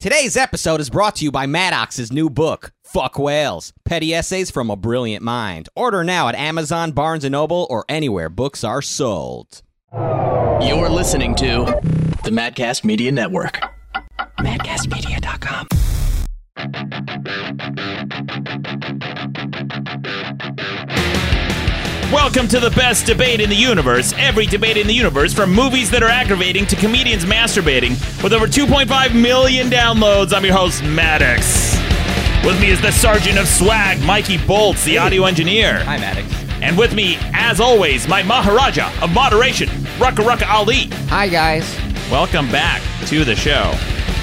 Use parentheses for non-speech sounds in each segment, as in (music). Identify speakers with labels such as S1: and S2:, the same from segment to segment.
S1: Today's episode is brought to you by Maddox's new book, Fuck Whales Petty Essays from a Brilliant Mind. Order now at Amazon, Barnes & Noble, or anywhere books are sold.
S2: You're listening to the Madcast Media Network. MadcastMedia.com.
S3: Welcome to the best debate in the universe. Every debate in the universe, from movies that are aggravating to comedians masturbating, with over 2.5 million downloads. I'm your host, Maddox. With me is the Sergeant of Swag, Mikey Bolts, the audio engineer.
S1: Hi, Maddox.
S3: And with me, as always, my Maharaja of moderation, Rucka Rucka Ali.
S4: Hi, guys.
S3: Welcome back to the show.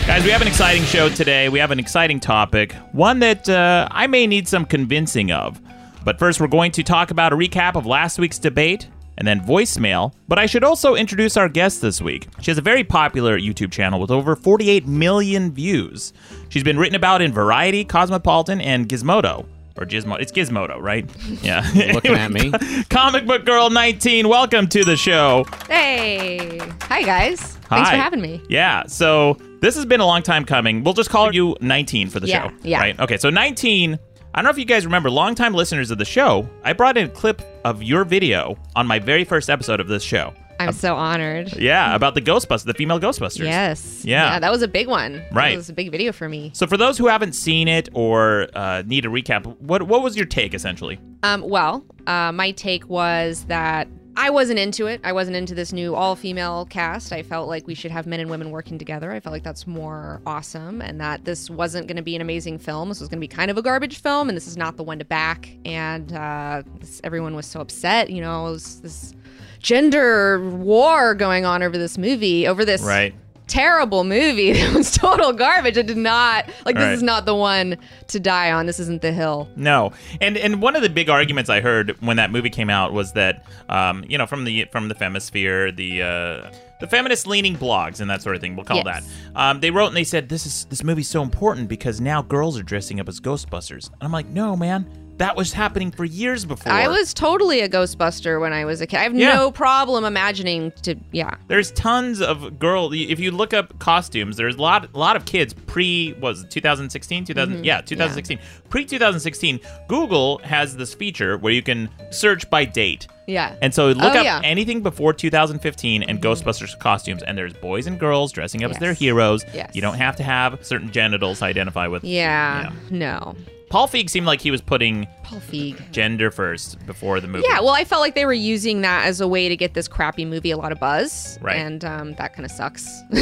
S3: Guys, we have an exciting show today. We have an exciting topic, one that uh, I may need some convincing of. But first, we're going to talk about a recap of last week's debate and then voicemail. But I should also introduce our guest this week. She has a very popular YouTube channel with over 48 million views. She's been written about in Variety, Cosmopolitan, and Gizmodo. Or Gizmo. It's Gizmodo, right? Yeah.
S1: Looking at me.
S3: (laughs) Comic Book Girl 19, welcome to the show.
S4: Hey. Hi, guys. Thanks for
S3: Hi.
S4: having me.
S3: Yeah. So this has been a long time coming. We'll just call you 19 for the
S4: Yeah,
S3: show.
S4: yeah.
S3: Right. Okay. So 19. I don't know if you guys remember, longtime listeners of the show, I brought in a clip of your video on my very first episode of this show.
S4: I'm so honored.
S3: Yeah, about the Ghostbusters, the female Ghostbusters.
S4: Hmm. Yes.
S3: Yeah.
S4: That was a big one. That
S3: Right.
S4: was a big video for me.
S3: So for those who haven't seen it or uh, need a recap, what what was your take essentially?
S4: Um, well, uh, my take was that I wasn't into it. I wasn't into this new all female cast. I felt like we should have men and women working together. I felt like that's more awesome and that this wasn't going to be an amazing film. This was going to be kind of a garbage film and this is not the one to back. And uh, this, everyone was so upset. You know, it was this gender war going on over this movie, over this
S3: Right.
S4: terrible movie. (laughs) It was total garbage. It did not, like, this
S3: Right.
S4: is not the one to die on. This isn't the hill.
S3: No, and and one of the big arguments I heard when that movie came out was that, um, you know, from the from the femisphere, the uh, the feminist leaning blogs and that sort of thing, we'll call
S4: Yes.
S3: that. Um, they wrote and they said this is this movie's so important because now girls are dressing up as Ghostbusters, and I'm like, no, man, that was happening for years before.
S4: I was totally a Ghostbuster when I was a kid. I have
S3: Yeah.
S4: no problem imagining to yeah.
S3: There's tons of girl. If you look up costumes, there's a lot, lot of kids pre what was it, 2016, 2000,
S4: Mm-hmm.
S3: yeah, 2016, pre 2016. Google has this feature where you can search by date.
S4: Yeah.
S3: And so look
S4: Oh,
S3: up
S4: yeah.
S3: anything before 2015 and Ghostbusters costumes, and there's boys and girls dressing up as their
S4: Yes.
S3: heroes.
S4: Yes.
S3: You don't have to have certain genitals to identify with.
S4: Yeah.
S3: Yeah.
S4: No.
S3: Paul Feig seemed like he was putting
S4: Paul Feig.
S3: gender first before the movie.
S4: Yeah, well, I felt like they were using that as a way to get this crappy movie a lot of buzz,
S3: Right.
S4: And um, that kind of sucks, (laughs)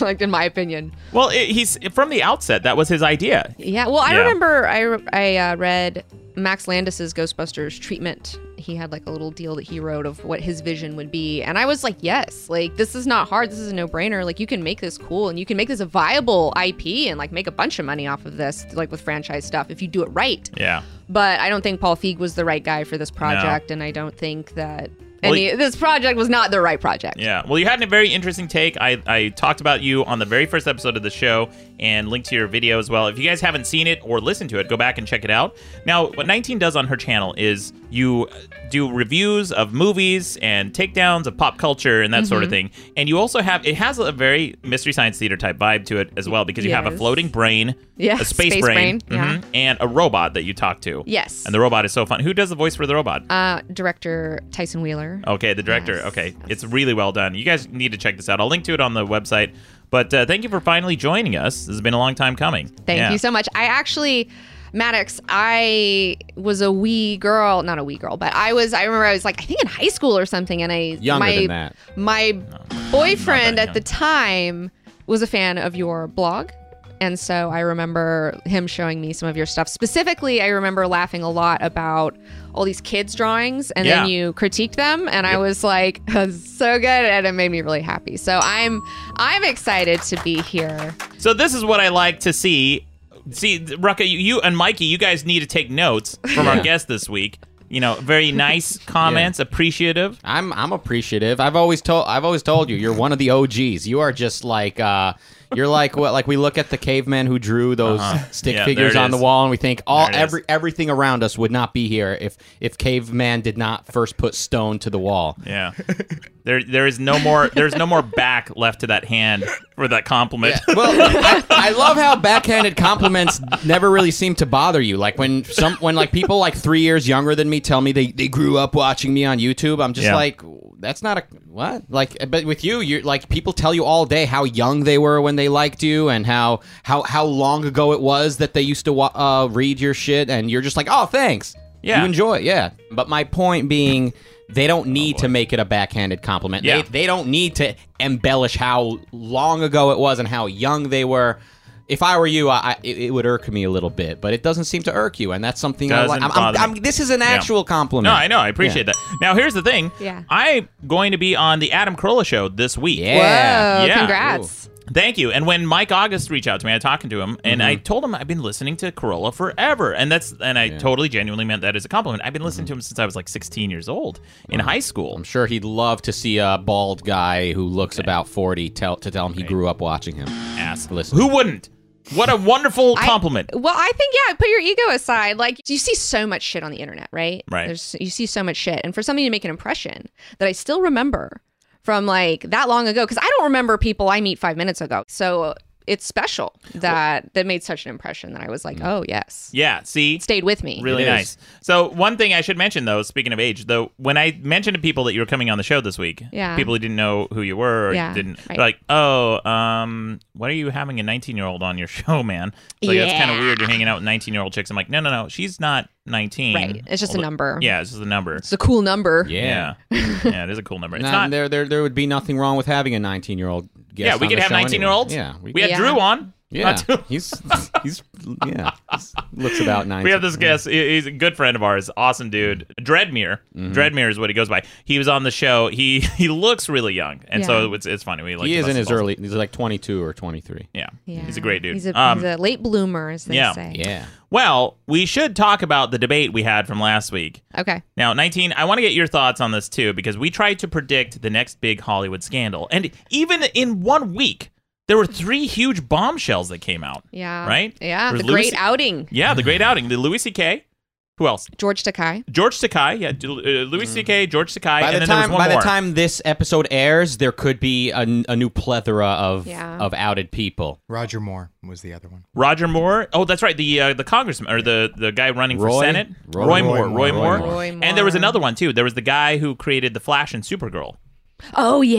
S4: like in my opinion.
S3: Well, it, he's from the outset. That was his idea.
S4: Yeah. Well, I
S3: Yeah.
S4: remember I I uh, read Max Landis's Ghostbusters treatment. He had like a little deal that he wrote of what his vision would be, and I was like, yes, like this is not hard. This is a no brainer. Like you can make this cool, and you can make this a viable IP, and like make a bunch of money off of this, like with franchise stuff if you do it right.
S3: Yeah.
S4: But I don't think Paul Feig was the right guy for this project, and I don't think that.
S3: Well,
S4: any,
S3: y-
S4: this project was not the right project.
S3: Yeah. Well, you had a very interesting take. I, I talked about you on the very first episode of the show and linked to your video as well. If you guys haven't seen it or listened to it, go back and check it out. Now, what 19 does on her channel is you do reviews of movies and takedowns of pop culture and that sort of thing.
S4: Mm-hmm.
S3: And you also have, it has a very Mystery Science Theater type vibe to it as well because you have a
S4: Yes.
S3: floating brain,
S4: Yeah,
S3: a space,
S4: space
S3: brain,
S4: brain, yeah.
S3: mhm, and a robot that you talk to.
S4: Yes.
S3: And the robot is so fun. Who does the voice for the robot?
S4: Uh, director Tyson Wheeler.
S3: Okay, the director.
S4: Yes,
S3: Okay, it's really well done. You guys need to check this out. I'll link to it on the website. But uh, thank you for finally joining us. This has been a long time coming.
S4: Thank
S3: Yeah.
S4: you so much. I actually, Maddox, I was a wee girl, not a wee girl, but I was. I remember I was like, I think in high school or something, and I
S1: Younger
S4: my,
S1: than that.
S4: My boyfriend
S3: that
S4: at the
S3: young.
S4: time was a fan of your blog. And so I remember him showing me some of your stuff. Specifically, I remember laughing a lot about all these kids' drawings, and then
S3: Yeah.
S4: you critiqued them, and I was like, (laughs) "So good!" And it made me really happy. So I'm, I'm excited to be here.
S3: So this is what I like to see. See, Rucka, you, you and Mikey, you guys need to take notes from our guest this week. You know, very
S4: (laughs)
S3: nice comments, appreciative.
S1: I'm I'm appreciative. I've always told I've always told you you're one of the OGs. You are just like uh You're like what? Like we look at the cavemen who drew those stick
S3: Uh-huh. Yeah,
S1: figures
S3: there it
S1: on the
S3: is.
S1: wall, and we think all
S3: There it is.
S1: every everything around us would not be here if if caveman did not first put stone to the wall.
S3: Yeah. There, there is no more. There's no more back left to that hand for that compliment.
S1: Well, I, I love how backhanded compliments never really seem to bother you. Like when some when like people like three years younger than me tell me they, they grew up watching me on YouTube, I'm just
S3: Yeah.
S1: like, that's not a what? Like, but with you, you're like people tell you all day how young they were when they liked you and how how how long ago it was that they used to wa- uh, read your shit, and you're just like, oh, thanks.
S3: Yeah.
S1: you enjoy it. Yeah, but my point being. They don't need to make it a backhanded compliment.
S3: Oh, Yeah.
S1: They, they don't need to embellish how long ago it was and how young they were. If I were you, I, I it, it would irk me a little bit, but it doesn't seem to irk you, and that's something I like.
S3: Doesn't
S1: I'm,
S3: bother
S1: I'm,
S3: me.
S1: I'm, this is an actual compliment.
S3: (laughs) No, I know. I appreciate that. Now, here's the thing.
S4: Yeah.
S3: I'm going to be on the Adam Carolla show this week.
S1: Yeah.
S4: Whoa,
S3: Yeah.
S4: congrats.
S3: Thank you. And when Mike August reached out to me, I was talking to him, and I told him I've been listening to Corolla forever, and that's and I totally genuinely meant that as a compliment. I've been listening to him since I was like 16 years old in high school.
S1: I'm sure he'd love to see a bald guy who looks about 40 tell, to tell him he grew up watching him.
S3: Ass.
S1: Listen.
S3: Who wouldn't? What a wonderful
S4: I-
S3: compliment.
S4: well, I think yeah. Put your ego aside. Like you see so much shit on the internet, right?
S3: Right.
S4: There's you see so much shit, and for something to make an impression that I still remember from like that long ago, because I don't remember people I meet five minutes ago. So it's special that that made such an impression that I was like, oh yes,
S3: yeah. See.
S4: It stayed with me.
S3: Mm. Really
S1: It is.
S3: nice. So one thing I should mention though, speaking of age, though, when I mentioned to people that you were coming on the show this week,
S4: Yeah.
S3: people who didn't know who you were or
S4: Yeah,
S3: didn't
S4: right.
S3: they're like, oh, um, what are you having a 19 year old on your (laughs) show, man? It's Like that's kind of
S4: Yeah.
S3: weird. You're hanging out with 19 year old chicks. I'm like, no, no, no, she's not 19.
S4: Right. It's just a
S3: Although-
S4: number.
S3: Yeah, it's just a number.
S4: It's a cool number.
S3: Yeah,
S4: (laughs)
S3: yeah, it is a cool number. It's
S1: Nah,
S3: not.
S1: there, there, there would be nothing wrong with having a 19 year old guest.
S3: Yeah, we
S1: on
S3: could
S1: the
S3: have
S1: show
S3: 19 year olds.
S1: anyway. Yeah,
S3: we,
S1: we,
S3: had
S4: Yeah.
S3: Drew on.
S1: yeah,
S3: Not too-
S1: he's he's yeah, he's- looks about 19.
S3: We have this guest. he- He's a good friend of ours, awesome dude.
S1: Mm-hmm.
S3: Dreadmere. Dreadmere is what he goes by. He was on the show. He (laughs) he looks really young, and so
S4: Yeah.
S3: it's it's funny. We like
S1: He
S3: to
S1: is
S3: bust
S1: in his
S3: balls.
S1: early. He's like 22 or 23.
S3: Yeah.
S4: Yeah.
S3: he's a great dude.
S4: He's a,
S3: Um,
S4: he's a late bloomer, as they
S3: yeah.
S4: say.
S1: Yeah.
S3: well, we should talk about the debate we had from last week.
S4: Okay.
S3: Now, 19, I want to get your thoughts on this too, because we tried to predict the next big Hollywood scandal. And even in one week, there were three huge bombshells that came out.
S4: Yeah.
S3: Right?
S4: Yeah.
S3: There's
S4: The great
S3: Lucy-
S4: outing.
S3: Yeah,
S1: (sighs)
S3: the great outing. The Louis C.K. Who else?
S4: George Takai.
S3: George Sakai. Yeah, d- uh, Louis C.K., George
S1: Mm-hmm.
S3: Sakai.
S1: By
S3: and
S1: the
S3: then there was
S1: time
S3: one
S1: by
S3: more.
S1: the time this episode airs, there could be a, n- a new plethora of
S4: Yeah.
S1: of outed people.
S5: Roger Moore was the other one.
S3: Roger Moore. Oh, that's right. The uh, the congressman or the, the guy running
S1: Roy?
S3: for Senate.
S1: Roy-
S3: Roy
S1: Roy
S3: Moore. Roy
S5: Moore.
S3: Moore.
S4: Roy
S3: And there was
S4: Moore.
S3: another one too. There was the guy who created the Flash and Supergirl.
S4: Oh yeah.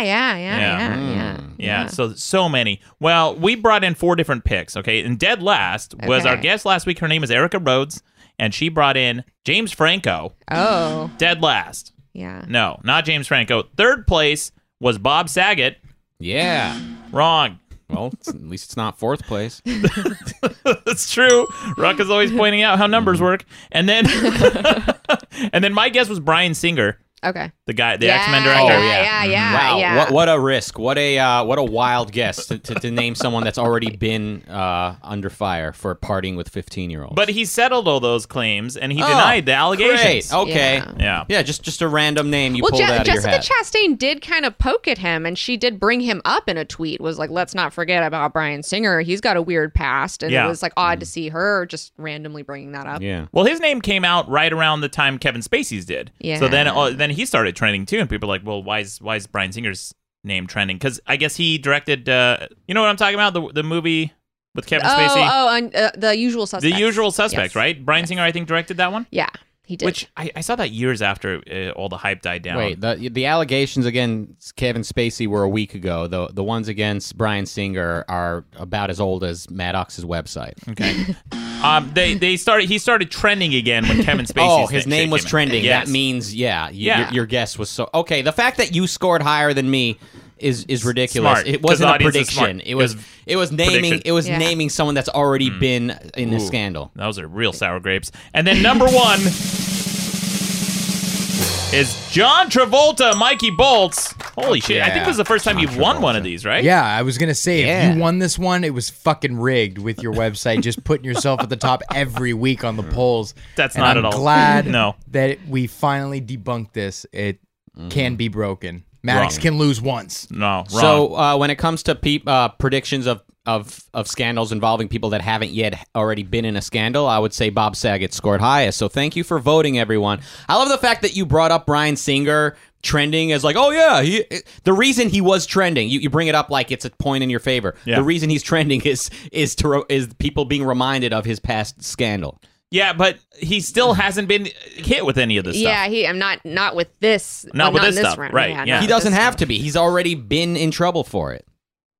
S4: Yeah. Yeah. Yeah. Yeah.
S3: Yeah. Mm.
S4: Yeah.
S3: Yeah, so so many. Well, we brought in four different picks, okay? And dead last was our
S4: Okay.
S3: guest last week. Her name is Erica Rhodes, and she brought in James Franco.
S1: (gasps)
S4: Oh.
S3: Dead last.
S4: Yeah.
S3: No, not James Franco. Third place was Bob Saget.
S1: Yeah.
S3: Wrong. (laughs)
S1: Well, it's- at least it's not fourth place.
S3: That's true. Ruck is always pointing out how numbers work. And then (laughs) and then my guess was Brian Singer,
S4: Okay.
S3: the guy the
S4: yeah,
S3: X-Men director. Mm-hmm.
S4: Yeah. Yeah. (laughs)
S1: Oh, yeah.
S4: Yeah.
S1: Wow.
S4: yeah.
S1: What what a risk. What a uh, what a wild guess to, to, to name someone that's already been uh, under fire for partying with 15 year olds.
S3: But he settled all those claims and he denied the allegations.
S1: Oh, Great. Oh. Okay.
S4: Yeah.
S3: Yeah.
S1: Yeah, just just a random name you
S4: well,
S1: pulled
S4: Je-
S1: out of your
S4: Jessica
S1: hat.
S4: Chastain did kind of poke at him, and she did bring him up in a tweet. Was like, "Let's not forget about Brian Singer. He's got a weird past," and
S3: Yeah.
S4: it was like odd to see her just randomly bringing that up.
S1: Mm. yeah.
S3: Well, his name came out right around the time Kevin Spacey's did.
S4: Yeah.
S3: So then, uh, then he started trending too, and people were like, well, why is why is Brian Singer's name trending? Because I guess he directed. Uh, you know what I'm talking about? The the movie with Kevin
S4: Oh,
S3: Spacey,
S4: oh, and uh, the usual
S3: The
S4: suspects.
S3: Usual Suspects,
S4: Yes.
S3: right? Brian Singer, I think, directed that one.
S4: Yeah, he did.
S3: Which I, I saw that years after uh, all the hype died down.
S1: Wait, the the allegations against Kevin Spacey were a week ago. The the ones against Brian Singer are about as old as Maddox's website.
S4: (laughs)
S3: Okay. um, they they started. He started trending again
S1: (laughs)
S3: when Kevin Spacey.
S1: Oh, his name was trending.
S3: Yes.
S1: That means yeah, y-
S3: Yeah.
S1: Your, your guess was so okay. The fact that you scored higher than me is is ridiculous.
S3: Smart,
S1: it
S3: 'cause
S1: wasn't a
S3: audience is
S1: prediction.
S3: smart.
S1: It was
S3: It was
S1: it was naming
S3: prediction. Hmm.
S1: it was
S4: Yeah.
S1: naming someone that's already been in a scandal.
S3: Those are real sour grapes. And then number one is John Travolta, Mikey Bolts. Holy shit! I think
S1: yeah.
S3: this is the first time you've won one of these, right?
S5: Yeah, I was gonna say
S1: Yeah.
S5: if you won this one, it was fucking rigged with your website just putting yourself at the top every week on the polls.
S3: That's
S5: And
S3: not
S5: I'm
S3: at all-
S5: Glad
S3: No.
S5: that we finally debunked this. It can be broken. Maddox
S3: Wrong.
S5: can lose once.
S3: No, wrong.
S1: So uh, when it comes to peop uh, predictions of, of of scandals involving people that haven't yet already been in a scandal, I would say Bob Saget scored highest. So thank you for voting, everyone. I love the fact that you brought up Brian Singer trending as like, oh yeah, he, the reason he was trending. You, you bring it up like it's a point in your favor.
S3: Yeah.
S1: The reason he's trending is is to re- is people being reminded of his past scandal.
S3: yeah, but he still hasn't been hit with any of this
S4: yeah,
S3: stuff.
S4: he. I'm not not with this.
S3: Not
S4: uh,
S3: with
S4: not
S3: this
S4: in this
S3: stuff,
S4: round.
S3: right,
S4: Yeah,
S3: yeah.
S4: not
S1: He
S4: with this
S1: doesn't have
S4: stuff.
S1: to be. He's already been in trouble for it.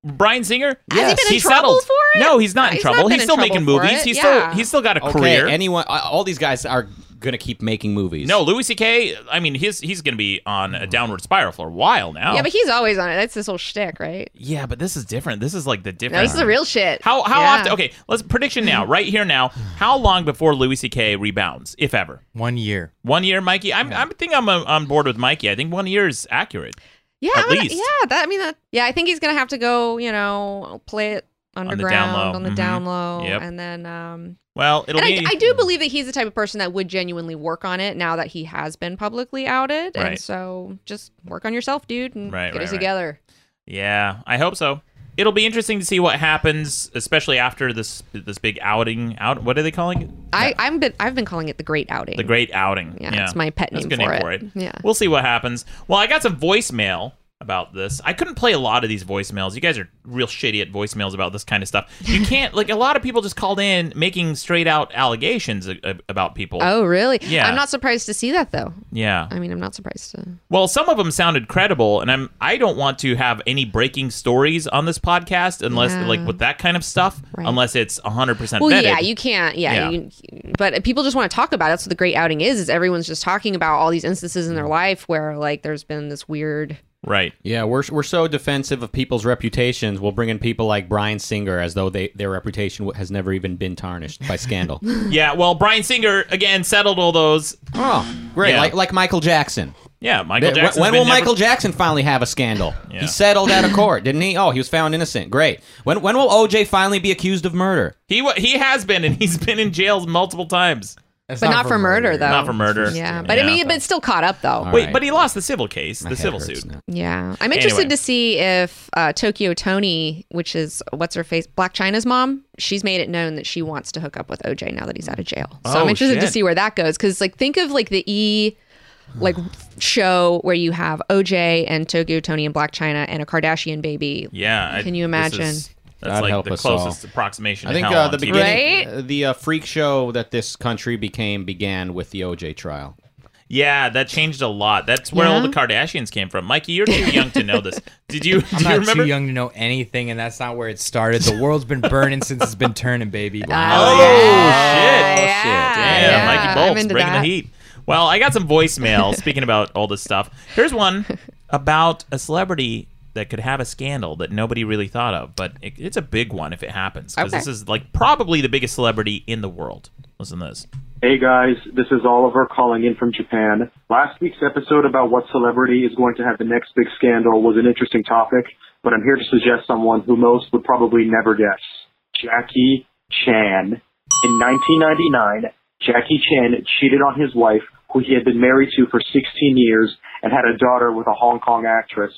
S3: Brian Singer?
S4: Has he been in
S3: he's
S4: trouble
S3: settled.
S4: for it?
S3: No, he's not in
S4: He's not
S3: trouble.
S4: been
S3: he's
S4: in
S3: still
S4: trouble
S3: making
S4: for
S3: movies.
S4: it,
S3: He's
S4: yeah.
S3: still he's still got a
S1: Okay,
S3: career.
S1: anyone, uh, all these guys are gonna keep making movies.
S3: no, Louis C.K. I mean, his he's going to be on a downward spiral for a while now.
S4: Yeah, but he's always on it. That's this whole shtick, right?
S3: yeah, but this is different. This is like the
S4: No,
S3: different.
S4: this is the real shit.
S3: How how
S4: Yeah.
S3: often? Okay, let's prediction now, right here now. How long before Louis C.K. rebounds, if ever?
S5: One year.
S3: One year, Mikey. I'm I'm think I'm uh, on board with Mikey. I think one year is accurate.
S4: Yeah,
S3: At
S4: I'm gonna-
S3: least.
S4: yeah. That I mean, that, yeah. I think he's gonna have to go. You know, play it
S3: the down
S4: underground
S3: low.
S4: on the
S3: Mhm.
S4: down low,
S3: Yep.
S4: and then um,
S3: Well, it'll
S4: and
S3: be.
S4: I, I do believe that he's the type of person that would genuinely work on it now that he has been publicly outed,
S3: Right.
S4: and so just work on yourself, dude, and
S3: Right,
S4: get
S3: right,
S4: it
S3: right.
S4: together.
S3: yeah, I hope so. It'll be interesting to see what happens, especially after this this big outing. Out, what are they calling it?
S4: I I'm been I've been calling it the great outing.
S3: The Great Outing.
S4: Yeah, it's my pet
S3: That's a
S4: name
S3: good
S4: for
S3: name
S4: it.
S3: for it.
S4: Yeah.
S3: We'll see what happens. Well, I got some voicemail about this. I couldn't play a lot of these voicemails. You guys are real shitty at voicemails about this kind of stuff.
S4: (laughs)
S3: You can't like a lot of people just called in making straight out allegations a- a- about people.
S4: Oh really?
S3: Yeah.
S4: I'm not surprised to see that though.
S3: Yeah.
S4: I mean, I'm not surprised to.
S3: Well, some of them sounded credible, and I'm I don't want to have any breaking stories on this podcast unless
S4: Yeah.
S3: like with that kind of stuff,
S4: Right.
S3: unless it's 100 percent
S4: Well,
S3: vetted.
S4: yeah, you can't. Yeah,
S3: Yeah.
S4: You, but people just want to talk about it. That's what the great outing is. Is everyone's just talking about all these instances
S3: Mm.
S4: in their life where like there's been this weird.
S3: right.
S1: Yeah, we're we're so defensive of people's reputations. We'll bring in people like Brian Singer as though they their reputation has never even been tarnished by scandal. (laughs)
S3: Yeah. Well, Brian Singer again settled all those.
S1: oh, great!
S3: Yeah.
S1: Like like Michael Jackson.
S3: Yeah, Michael
S1: Th-
S3: Jackson.
S1: when will Michael Jackson finally have a scandal?
S3: Yeah.
S1: He settled (laughs) out of court, didn't he? Oh, he was found innocent. Great. When when will OJ finally be accused of murder?
S3: He wa- he has been, and he's been in jails multiple times.
S5: That's
S4: But not for murder, though.
S3: Not for murder.
S4: Oh, Yeah, but I mean, but it's still caught up though.
S1: All
S3: Wait,
S1: right.
S3: but he lost the civil case, the
S1: My head
S3: civil
S1: hurts
S3: suit.
S1: now.
S4: Yeah, I'm interested to
S3: Anyway.
S4: see if uh, Tokyo Tony, which is what's her face, Black China's mom, she's made it known that she wants to hook up with OJ now that he's out of jail. So
S3: Oh,
S4: I'm interested to
S3: shit.
S4: see where that goes because like think of like the E
S3: (sighs)
S4: like show where you have OJ and Tokyo Tony and Black China and a Kardashian baby.
S3: Yeah. I-
S4: Can you
S3: this
S4: imagine?
S3: is- that's
S1: God
S3: like
S1: help
S3: the
S1: us
S3: closest approximation.
S1: I think
S3: to hell
S1: uh,
S3: on
S1: the
S3: TV.
S1: beginning,
S4: Right?
S1: uh, the uh, freak show that this country became began with the OJ trial.
S3: Yeah, that changed a lot. That's where all
S4: Yeah.
S3: the Kardashians came from. Mikey, you're too young to know this.
S1: (laughs)
S3: Did you? do
S5: I'm
S3: you
S5: not
S3: remember?
S5: too young to know anything, and that's not where it started. The world's been burning since it's been turning, baby.
S4: (laughs)
S3: Oh,
S4: Uh, yeah.
S3: shit.
S4: Yeah,
S3: Damn,
S4: yeah.
S3: Mikey
S4: I'm
S3: Bolts
S4: into
S3: bringing
S4: that.
S3: the heat. Well, I got
S1: (laughs)
S3: some voicemail speaking about all this stuff. Here's one about a celebrity that could have a scandal that nobody really thought of, but it, it's a big one if it happens because
S4: Okay.
S3: this is like probably the biggest celebrity in the world. Listen to this.
S6: Hey guys, this is Oliver calling in from Japan. Last week's episode about what celebrity is going to have the next big scandal was an interesting topic, but I'm here to suggest someone who most would probably never guess. Jackie Chan. In 1999, Jackie Chan cheated on his wife, who he had been married to for 16 years, and had a daughter with a Hong Kong actress.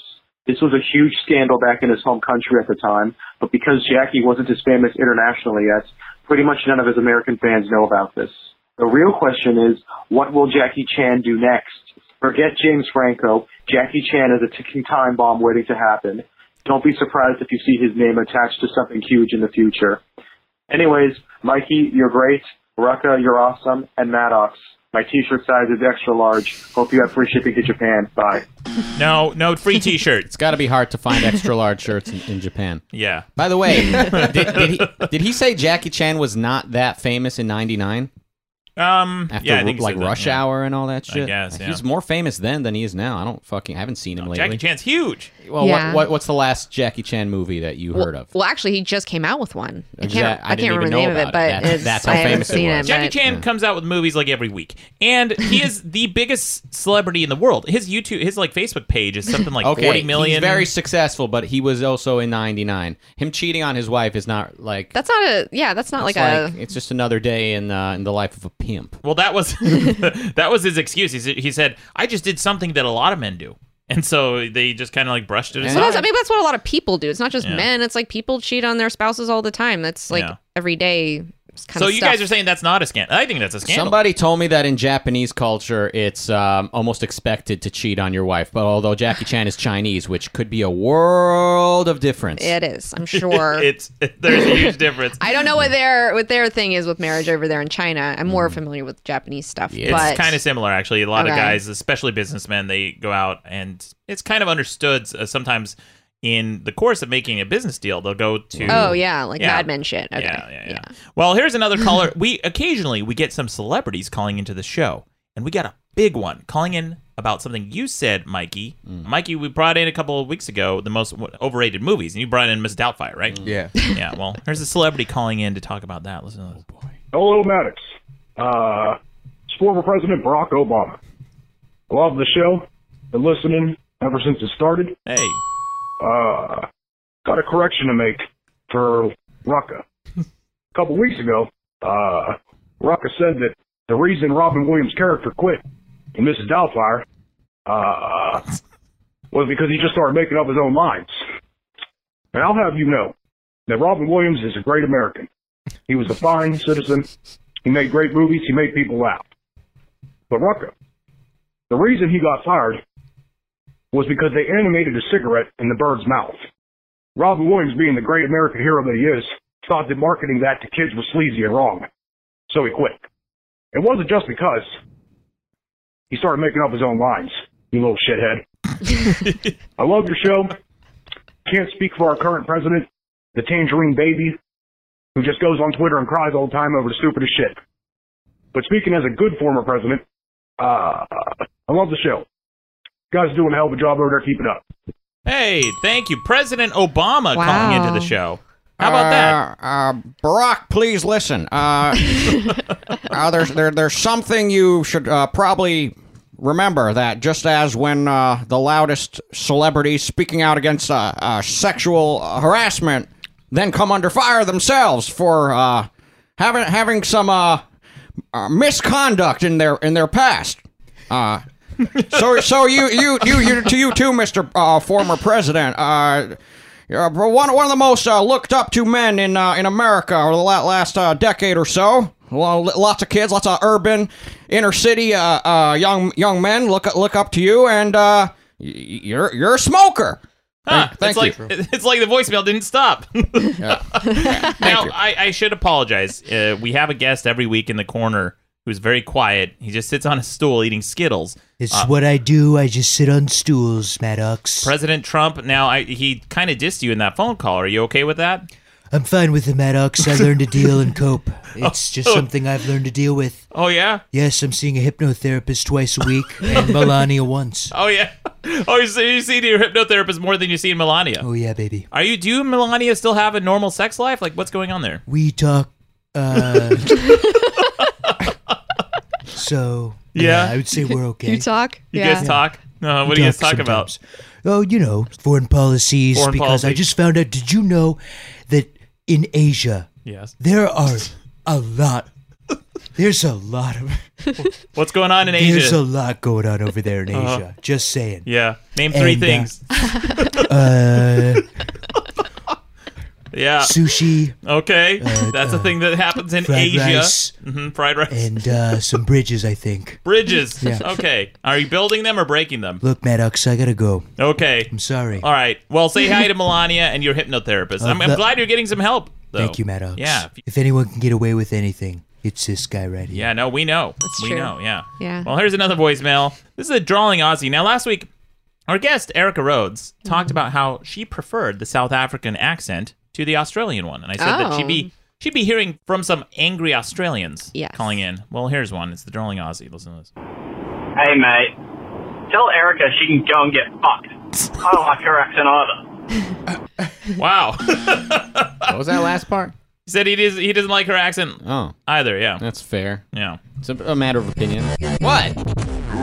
S6: This was a huge scandal back in his home country at the time, but because Jackie wasn't as famous internationally yet, pretty much none of his American fans know about this. The real question is, what will Jackie Chan do next? Forget James Franco. Jackie Chan is a ticking time bomb waiting to happen. Don't be surprised if you see his name attached to something huge in the future. Anyways, Mikey, you're great. Rucka, you're awesome. And Maddox, my t-shirt size is extra large. Hope you have free shipping to Japan. Bye.
S3: No, no free
S1: (laughs)
S3: T-shirts.
S1: It's got to be hard to find extra large shirts in, in Japan.
S3: Yeah,
S1: By the
S3: (laughs)
S1: way, did, did, he, did he say Jackie Chan was not that famous in '99
S3: um,
S1: after
S3: yeah, I think he
S1: like
S3: said that,
S1: Rush
S3: yeah.
S1: Hour and all that shit?
S3: guess,
S1: Like,
S3: yeah. Oh,
S1: He was more famous then than he is now. I don't fucking I haven't seen him lately.
S3: Jackie Chan's huge.
S1: Well,
S4: Yeah.
S1: what, what what's the last Jackie Chan movie that you heard of?
S4: Well, actually, he just came out with one. I
S1: Exact-
S4: can't,
S1: I
S4: I
S1: didn't
S4: can't remember
S1: even
S4: the name
S1: know
S4: of it,
S1: about it.
S4: but
S1: That's-
S4: it's,
S1: that's how
S4: I haven't
S1: famous it
S4: seen
S1: was.
S4: it.
S3: Jackie
S4: but-
S3: Chan comes out with movies like every week, and he is the biggest celebrity in the world. His YouTube, his like Facebook page is
S1: (laughs)
S3: something like forty million.
S1: He's very successful, but he was also in '99. Him cheating on his wife is not like
S4: That's not a yeah. That's not like,
S1: it's like,
S4: a
S1: it's just another day in uh, in the life of a
S4: (laughs)
S1: pimp.
S3: (laughs) Well, that was that was his excuse. He said, he said, "I just did something that a lot of men do." and so they just kind of like brushed it
S4: Well,
S3: aside.
S4: that's, I mean, that's what a lot of people do. It's not just
S3: Yeah.
S4: men. It's like people cheat on their spouses all the time. That's like
S3: Yeah.
S4: everyday kind
S3: so
S4: of
S3: you
S4: stuff.
S3: guys are saying that's not a scandal? I think that's a scandal. (laughs)
S1: Somebody told me that in Japanese culture, it's um, almost expected to cheat on your wife. But although Jackie Chan is Chinese, which could be a world of difference.
S4: It is.
S3: (laughs)
S4: I'm sure.
S3: it's there's a huge difference.
S4: I don't know what their what their thing is with marriage over there in China. I'm more familiar with Japanese stuff. but
S3: Mm. It's kind of similar, actually. A lot of
S4: Okay.
S3: guys, especially businessmen, they go out and it's kind of understood uh, sometimes in the course of making a business deal, they'll go to.
S4: Oh yeah, like
S3: Yeah.
S4: Mad Men shit. Okay.
S3: Yeah, yeah, yeah. Well,
S4: (laughs)
S3: here's another caller. we occasionally we get some celebrities calling into the show, and we got a big one calling in about something you said, Mikey. Mikey, we brought in a couple of weeks ago the most w- overrated movies, and you brought in Miss Doubtfire, right?
S5: Mm. Yeah.
S3: Yeah. Well, here's a celebrity calling in to talk about that. Listen to this.
S7: Hello, Maddox. Uh, it's former President Barack Obama. Love the show. Been listening ever since it started.
S3: Hey.
S7: Uh, got a correction to make for Rucka. a couple weeks ago, uh, Rucka said that the reason Robin Williams' character quit in Mrs. Doubtfire uh, was because he just started making up his own lines. And I'll have you know that Robin Williams is a great American. He was a fine citizen. He made great movies. He made people laugh. But Rucka, the reason he got fired was because they animated a cigarette in the bird's mouth. Robin Williams, being the great American hero that he is, thought that marketing that to kids was sleazy and wrong, so he quit. It wasn't just because he started making up his own lines, you little shithead. I love your show. Can't speak for our current president, the tangerine baby, who just goes on Twitter and cries all the time over the stupidest shit. But speaking as a good former president, uh, I love the show. You guys are doing a hell of a job over there. Keep it up.
S3: Hey, thank you. President Obama
S4: Wow.
S3: calling into the show. How about that?
S1: Uh, Barack, please listen. Uh,
S3: (laughs)
S1: uh, there's there, there's something you should uh, probably remember that just as when uh, the loudest celebrities speaking out against uh, uh, sexual harassment then come under fire themselves for uh, having having some uh, uh, misconduct in their in their past. Uh, so so you you you you to you too, Mister uh, former president. Uh, you're one one of the most uh, looked up to men in uh, in America over the la- last uh, decade or so. Lo- Lots of kids, lots of urban, inner city uh, uh, young young men look look up to you, and uh, y- you're you're a smoker.
S3: Huh,
S1: Thank
S3: it's
S1: you.
S3: like it's like the voicemail didn't stop. (laughs) now
S1: you.
S3: I, I should apologize. Uh, we have a guest every week in the corner who's very quiet. He just sits on a stool eating Skittles. Uh,
S8: It's what I do. I just sit on stools, Maddox.
S3: President Trump. Now I, he kind of dissed you in that phone call. Are you okay with that?
S8: I'm fine with the Maddox. I learned to deal and
S4: (laughs)
S8: cope. It's just something I've learned to deal with.
S3: Oh yeah.
S8: Yes, I'm seeing a hypnotherapist twice a week
S4: (laughs)
S8: and Melania once.
S3: Oh yeah. (laughs) Oh, you see, you see your hypnotherapist more than you see in Melania.
S8: Oh, yeah, baby.
S3: Are you? Do you and Melania still have a normal sex life? Like what's going on there?
S8: We talk. Uh,
S4: (laughs)
S8: so.
S3: Yeah.
S8: I would say we're okay.
S4: You talk.
S3: You
S4: yeah.
S3: guys talk. Uh, what do you guys talk about?
S8: sometimes. Oh, you know, foreign policies.
S3: Foreign
S8: because I
S3: policy.
S8: just found out. Did you know that in Asia
S3: Yes.
S8: there are a lot? There's a lot of
S3: What's going on in
S8: there's a
S3: Asia? Uh-huh.
S8: lot going on over there in Asia. Just saying.
S3: Yeah. Name three
S8: And, uh,
S3: things.
S8: (laughs) Uh,
S3: (laughs) Yeah.
S8: sushi
S3: Okay. That's a thing that happens in
S8: uh, fried
S3: Asia.
S8: rice.
S3: hmm Fried rice. (laughs)
S8: and uh, some bridges, I think.
S3: Bridges.
S8: Yeah.
S3: (laughs) Okay. Are you building them or breaking them?
S8: Look, Maddox, I gotta go.
S3: Okay.
S8: I'm sorry.
S3: All right. Well, say
S8: (laughs)
S3: hi to Melania and your hypnotherapist. I'm,
S8: Uh,
S3: I'm
S8: the-
S3: glad you're getting some help. Though.
S8: Thank you, Maddox.
S3: Yeah.
S8: If anyone can get away with anything, it's this guy right here.
S3: Yeah, no, we know.
S4: That's
S3: we
S4: true.
S3: know, yeah.
S4: Yeah.
S3: Well, here's another voicemail. This is a drawing Aussie. Now, last week, our guest, Erica Rhodes, talked about how she preferred the South African accent to the Australian one. And I said that she'd
S4: Oh.
S3: be she'd be hearing from some angry Australians
S4: Yes.
S3: calling in. Well, here's one. It's the drawing Aussie. Listen to this.
S9: Hey, mate. Tell Erica she can go and get fucked. I don't like her accent either.
S3: Wow. (laughs) he
S1: What was that last part?
S3: said he, does, he doesn't like her accent
S1: Oh,
S3: either, yeah.
S1: that's fair.
S3: Yeah.
S1: It's a, a matter of opinion. What?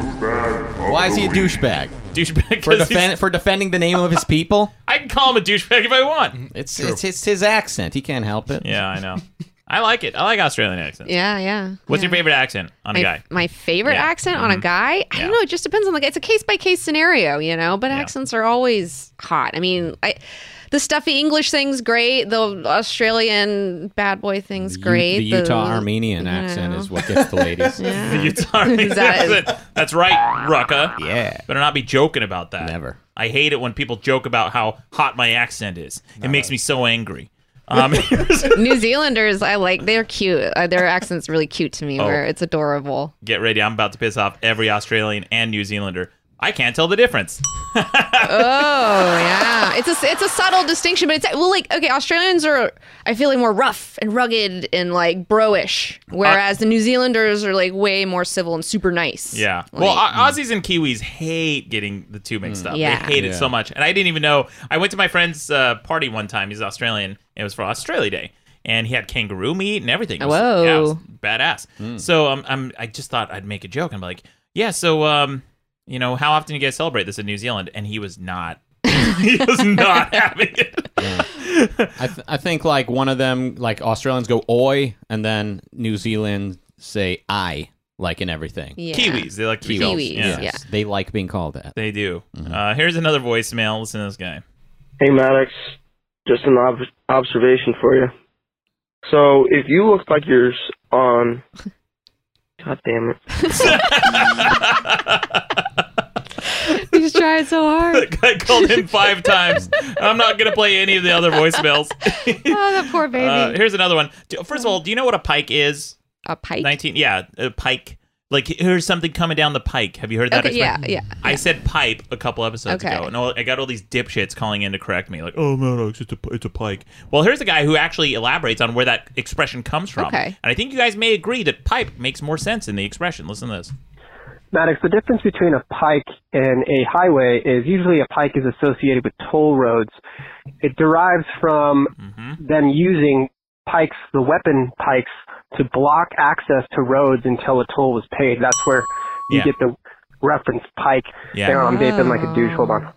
S1: Why is he a douchebag
S3: Douchebag.
S1: for
S3: 'cause (laughs) he's-
S1: defen- for defending the name of his people?
S3: I can call him a douchebag if I want.
S1: It's it's, it's his accent. He can't help it.
S3: Yeah, I know. I- I like it. I like Australian accents.
S4: (laughs) Yeah, yeah.
S3: What's
S4: yeah.
S3: your favorite accent on a
S4: my,
S3: guy?
S4: My favorite
S3: Yeah.
S4: accent
S1: Mm-hmm.
S4: on a guy? I
S3: Yeah.
S4: don't know. It just depends on the guy. It's a case by case scenario, you know. But
S3: Yeah.
S4: accents are always hot. I mean, I, the stuffy English thing's great. The Australian bad boy thing's great.
S1: The Utah Armenian
S4: I
S1: accent
S4: know.
S1: is what gets the
S4: (laughs)
S1: ladies.
S4: Yeah.
S3: The (laughs)
S1: (laughs)
S3: Utah accent. That's right, Rucka.
S1: yeah.
S3: Better not be joking about that.
S1: Never.
S3: I hate it when people joke about how hot my accent is. It makes me so angry. Um, (laughs)
S4: New Zealanders, I like. They're cute. Uh, their accent's really cute to
S1: Oh.
S4: me. Where it's adorable.
S3: get ready. I'm about to piss off every Australian and New Zealander. I can't tell the difference.
S4: Oh yeah, it's a it's a subtle distinction, but it's well like okay, Australians are I feel like more rough and rugged and like bro-ish, whereas the New Zealanders are like way more civil and super nice.
S3: Yeah.
S4: Like, mm.
S3: well, Au- Aussies and Kiwis hate getting the two mixed up.
S4: Yeah.
S3: They hate it so much. And I didn't even know. I went to my friend's uh, party one time. He's Australian. It was for Australia Day. And he had kangaroo meat and everything. It was-
S4: Whoa. Hmm.
S3: yeah, it was badass. So um, I'm, I just thought I'd make a joke. I'm like, yeah, so, um, you know, how often do you guys celebrate this in New Zealand? And he was not. (laughs) he was
S4: (laughs)
S3: not having it.
S1: I, th- I think like one of them, like Australians go oi, and then New Zealand say I, like in everything.
S4: yeah.
S3: Kiwis. They like to be called.
S4: Kiwis, yeah. Mm-hmm.
S1: They like being called that.
S3: They do. Uh, here's another voicemail. Listen to this guy.
S9: Hey Maddox, just an ob- observation for you. So if you look like you're s- on, (laughs) God damn it,
S4: (laughs) He's trying so
S3: (laughs)
S4: hard.
S3: I called him
S4: (laughs)
S3: five times. I'm not going to play any of the other voicemails.
S4: Oh, that poor baby.
S3: Uh, here's another one. Do- First of all, do you know what a pike is?
S4: a pike.
S3: 19. Yeah, a pike. Like, here's something coming down the pike. Have you heard that
S4: Okay, yeah,
S3: expression?
S4: yeah.
S3: I said pipe a couple episodes
S4: Okay.
S3: ago, and all, I got all these dipshits calling in to correct me, like, "Oh man, it's just a it's a pike." Well, here's a guy who actually elaborates on where that expression comes from,
S4: Okay.
S3: and I think you guys may agree that pipe makes more sense in the expression. Listen to this.
S9: Maddox. The difference between a pike and a highway is usually a pike is associated with toll roads. It derives from
S3: Mm-hmm.
S9: them using pikes, the weapon pikes, to block access to roads until a toll was paid. That's where you
S3: Yeah.
S9: get the reference pike.
S3: Yeah.
S9: Hang on, I'm vaping like a douche. Hold on.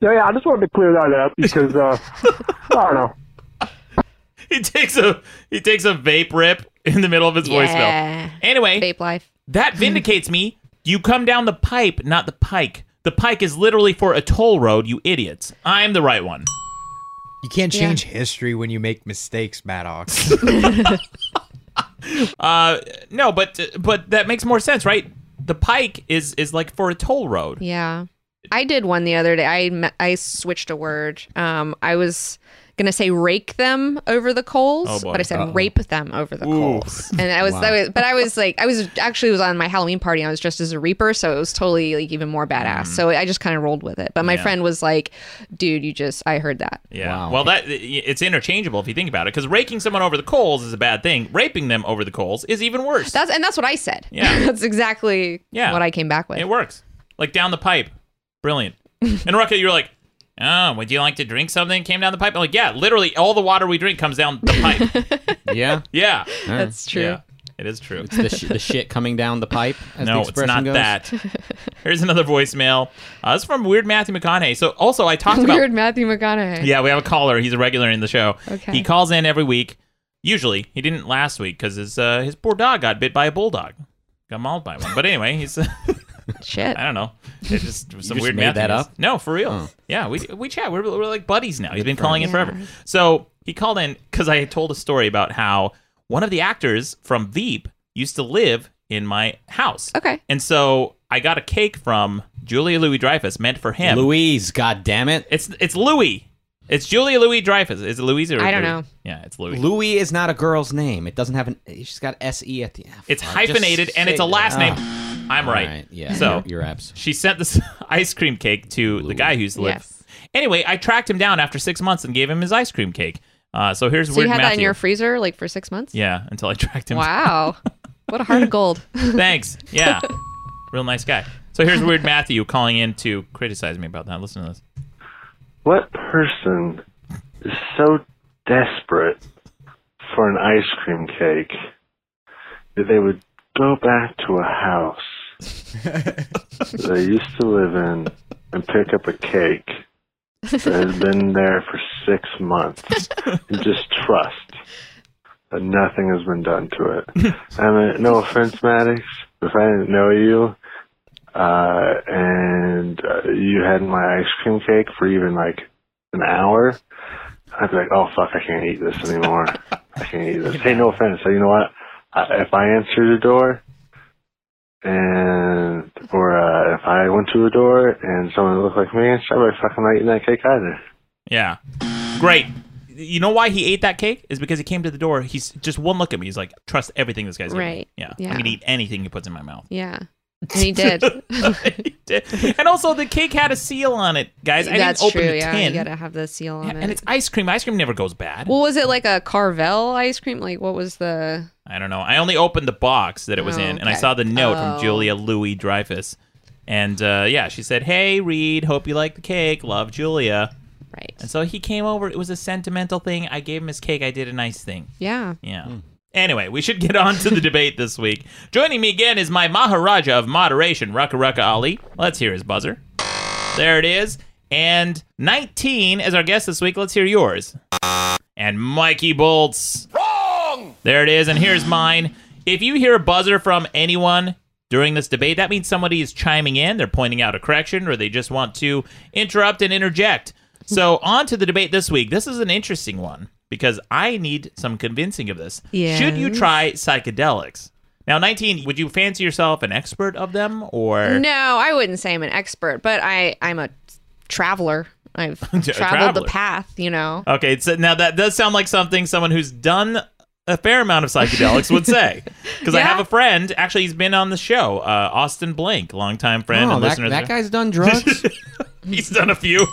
S9: No, yeah, I just wanted to clear that up because
S3: (laughs)
S9: uh, I don't know.
S3: He takes a he takes a vape rip in the middle of his
S4: Yeah.
S3: voicemail. Anyway,
S4: Vape life.
S3: That vindicates me. You come down the pipe, not the pike. The pike is literally for a toll road, you idiots. I'm the right one.
S5: You can't change history when you make
S4: (laughs)
S5: mistakes, Maddox.
S3: Uh, no, but but that makes more sense, right? The pike is is like for a toll road.
S4: Yeah. I did one the other day. I me- I switched a word. Um, I was gonna say rake them over the coals,
S3: Oh, boy.
S4: but I said rape them over the coals. And
S3: (laughs)
S4: I was, I was, but I was like, I was actually was on my Halloween party. And I was dressed as a reaper, so it was totally like even more badass.
S3: Mm-hmm.
S4: So I just kind of rolled with it. But my friend was like, "Dude, you just I heard that."
S3: Yeah. Well, that it's interchangeable if you think about it, because raking someone over the coals is a bad thing. Raping them over the coals is even worse.
S4: That's and that's what I said.
S3: Yeah.
S4: (laughs) that's exactly
S3: Yeah.
S4: what I came back with.
S3: it works. Like down the pipe.
S4: (laughs)
S3: Brilliant. And Rucka, you're like, oh, would you like to drink something? Came down the pipe. I'm like, yeah, literally all the water we drink comes down the pipe.
S4: (laughs)
S1: Yeah.
S3: yeah.
S4: That's true.
S3: Yeah. It is true.
S1: the, sh- the shit coming down the pipe. As the
S3: No, it's
S1: expression
S3: not
S1: goes.
S3: that. Here's another voicemail. Uh, it's from Weird Matthew McConaughey. So also I talked about
S4: Weird Matthew McConaughey.
S3: yeah, we have a caller. He's a regular in the show.
S4: Okay.
S3: He calls in every week. Usually, he didn't last week because his uh, his poor dog got bit by a bulldog, got mauled by one. But anyway, he's (laughs) I
S4: Shit.
S3: don't know.
S1: (laughs)
S3: It's just some
S1: just
S3: weird
S1: made
S3: math
S1: that
S3: he is.
S1: up?
S3: No, for real. Yeah, we we chat. We're, we're like buddies now. He's been calling in forever. So he called in because I had told a story about how one of the actors from Veep used to live in my house.
S4: Okay.
S3: And so I got a cake from Julia Louis Dreyfus meant for him.
S1: Louise, god damn it.
S3: It's it's Louis. It's Julia Louis Dreyfus. Is it Louise or
S4: I don't
S3: Louis?
S4: know.
S3: Yeah, it's Louis.
S1: Louis is not a girl's name. It doesn't have an. She's got S E at the end.
S3: it's hyphenated and it's a last name.
S1: Ah.
S3: I'm right.
S1: Yeah. So
S3: So
S1: your apps.
S3: she sent this (laughs) ice cream cake to the guy who's lived.
S4: Yes.
S3: Anyway, I tracked him down after six months and gave him his ice cream cake. Uh, so here's
S4: So
S3: weird
S4: you had
S3: Matthew.
S4: that in your freezer like for six months?
S3: (laughs) yeah, until I tracked him.
S4: Wow. What a heart of
S3: (laughs)
S4: gold.
S3: Thanks.
S4: (laughs)
S3: Yeah, real nice guy. So here's weird Matthew calling in to criticize me about that. Listen to this.
S10: What person is so desperate for an ice cream cake that they would go back to a house that they used to live in and pick up a cake that has been there for six months. and just trust that nothing has been done to it. I mean, no offense, Maddox, if I didn't know you uh, and uh, you had my ice cream cake for even like an hour, I'd be like, oh fuck, I can't eat this anymore. I can't eat this. Hey, no offense. You know what? I, if I answered the door, and or uh, if I went to a door and someone looked like me, I'd be fucking not eating that cake either.
S3: Yeah. Great. You know why he ate that cake? Is because he came to the door. He's just one look at me. He's like, trust everything this guy's
S4: Right.
S3: giving. me. Yeah.
S4: Yeah.
S3: I'm gonna eat anything he puts in
S4: (laughs)
S3: my mouth. (laughs)
S4: Yeah. And he did.
S3: He did. And also, the cake had a seal on it, guys. I
S4: That's
S3: didn't open
S4: true.
S3: the
S4: Yeah,
S3: tin.
S4: you gotta have the seal on it.
S3: and it's ice cream. Ice cream never goes bad.
S4: well, was it like a Carvel ice cream? Like, what was the?
S3: I don't know. I only opened the box that it was
S4: Oh,
S3: in, and I
S4: okay.
S3: saw the
S4: Oh.
S3: note from Julia Louis Dreyfus. And uh, yeah, she said, "Hey, Reed, hope you like the cake. Love, Julia."
S4: Right.
S3: And so he came over. It was a sentimental thing. I gave him his cake. I did a nice thing.
S4: Yeah.
S3: Yeah. Anyway, we should get on to the debate this week. Joining me again is my Maharaja of moderation, Rucka Rucka Ali. Let's hear his buzzer. There it is. And 19 as our guest this week. Let's hear yours. And Mikey Bolts. Wrong! There it is. And here's mine. If you hear a buzzer from anyone during this debate, that means somebody is chiming in. They're pointing out a correction or they just want to interrupt and interject. So, on to the debate this week. This is an interesting one because I need some convincing of this. Should you
S4: Yes.
S3: try psychedelics? Now, 19, would you fancy yourself an expert of them or?
S4: No, I wouldn't say I'm an expert, but I I'm a traveler. I've
S3: (laughs)
S4: traveled
S3: traveler.
S4: the path. You know.
S3: Okay, so now that does sound like something someone who's done a fair amount of psychedelics would say. Because I
S4: Yeah.
S3: have a friend, actually, he's been on the show, uh, Austin Blank, longtime friend
S1: Oh,
S3: and
S1: that,
S3: listener. of the
S1: that
S3: show.
S1: guy's
S3: (laughs)
S1: done drugs.
S3: he's done a few.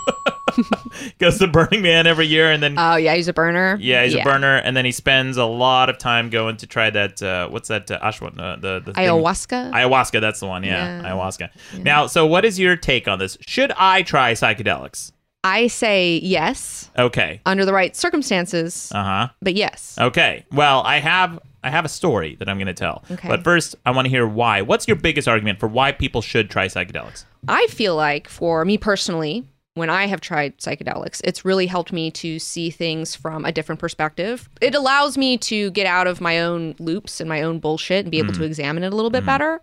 S3: (laughs) Goes to Burning Man every year, and then
S4: Oh yeah, he's a burner.
S3: yeah, he's a burner, and then he spends a lot of time going to try that. Uh, what's that uh, ashwan? Uh, the, the thing-
S4: Ayahuasca.
S3: Ayahuasca, that's the one. Yeah,
S4: Yeah.
S3: ayahuasca. Now, so what is your take on this? Should I try psychedelics?
S4: I say yes
S3: Okay.
S4: under the right circumstances,
S3: Uh huh.
S4: but yes.
S3: Okay. Well, I have I have a story that I'm going to tell.
S4: Okay.
S3: But first, I want to hear why. What's your biggest argument for why people should try psychedelics?
S4: I feel like for me personally, when I have tried psychedelics, it's really helped me to see things from a different perspective. It allows me to get out of my own loops and my own bullshit and be able to examine it a little bit better.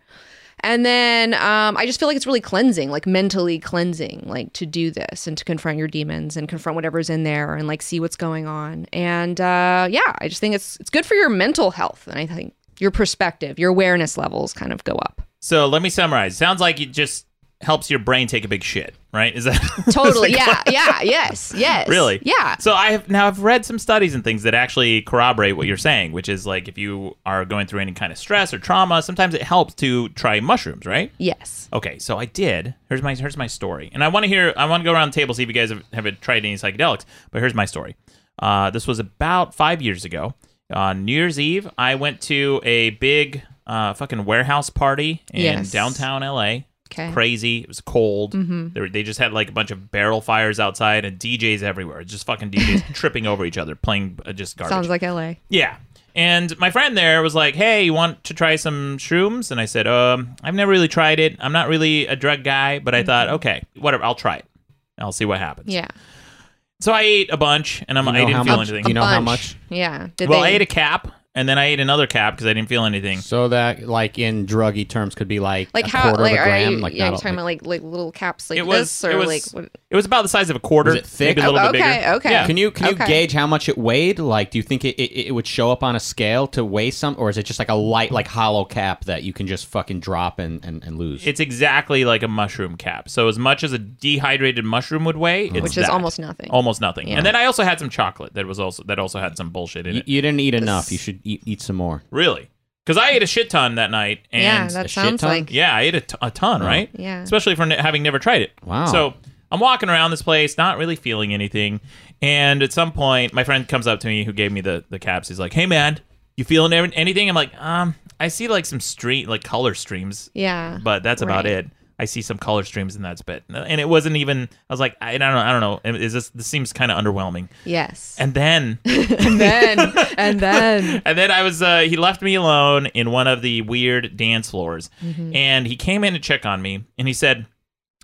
S4: And then um, I just feel like it's really cleansing, like mentally cleansing, like to do this and to confront your demons and confront whatever's in there and like see what's going on. And uh, yeah, I just think it's it's good for your mental health, and I think your perspective, your awareness levels kind of go up.
S3: So let me summarize. Sounds like it just helps your brain take a big shit, right? Is that (laughs)
S4: (laughs) Totally, yeah, yeah, yes, yes,
S3: really?
S4: yeah.
S3: So I have now I've read some studies and things that actually corroborate what you're saying, which is like if you are going through any kind of stress or trauma, sometimes it helps to try mushrooms, right?
S4: Yes.
S3: Okay, so I did. Here's my here's my story, and I want to hear. I want to go around the table see if you guys have, have tried any psychedelics. But here's my story. Uh, this was about five years ago on New Year's Eve. I went to a big uh, fucking warehouse party in
S4: Yes.
S3: downtown LA.
S4: Okay. Mm-hmm.
S3: Crazy. It was cold. They, were, they just had like a bunch of barrel fires outside and DJs everywhere. Just fucking DJs (laughs) tripping over each other, playing uh, just garbage.
S4: Sounds like LA.
S3: Yeah. And my friend there was like, "Hey, you want to try some shrooms?" And I said, "Um, I've never really tried it. I'm not really a drug guy, but I thought, okay, whatever, I'll try it. I'll see what happens."
S4: Mm-hmm. Yeah.
S3: So I ate a bunch, and I'm,
S1: You know
S3: I didn't
S1: how
S3: feel
S1: much-
S3: anything.
S1: do you know how
S4: Bunch.
S1: much?
S4: Yeah. Did
S3: well, I
S4: they-
S3: ate a cap, and then I ate another cap because I didn't feel anything.
S1: so that, like in druggy terms, could be like
S4: like
S1: a
S4: how
S1: quarter
S4: like
S1: of a
S4: are
S1: gram.
S4: you,
S1: like
S4: yeah,
S1: not
S4: you're
S1: a-
S4: talking
S1: like-
S4: about like like little caps like
S3: It was-
S4: this or
S3: it was-
S4: like what,
S3: It was about the size of a quarter,
S1: Was it thick?
S3: maybe a little
S4: Oh,
S3: bit
S4: okay,
S3: bigger.
S4: okay.
S3: Yeah.
S1: Can you can
S4: Okay.
S1: you gauge how much it weighed? Like, do you think it, it, it would show up on a scale to weigh some, or is it just like a light, like hollow cap that you can just fucking drop and and, and lose?
S3: It's exactly like a mushroom cap. So as much as a dehydrated mushroom would weigh, it's
S4: which is
S3: that.
S4: almost nothing.
S3: almost nothing.
S4: Yeah.
S3: And then I also had some chocolate that was also that also had some bullshit in
S1: you,
S3: it.
S1: you didn't eat enough. You should eat, eat some
S3: (laughs)
S1: more.
S3: Really? Because I ate a shit ton that night,
S4: yeah,
S3: and
S4: that
S1: shit
S4: sounds
S1: ton?
S4: like
S3: Yeah, I ate a, t- a ton, right?
S4: Yeah.
S3: Especially for ne- having never tried it.
S1: Wow.
S3: So I'm walking around this place, not really feeling anything. And at some point, my friend comes up to me who gave me the, the caps. He's like, hey, man, you feeling ev- anything? I'm like, um, I see like some stream, like color streams,
S4: yeah.
S3: but that's about
S4: Right.
S3: it. I see some color streams and that's it. And it wasn't even, I was like, I I don't know. I don't know. Is this, this seems kind of underwhelming.
S4: Yes.
S3: (laughs) And then
S4: And then and then
S3: (laughs) and then I was uh, he left me alone
S4: Mm-hmm.
S3: in one of the weird dance floors, and he came in to check on me, and he said,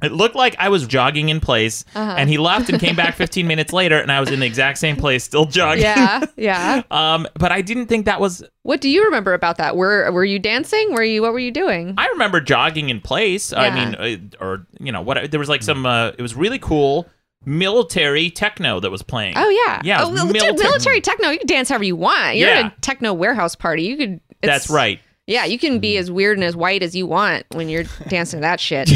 S3: It looked like I was jogging in place,
S4: Uh-huh.
S3: and he left and came
S4: (laughs)
S3: back 15 minutes later, and I was in the exact same place, still
S4: (laughs)
S3: jogging.
S4: yeah, yeah.
S3: Um, but I didn't think that was.
S4: What do you remember about that? Were were you dancing? Were you what were you doing?
S3: I remember jogging in place. I
S4: Yeah.
S3: mean, uh, or you know, what? There was like some. Uh, it was really cool military techno that was playing.
S4: Oh yeah,
S3: yeah. it
S4: Oh,
S3: was
S4: well, dude,
S3: military-
S4: military techno. You can dance however you want. You're
S3: Yeah.
S4: at a techno warehouse party. You could. it's-
S3: That's right.
S4: Yeah, you can
S1: Mm-hmm.
S4: be as weird and as white as you want when
S1: (laughs)
S4: you're dancing to that shit.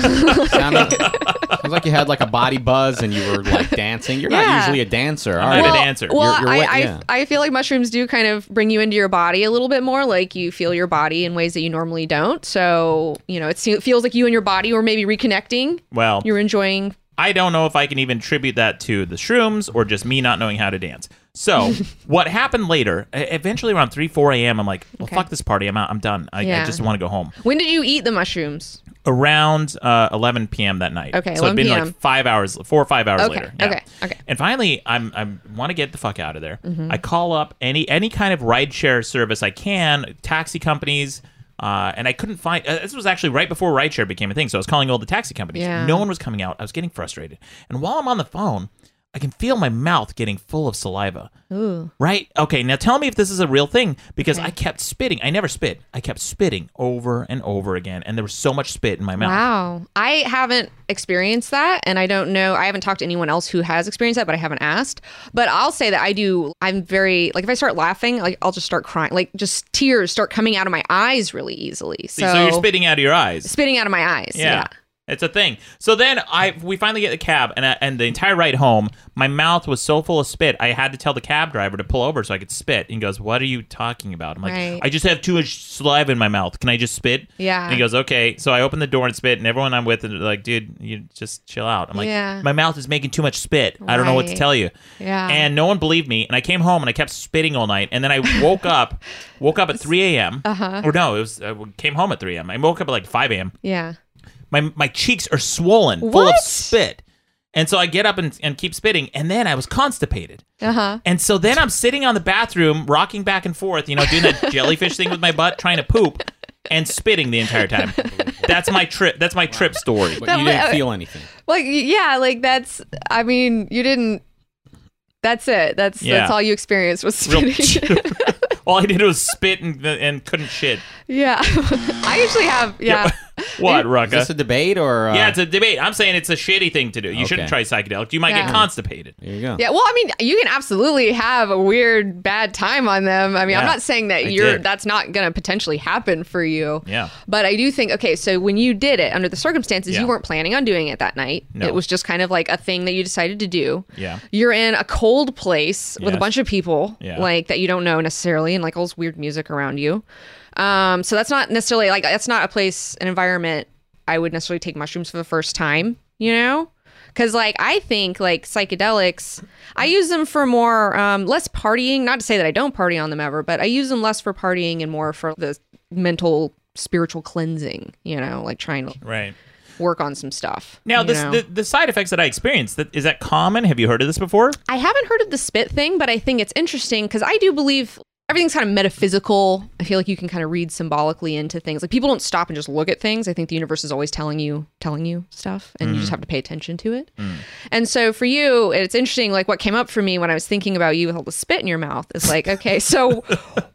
S1: Sounded, sounds like you had like a body buzz and you were like dancing. You're
S4: Yeah.
S1: not usually a dancer.
S3: I'm
S1: are
S3: not
S1: you?
S3: a dancer.
S4: Well,
S1: You're- you're wet,
S4: I,
S1: yeah.
S4: I, I feel like mushrooms do kind of bring you into your body a little bit more. Like you feel your body in ways that you normally don't. So you know, it se- feels like you and your body were maybe reconnecting.
S3: Well,
S4: You're enjoying.
S3: I don't know if I can even attribute that to the shrooms or just me not knowing how to dance.
S4: (laughs)
S3: So what happened later? e- Eventually, around three, four a.m., I'm like, "Well,
S4: Okay.
S3: fuck this party. I'm out. I'm done. I, I
S4: Yeah.
S3: just want to go home."
S4: When did you eat the mushrooms?
S3: Around uh, 11 p.m. that night.
S4: Okay,
S3: so
S4: 11
S3: it'd been like
S4: p.m..
S3: five hours, four or five hours
S4: Okay,
S3: later. Yeah.
S4: okay, okay. Mm-hmm.
S3: And finally, I'm I want to get the fuck out of there. I call up any any kind of rideshare service I can, taxi companies, uh, and I couldn't find. Uh, this was actually right before rideshare became a thing, so I was calling all the taxi companies.
S4: Yeah.
S3: No one was coming out. I was getting frustrated, and while I'm on the phone, I can feel my mouth getting full of saliva.
S4: Ooh.
S3: Right? Okay, now tell me if this is a real thing because
S4: Okay.
S3: I kept spitting. I never spit. I kept spitting over and over again, and there was so much spit in my mouth.
S4: Wow. I haven't experienced that and I don't know I haven't talked to anyone else who has experienced that, but I haven't asked. But I'll say that I do I'm very like if I start laughing, like I'll just start crying. Like just tears start coming out of my eyes really easily.
S3: See,
S4: So,
S3: so you're spitting out of your eyes.
S4: spitting out of my eyes. Yeah.
S3: Yeah. It's a thing. So then I we finally get the cab and I, and the entire ride home, my mouth was so full of spit. I had to tell the cab driver to pull over so I could spit. And he goes, "What are you talking about?" I'm like,
S4: Right.
S3: "I just have too much saliva in my mouth. Can I just spit?"
S4: Yeah.
S3: And he goes, "Okay." So I open the door and spit, and everyone I'm with is like, "Dude, you just chill out." I'm like,
S4: Yeah.
S3: "My mouth is making too much spit. I don't know what to
S4: Right.
S3: tell you."
S4: Yeah.
S3: And no one believed me, and I came home and I kept spitting all night, and then I woke up, woke
S4: (laughs)
S3: up at 3 a.m. Uh-huh. Or no, it was I came home at 3 a.m. I woke up at like 5 a.m.
S4: yeah.
S3: My my cheeks are swollen, full of
S4: What?
S3: spit. And so I get up and, and keep spitting, and then I was constipated.
S4: Uh-huh.
S3: And so then I'm sitting on the bathroom, rocking back and forth, you know, doing
S4: (laughs)
S3: that jellyfish thing with my butt, trying to poop, and spitting the entire time. That's my trip. That's my trip story.
S1: But
S4: That
S1: you
S4: wa-
S1: didn't
S4: uh,
S1: feel anything.
S4: Like yeah, like that's I mean, you didn't that's it. That's
S3: Yeah.
S4: that's all you experienced was
S3: (laughs) Real- (laughs)
S4: spitting. (laughs)
S3: All I did was spit and, and couldn't shit.
S4: yeah. (laughs) I usually have yeah.
S3: What,
S1: Is
S3: Rucka?
S1: this a debate or? Uh,
S3: yeah, it's a debate. I'm saying it's a shitty thing to do. You shouldn't try
S1: Okay.
S3: psychedelics. You might get
S4: Yeah.
S3: constipated.
S1: there you go.
S4: Yeah, well, I mean, you can absolutely have a weird bad time on them. I mean,
S3: Yeah,
S4: I'm not saying that
S3: I
S4: you're
S3: did.
S4: that's not going to potentially happen for you.
S3: Yeah.
S4: But I do think okay, so when you did it under the circumstances,
S3: Yeah.
S4: you weren't planning on doing it that night.
S3: No.
S4: It was just kind of like a thing that you decided to do.
S3: Yeah.
S4: You're in a cold place with a
S3: Yes.
S4: bunch of people
S3: Yeah.
S4: like that you don't know necessarily and like all this weird music around you. Um, so that's not necessarily like that's not a place, an environment I would necessarily take mushrooms for the first time, you know? Cause like I think like psychedelics, I use them for more um, less partying. Not to say that I don't party on them ever, but I use them less for partying and more for the mental spiritual cleansing. You know, like trying to
S3: Right.
S4: work on some stuff.
S3: Now,
S4: you
S3: this,
S4: know?
S3: the, the side effects that I experienced, that, is that common? Have you heard of this before?
S4: I haven't heard of the spit thing, but I think it's interesting because I do believe everything's kind of metaphysical. I feel like you can kind of read symbolically into things. Like people don't stop and just look at things. I think the universe is always telling you telling you stuff and you just have to pay attention to it. And so for you, it's interesting like what came up for me when I was thinking about you with all the spit in your mouth is like, okay, so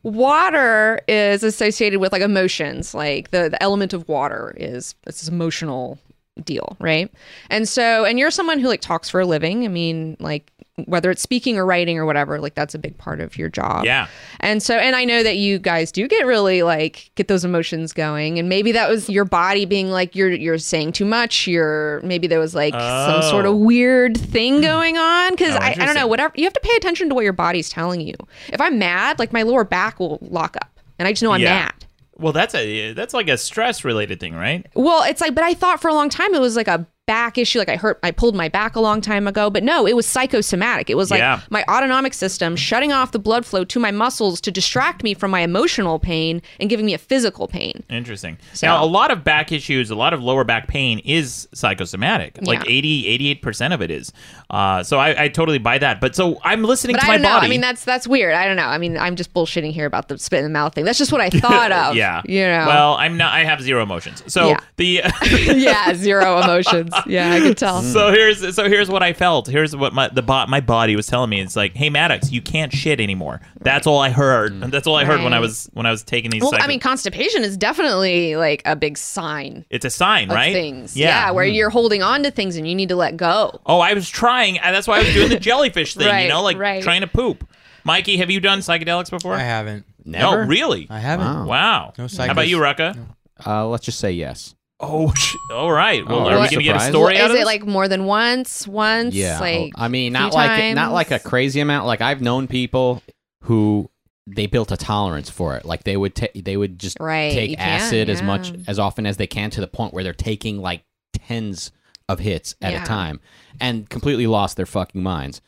S4: water is associated with like emotions. Like the, the element of water is it's this emotional deal, right? And so, and you're someone who like talks for a living. I mean, like whether it's speaking or writing or whatever, like that's a big part of your job.
S3: Yeah.
S4: And so, and I know that you guys do get really like get those emotions going, and maybe that was your body being like you're you're saying too much. You're maybe there was like some sort of
S3: Oh.
S4: weird thing going on because I,
S3: Oh,
S4: I don't
S3: interesting.
S4: know whatever you have to pay attention to what your body's telling you. If I'm mad, like my lower back will lock up, and I just know I'm
S3: Yeah.
S4: mad.
S3: Well, that's a that's like a stress related thing, right?
S4: Well, it's like, but I thought for a long time it was like a back issue. Like I hurt, I pulled my back a long time ago, but no, it was psychosomatic. It was like
S11: Yeah.
S4: my autonomic system shutting off the blood flow to my muscles to distract me from my emotional pain and giving me a physical pain.
S3: Interesting.
S4: So-
S3: now, a lot of back issues, a lot of lower back pain is psychosomatic. Like
S4: Yeah.
S3: 80, 88% of it is. Uh, so I, I totally buy that. But so I'm listening
S4: But
S3: to
S4: I
S3: my
S4: don't know.
S3: body.
S4: I mean, that's that's weird. I don't know. I mean, I'm just bullshitting here about the spit in the mouth thing. That's just
S3: (laughs)
S4: what I thought of.
S3: yeah.
S4: You know.
S3: Well, I'm not, I have zero emotions. So
S4: Yeah.
S3: the.
S4: (laughs)
S3: (laughs)
S4: yeah, zero emotions. Yeah, I could tell.
S3: So here's so here's what I felt. Here's what my the bo- my body was telling me. It's like, hey Maddox, you can't shit anymore. That's all I heard. That's all I heard when I
S4: Mm. Right.
S3: was when I was taking these.
S4: well,
S3: psycho-
S4: I mean, constipation is definitely like a big sign
S3: it's a sign,
S4: of
S3: right?
S4: things. Yeah, where
S3: Mm.
S4: you're holding on to things and you need to let go.
S3: Oh, I was trying. uh, That's why I
S4: (laughs)
S3: was doing the jellyfish thing. you
S4: Right,
S3: know, like
S4: right.
S3: trying to poop. Mikey, have you done psychedelics before?
S5: I haven't.
S3: No,
S1: Never?
S3: really.
S5: I haven't.
S3: Wow.
S1: Wow.
S5: No
S3: How about
S5: psychos.
S3: you, Rucka?
S1: Uh, let's just say yes.
S3: Oh, (laughs) all right. Well,
S1: Oh,
S3: are we
S1: I'm
S3: gonna get a
S1: surprised.
S3: story
S4: Is
S3: out of
S4: it
S3: this?
S4: like more than once? Once?
S1: Yeah.
S4: Like
S1: I mean,
S4: few
S1: not like not
S4: times?
S1: like a crazy amount. Like I've known people who they built a tolerance for it. Like they would ta- they would just
S4: Right, you
S1: take
S4: can,
S1: acid as
S4: yeah.
S1: much as often as they can to the point where they're taking like tens of hits at
S4: Yeah.
S1: a time and completely lost their fucking minds.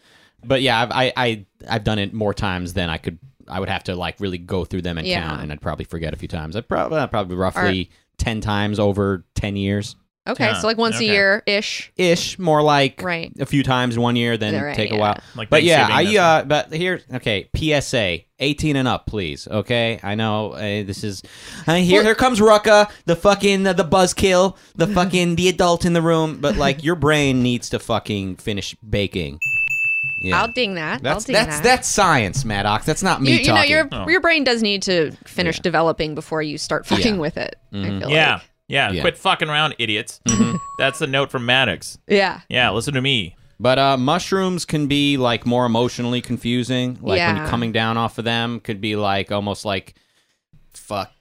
S1: But yeah, I've, I I I've done it more times than I could. I would have to like really go through them and
S4: Yeah.
S1: count, and I'd probably forget a few times. I probably probably roughly ten times over ten years
S4: okay,
S1: Yeah.
S4: so like once
S1: Okay.
S4: a year ish.
S1: ish, more like
S4: Right.
S1: a few times in one year, then
S4: Right,
S1: take a
S4: yeah.
S1: while.
S3: Like
S1: but yeah, I
S3: Thanksgiving,
S1: uh, but here, okay, PSA, eighteen and up, please. Okay, I know uh, this is uh, here.
S4: Well-
S1: here comes Rucka, the fucking uh, the buzzkill, the fucking the adult in the room. But like, your brain needs to fucking finish baking. Yeah,
S4: I'll ding that.
S1: that's
S4: I'll ding
S1: that's
S4: that.
S1: that's science, Maddox. That's not me
S4: you, you know,
S1: talking.
S4: your your brain does need to finish developing before you start fucking
S1: Yeah.
S4: with it. I
S1: Mhm.
S4: feel
S3: yeah.
S4: like.
S3: yeah,
S1: Yeah. Mm-hmm.
S3: Quit fucking around, idiots. (laughs) That's the note from Maddox.
S4: Yeah.
S3: Yeah, listen to me.
S1: But uh, mushrooms can be like more emotionally confusing. Like when
S4: Yeah.
S1: you're coming down off of them, could be like almost like fuck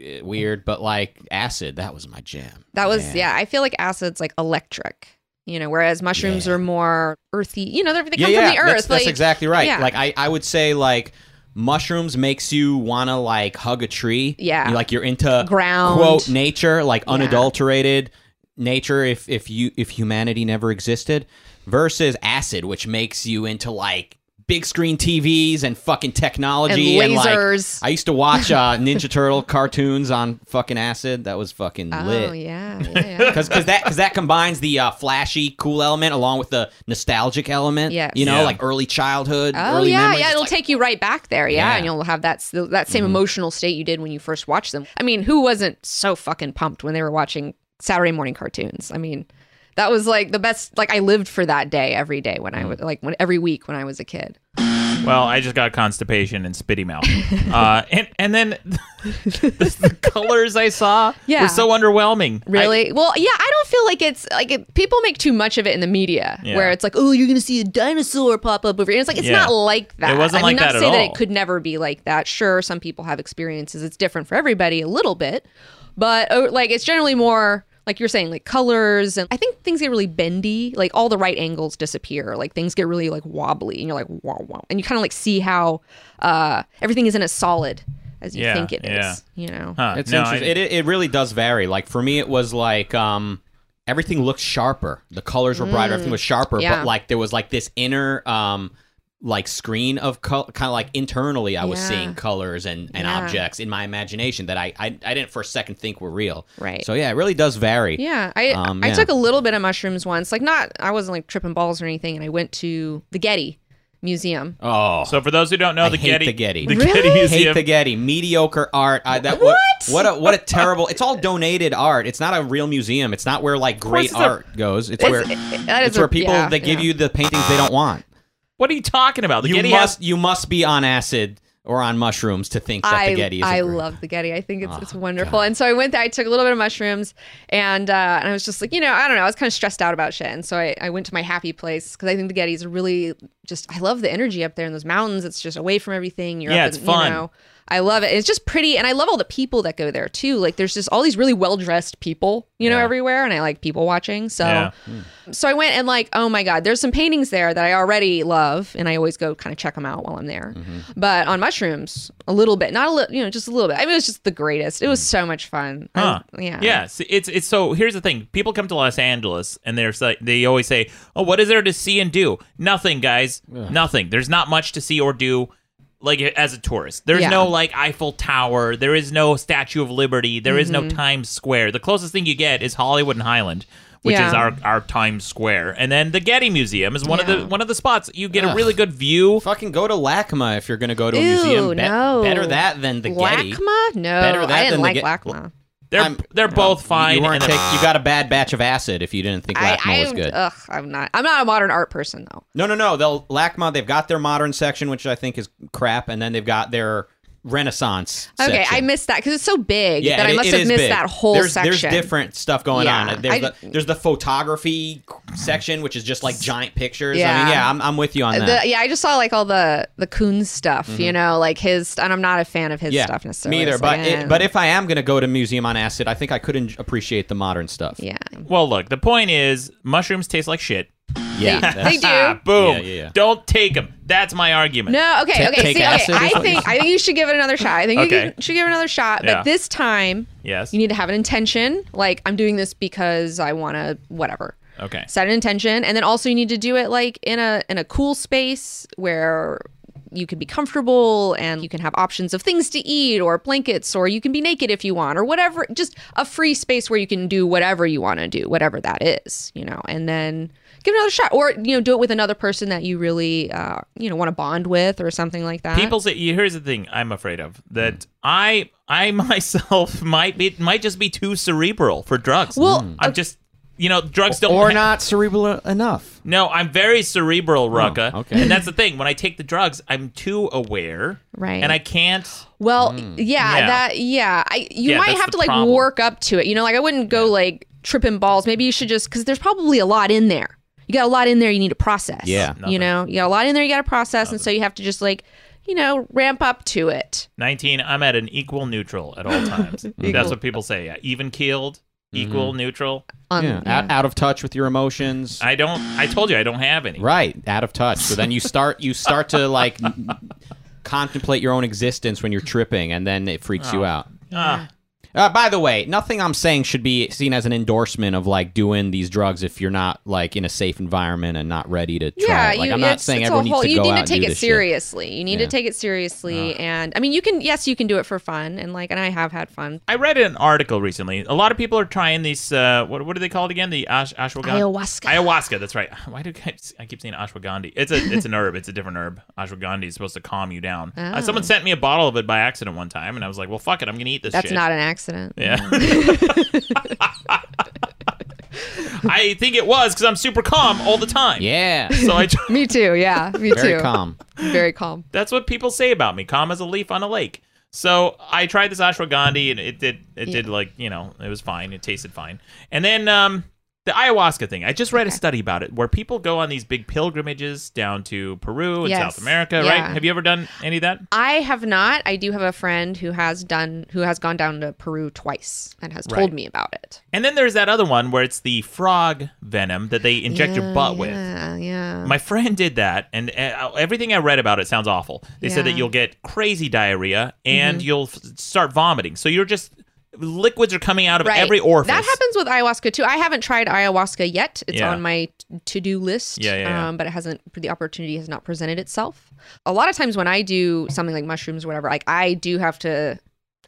S1: eh, weird. But like acid, that was my jam.
S4: That was
S1: Man.
S4: yeah. I feel like acid's like electric, you know, whereas mushrooms are more earthy. You know, they're, they come from the earth.
S1: That's, that's
S4: like,
S1: exactly right.
S4: yeah.
S1: Like I, I would say like mushrooms makes you wanna like hug a tree.
S4: Yeah.
S1: You- like you're into
S4: Ground.
S1: quote nature, like unadulterated nature if if you if humanity never existed, versus acid, which makes you into like big screen TVs and fucking technology
S4: And
S1: like,
S4: lasers.
S1: I used to
S4: (laughs)
S1: watch uh, Ninja Turtle cartoons on fucking acid. That was fucking lit
S4: Oh yeah, yeah, yeah.
S1: because that because that combines the uh, flashy cool element along with the nostalgic element.
S4: Yes.
S1: you know,
S4: Yeah.
S1: like early childhood.
S4: Oh
S1: early
S4: yeah,
S1: memories.
S4: yeah. It'll take you right back there, yeah,
S1: Yeah. Mm-hmm.
S4: and you'll have that s- that same emotional state you did when you first watched them. I mean, who wasn't so fucking pumped when they were watching Saturday morning cartoons? I mean, that was like the best. Like I lived for that day every day when I
S1: Mm.
S4: was like when every week when I was a kid.
S3: Well, I just got constipation and
S4: (laughs)
S3: spitty mouth, uh, and and then (laughs) the, the colors I saw
S4: Yeah.
S3: were so underwhelming. I-
S4: Really? well, yeah, I don't feel like it's like it, people make too much of it in the media
S3: Yeah.
S4: where it's like, oh, you're going to see a dinosaur pop up over here. And it's like, it's
S3: Yeah.
S4: not like that.
S3: It wasn't
S4: I mean,
S3: like
S4: not
S3: that
S4: to
S3: at
S4: say that
S3: all.
S4: it could never be like that. Sure, some people have experiences. It's different for everybody a little bit, but oh, like it's generally more like you're saying, like colors and I think things get really bendy. Like all the right angles disappear. Like things get really like wobbly, and you're like, wow, wow, and you kind of like see how uh, everything isn't as solid as you
S1: Yeah,
S4: think it is.
S1: yeah.
S4: You know,
S3: Huh,
S1: It's
S3: no,
S1: interesting.
S3: I-
S1: it it really does vary. Like for me, it was like um, everything looked sharper. The colors were brighter.
S4: Mm.
S1: Everything was sharper.
S4: Yeah.
S1: But like there was like this inner um, like screen of color, kind of like internally, I was
S4: Yeah.
S1: seeing colors and and
S4: Yeah.
S1: objects in my imagination that I, I I didn't for a second think were real.
S4: Right.
S1: So yeah, it really does vary.
S4: Yeah, I
S1: Um,
S4: I
S1: yeah.
S4: took a little bit of mushrooms once. Like not, I wasn't like tripping balls or anything. And I went to the Getty Museum.
S1: Oh.
S3: So for those who don't know,
S1: I
S3: the
S1: hate
S3: Getty,
S1: the Getty,
S3: the Getty Museum.
S1: hate the Getty, mediocre art. I, that, what? What a, what a terrible! It's all donated art. It's not a real museum. It's not where like
S3: course
S1: great
S3: it's a-
S1: art goes. It's
S4: It's-
S1: where
S4: it- that
S1: it's
S4: is a-
S1: where people
S4: yeah,
S1: that give
S4: yeah.
S1: you the paintings they don't want.
S3: what are you talking about? The
S1: you
S3: Getty
S1: must
S3: has
S1: you must be on acid or on mushrooms to think that
S4: I
S1: the Getty is. a
S4: I
S1: great-
S4: love the Getty. I think it's
S1: Oh,
S4: it's wonderful. And so I went there. I took a little bit of mushrooms, and uh, and I was just like, you know, I don't know. I was kind of stressed out about shit, and so I, I went to my happy place because I think the Getty is really just. I love the energy up there in those mountains. It's just away from everything. You're
S3: Yeah,
S4: up
S3: it's
S4: in,
S3: fun.
S4: You know, I love it. It's just pretty, and I love all the people that go there too. Like there's just all these really well dressed people, you know, everywhere, and I like people watching. So,
S11: Yeah.
S4: so I went and like, oh my god, there's some paintings there that I already love, and I always go kind of check them out while I'm there.
S1: Mm-hmm.
S4: But on mushrooms, a little bit, not a little, you know, just a little bit. I mean, it was just the greatest.
S1: Mm.
S4: It was so much fun. I-
S3: Huh.
S4: yeah.
S3: Yes. It's it's so. Here's the thing. People come to Los Angeles and they're say- they always say, "Oh, what is there to see and do?" Nothing, guys. Nothing. There's not much to see or do. Like as a tourist, there's
S12: Yeah.
S3: no like Eiffel Tower. There is no Statue of Liberty. There is
S12: Mhm.
S3: no Times Square. The closest thing you get is Hollywood and Highland, which
S12: Yeah.
S3: is our our Times Square, and then the Getty Museum is one of
S1: Yeah.
S3: the one of the spots you get a
S1: Ugh.
S3: really good view.
S1: Fucking go to LACMA if you're going to go to a
S4: Ew,
S1: museum. Be-
S4: no.
S1: Better that than the Getty.
S4: LACMA? No,
S1: Better that
S4: I didn't
S1: than
S4: like
S1: the Get-
S4: LACMA.
S3: They're they're both fine.
S1: You weren't
S3: and they're-
S1: take- you got a bad batch of acid if you didn't think
S4: I,
S1: LACMA
S4: I
S1: was good.
S4: Ugh, I'm not. I'm not a modern art person though.
S1: No, no, no. They'll LACMA. They've got their modern section, which I think is crap, and then they've got their Renaissance.
S4: Okay,
S1: section.
S4: I missed that because it's so big
S1: yeah,
S4: that
S1: it-
S4: I must
S1: it
S4: have
S1: is
S4: missed
S1: big.
S4: that whole
S1: there's,
S4: section.
S1: There's different stuff going
S4: Yeah,
S1: on. There's
S4: I-
S1: the, there's the photography section, which is just like giant pictures. I
S4: Yeah.
S1: mean, yeah, I'm, I'm with you on that.
S4: The- yeah, I just saw like all the the Kuhn stuff, you
S1: Mhm.
S4: know, like his, and I'm not a fan of his
S1: yeah,
S4: stuff necessarily.
S1: me either.
S4: It's
S1: But
S4: like, eh.
S1: it, but if I am gonna go to museum on acid, I think I could en- appreciate the modern stuff.
S4: Yeah,
S3: Well, look, the point is mushrooms taste like shit.
S1: Yeah,
S4: (laughs)
S1: They- that's- they do.
S3: Ah, boom.
S1: Yeah, yeah, yeah.
S3: Don't take them. That's my argument.
S4: no, okay,
S3: Ta-
S4: okay,
S3: take
S4: see,
S3: acid
S4: okay,
S3: or
S4: I
S3: something?
S4: think I think you should give it another shot. I think you
S3: Okay.
S4: can- should give it another shot,
S3: Yeah.
S4: but this time,
S3: Yes.
S4: you need to have an intention. Like I'm doing this because I want to, whatever.
S3: Okay.
S4: set an intention and then also you need to do it like in a in a cool space where you can be comfortable and you can have options of things to eat or blankets or you can be naked if you want or whatever just a free space where you can do whatever you want to do whatever that is you know and then give it another shot or you know do it with another person that you really uh, you know want to bond with or something like that
S3: People say you- here's the thing I'm afraid of that I I (laughs) myself might be might just be too cerebral for drugs.
S1: Well,
S3: I'm just you know drugs don't
S1: or
S3: ha-
S1: not cerebral enough.
S3: No, I'm very cerebral, Rucka.
S1: Hmm, okay.
S3: And that's the thing. When I take the drugs, I'm too aware.
S4: Right.
S3: And I can't.
S4: Well,
S1: Mm,
S4: yeah,
S3: Yeah.
S4: that yeah. I you
S3: Yeah,
S4: might
S3: that's
S4: have
S3: the
S4: to like
S3: problem.
S4: work up to it. You know, like I wouldn't go like tripping balls. Maybe you should just cuz there's probably a lot in there. You got a lot in there you need to process.
S3: Yeah.
S4: You
S3: Nothing.
S4: know, you got a lot in there you got to process and so you have to just like, you know, ramp up to it.
S3: 19 i'm at an equal neutral at all
S1: (laughs)
S3: times that's
S4: Equal.
S3: what people say yeah even keeled equal
S1: Mhm.
S3: neutral
S4: Um,
S1: yeah, Out, out of touch with your emotions.
S3: i don't i told you i don't have any
S1: (laughs) Right, out of touch. So then you start you start to like (laughs) n- contemplate your own existence when you're tripping, and then it freaks you
S3: Oh.
S1: out.
S3: Ah.
S1: Uh, by the way, nothing I'm saying should be seen as an endorsement of like doing these drugs if you're not like in a safe environment and not ready to try.
S4: Yeah,
S1: it. Like
S4: you,
S1: I'm not
S4: it's-
S1: saying
S4: it's a
S1: everyone
S4: whole-
S1: needs to
S4: you
S1: go
S4: need
S1: out
S4: to take
S1: and do
S4: it
S1: this shit.
S4: seriously. You need
S1: Yeah. Uh.
S4: to take it seriously, and I mean, you can yes, you can do it for fun, and like, and I have had fun.
S3: i read an article recently a lot of people are trying these uh what, what are they called again the ash, ashwagandha
S4: Ayahuasca.
S3: ayahuasca that's right (laughs) why do I, I keep saying ashwagandha it's a it's an herb it's a different herb ashwagandha is supposed to calm you down Uh, someone
S4: Oh.
S3: sent me a bottle of it by accident one time and i was like well fuck it i'm gonna eat this
S4: That's
S3: shit.
S4: not an accident.
S3: (laughs)
S4: (laughs)
S3: Yeah. i think it was because i'm super calm all the time
S4: (laughs)
S1: yeah
S3: so i
S4: me too. Yeah, me
S3: Very
S4: too. (laughs)
S3: calm.
S4: Very calm.
S3: That's what people say about me. Calm as a leaf on a lake. So I tried this ashwagandha, and it did. It did like you know, it was fine. It tasted fine. And then um, the ayahuasca thing. I just read a study about it where people go on these big pilgrimages down to Peru and
S4: Yes.
S3: South America.
S4: Yeah.
S3: Right? Have you ever done any of that?
S4: I have not. I do have a friend who has done who has gone down to Peru twice and has told
S3: Right.
S4: me about it.
S3: And then there's that other one where it's the frog venom that they inject your
S4: Yeah,
S3: butt with.
S4: Yeah, yeah.
S3: My friend did that, and uh, everything I read about it sounds awful. They said that
S4: Yeah.
S3: you'll get crazy diarrhea and
S4: Mhm.
S3: you'll f- start vomiting. So you're just liquids are coming out of
S4: Right.
S3: every orifice.
S4: That happens with ayahuasca too. I haven't tried ayahuasca yet. It's
S3: Yeah.
S4: on my to do list.
S3: Yeah, yeah, yeah.
S4: Um, but it hasn't. The opportunity has not presented itself. A lot of times when I do something like mushrooms or whatever, like I do have to,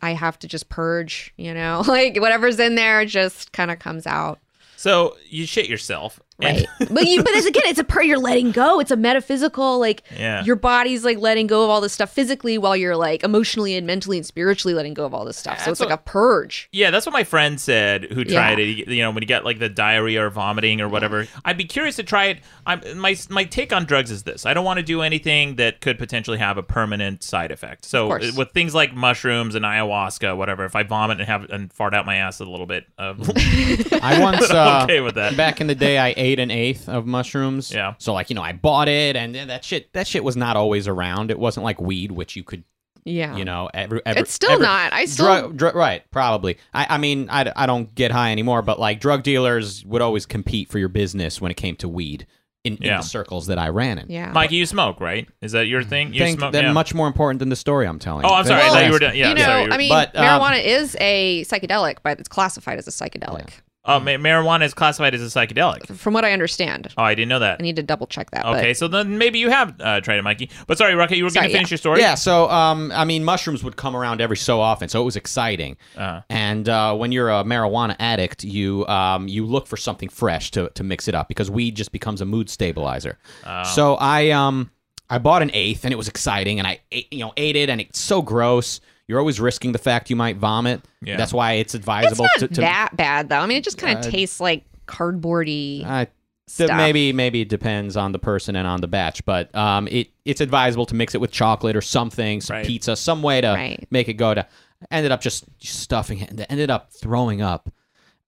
S4: I have to just purge. You know, (laughs) like whatever's in there just kind of comes out.
S3: So you shit yourself.
S4: Right. (laughs) but you but it's again it's a prayer you're letting go it's a metaphysical like
S3: Yeah.
S4: your body's like letting go of all this stuff physically while you're like emotionally and mentally and spiritually letting go of all this stuff so it's
S3: That's
S4: like a purge
S3: Yeah, that's what my friend said who
S4: Yeah.
S3: tried it. You know, when you got like the diarrhea or vomiting or whatever. I'd be curious to try it. I'm, my my take on drugs is this: I don't want to do anything that could potentially have a permanent side effect. So
S12: course.
S3: with things like mushrooms and ayahuasca, whatever, if I vomit and have and fart out my ass a little bit,
S4: (laughs)
S3: uh,
S1: I once uh,
S3: I'm okay with that.
S1: Back in the day, I ate an eighth of mushrooms. Yeah. So like you know, I bought it, and that shit that shit was not always around. It wasn't like weed, which you could
S4: Yeah.
S1: You know, every, every
S4: It's still
S1: every-
S4: not. I still-
S1: drug, dr- right, probably. I, I mean, I, I don't get high anymore, but like drug dealers would always compete for your business when it came to weed in, in
S3: Yeah.
S1: the circles that I ran in.
S4: Yeah.
S3: Mikey, you smoke, right? Is that your thing? You
S1: Think
S3: smoke?
S1: that
S3: yeah.
S1: much more important than the story I'm telling.
S3: Oh, I'm sorry. I thought you were done. Yeah,
S4: you know,
S3: sorry, you were-
S4: I mean,
S1: But, um,
S4: marijuana is a psychedelic, but it's classified as a psychedelic,
S3: Oh, ma- marijuana is classified as a psychedelic.
S4: from what I understand.
S3: Oh, I didn't know that.
S4: I need to double check that.
S3: Okay,
S4: But
S3: so then maybe you have uh, tried it, Mikey. But sorry, Rocket, you were going
S4: Sorry,
S3: to
S4: yeah.
S3: finish your story.
S1: Yeah, so um, I mean, mushrooms would come around every so often, so it was exciting.
S3: Uh-huh.
S1: And uh, when you're a marijuana addict, you um, you look for something fresh to, to mix it up because weed just becomes a mood stabilizer.
S3: Oh.
S1: So I um I bought an eighth, and it was exciting, and I ate, you know ate it, and it's so gross. You're always risking the fact you might vomit.
S3: Yeah.
S1: That's why it's
S4: it's
S1: advisable
S4: not
S1: to, to
S4: that bad though. I mean, it just kind of
S1: Uh,
S4: tastes like cardboardy.
S3: uh,
S1: I,
S4: stuff.
S1: Maybe maybe it depends on the person and on the batch, but um, it it's advisable to mix it with chocolate or something, some
S3: Right.
S1: pizza, some way to
S4: Right.
S1: make it go to. Ended up just stuffing it, and ended up throwing up,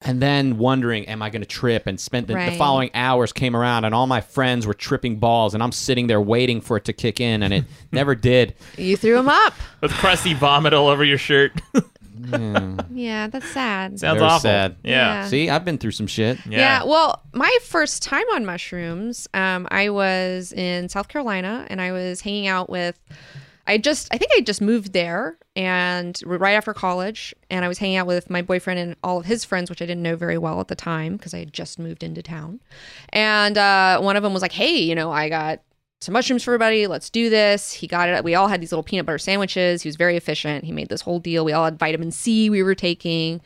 S1: and then wondering, am I going to trip? And spent the, the
S4: Right.
S1: following hours came around, and all my friends were tripping balls, and I'm sitting there waiting for it to kick in,
S4: (laughs)
S1: and it never did.
S4: you threw them up.
S3: With crusty vomit all over your shirt. (laughs)
S4: Yeah, that's sad.
S3: Sounds
S1: Very
S3: awful.
S1: sad.
S3: Yeah.
S4: Yeah.
S1: See, I've been through some shit.
S3: Yeah.
S4: Uh. Yeah. Well, my first time on mushrooms, um, I was in South Carolina and I was hanging out with. I just, I think I just moved there and right after college, and I was hanging out with my boyfriend and all of his friends, which I didn't know very well at the time because I had just moved into town. And uh, one of them was like, "Hey, you know, I got some mushrooms for everybody. Let's do this." He got it. We all had these little peanut butter sandwiches. He was very efficient. He made this whole deal. We all had vitamin C. We were taking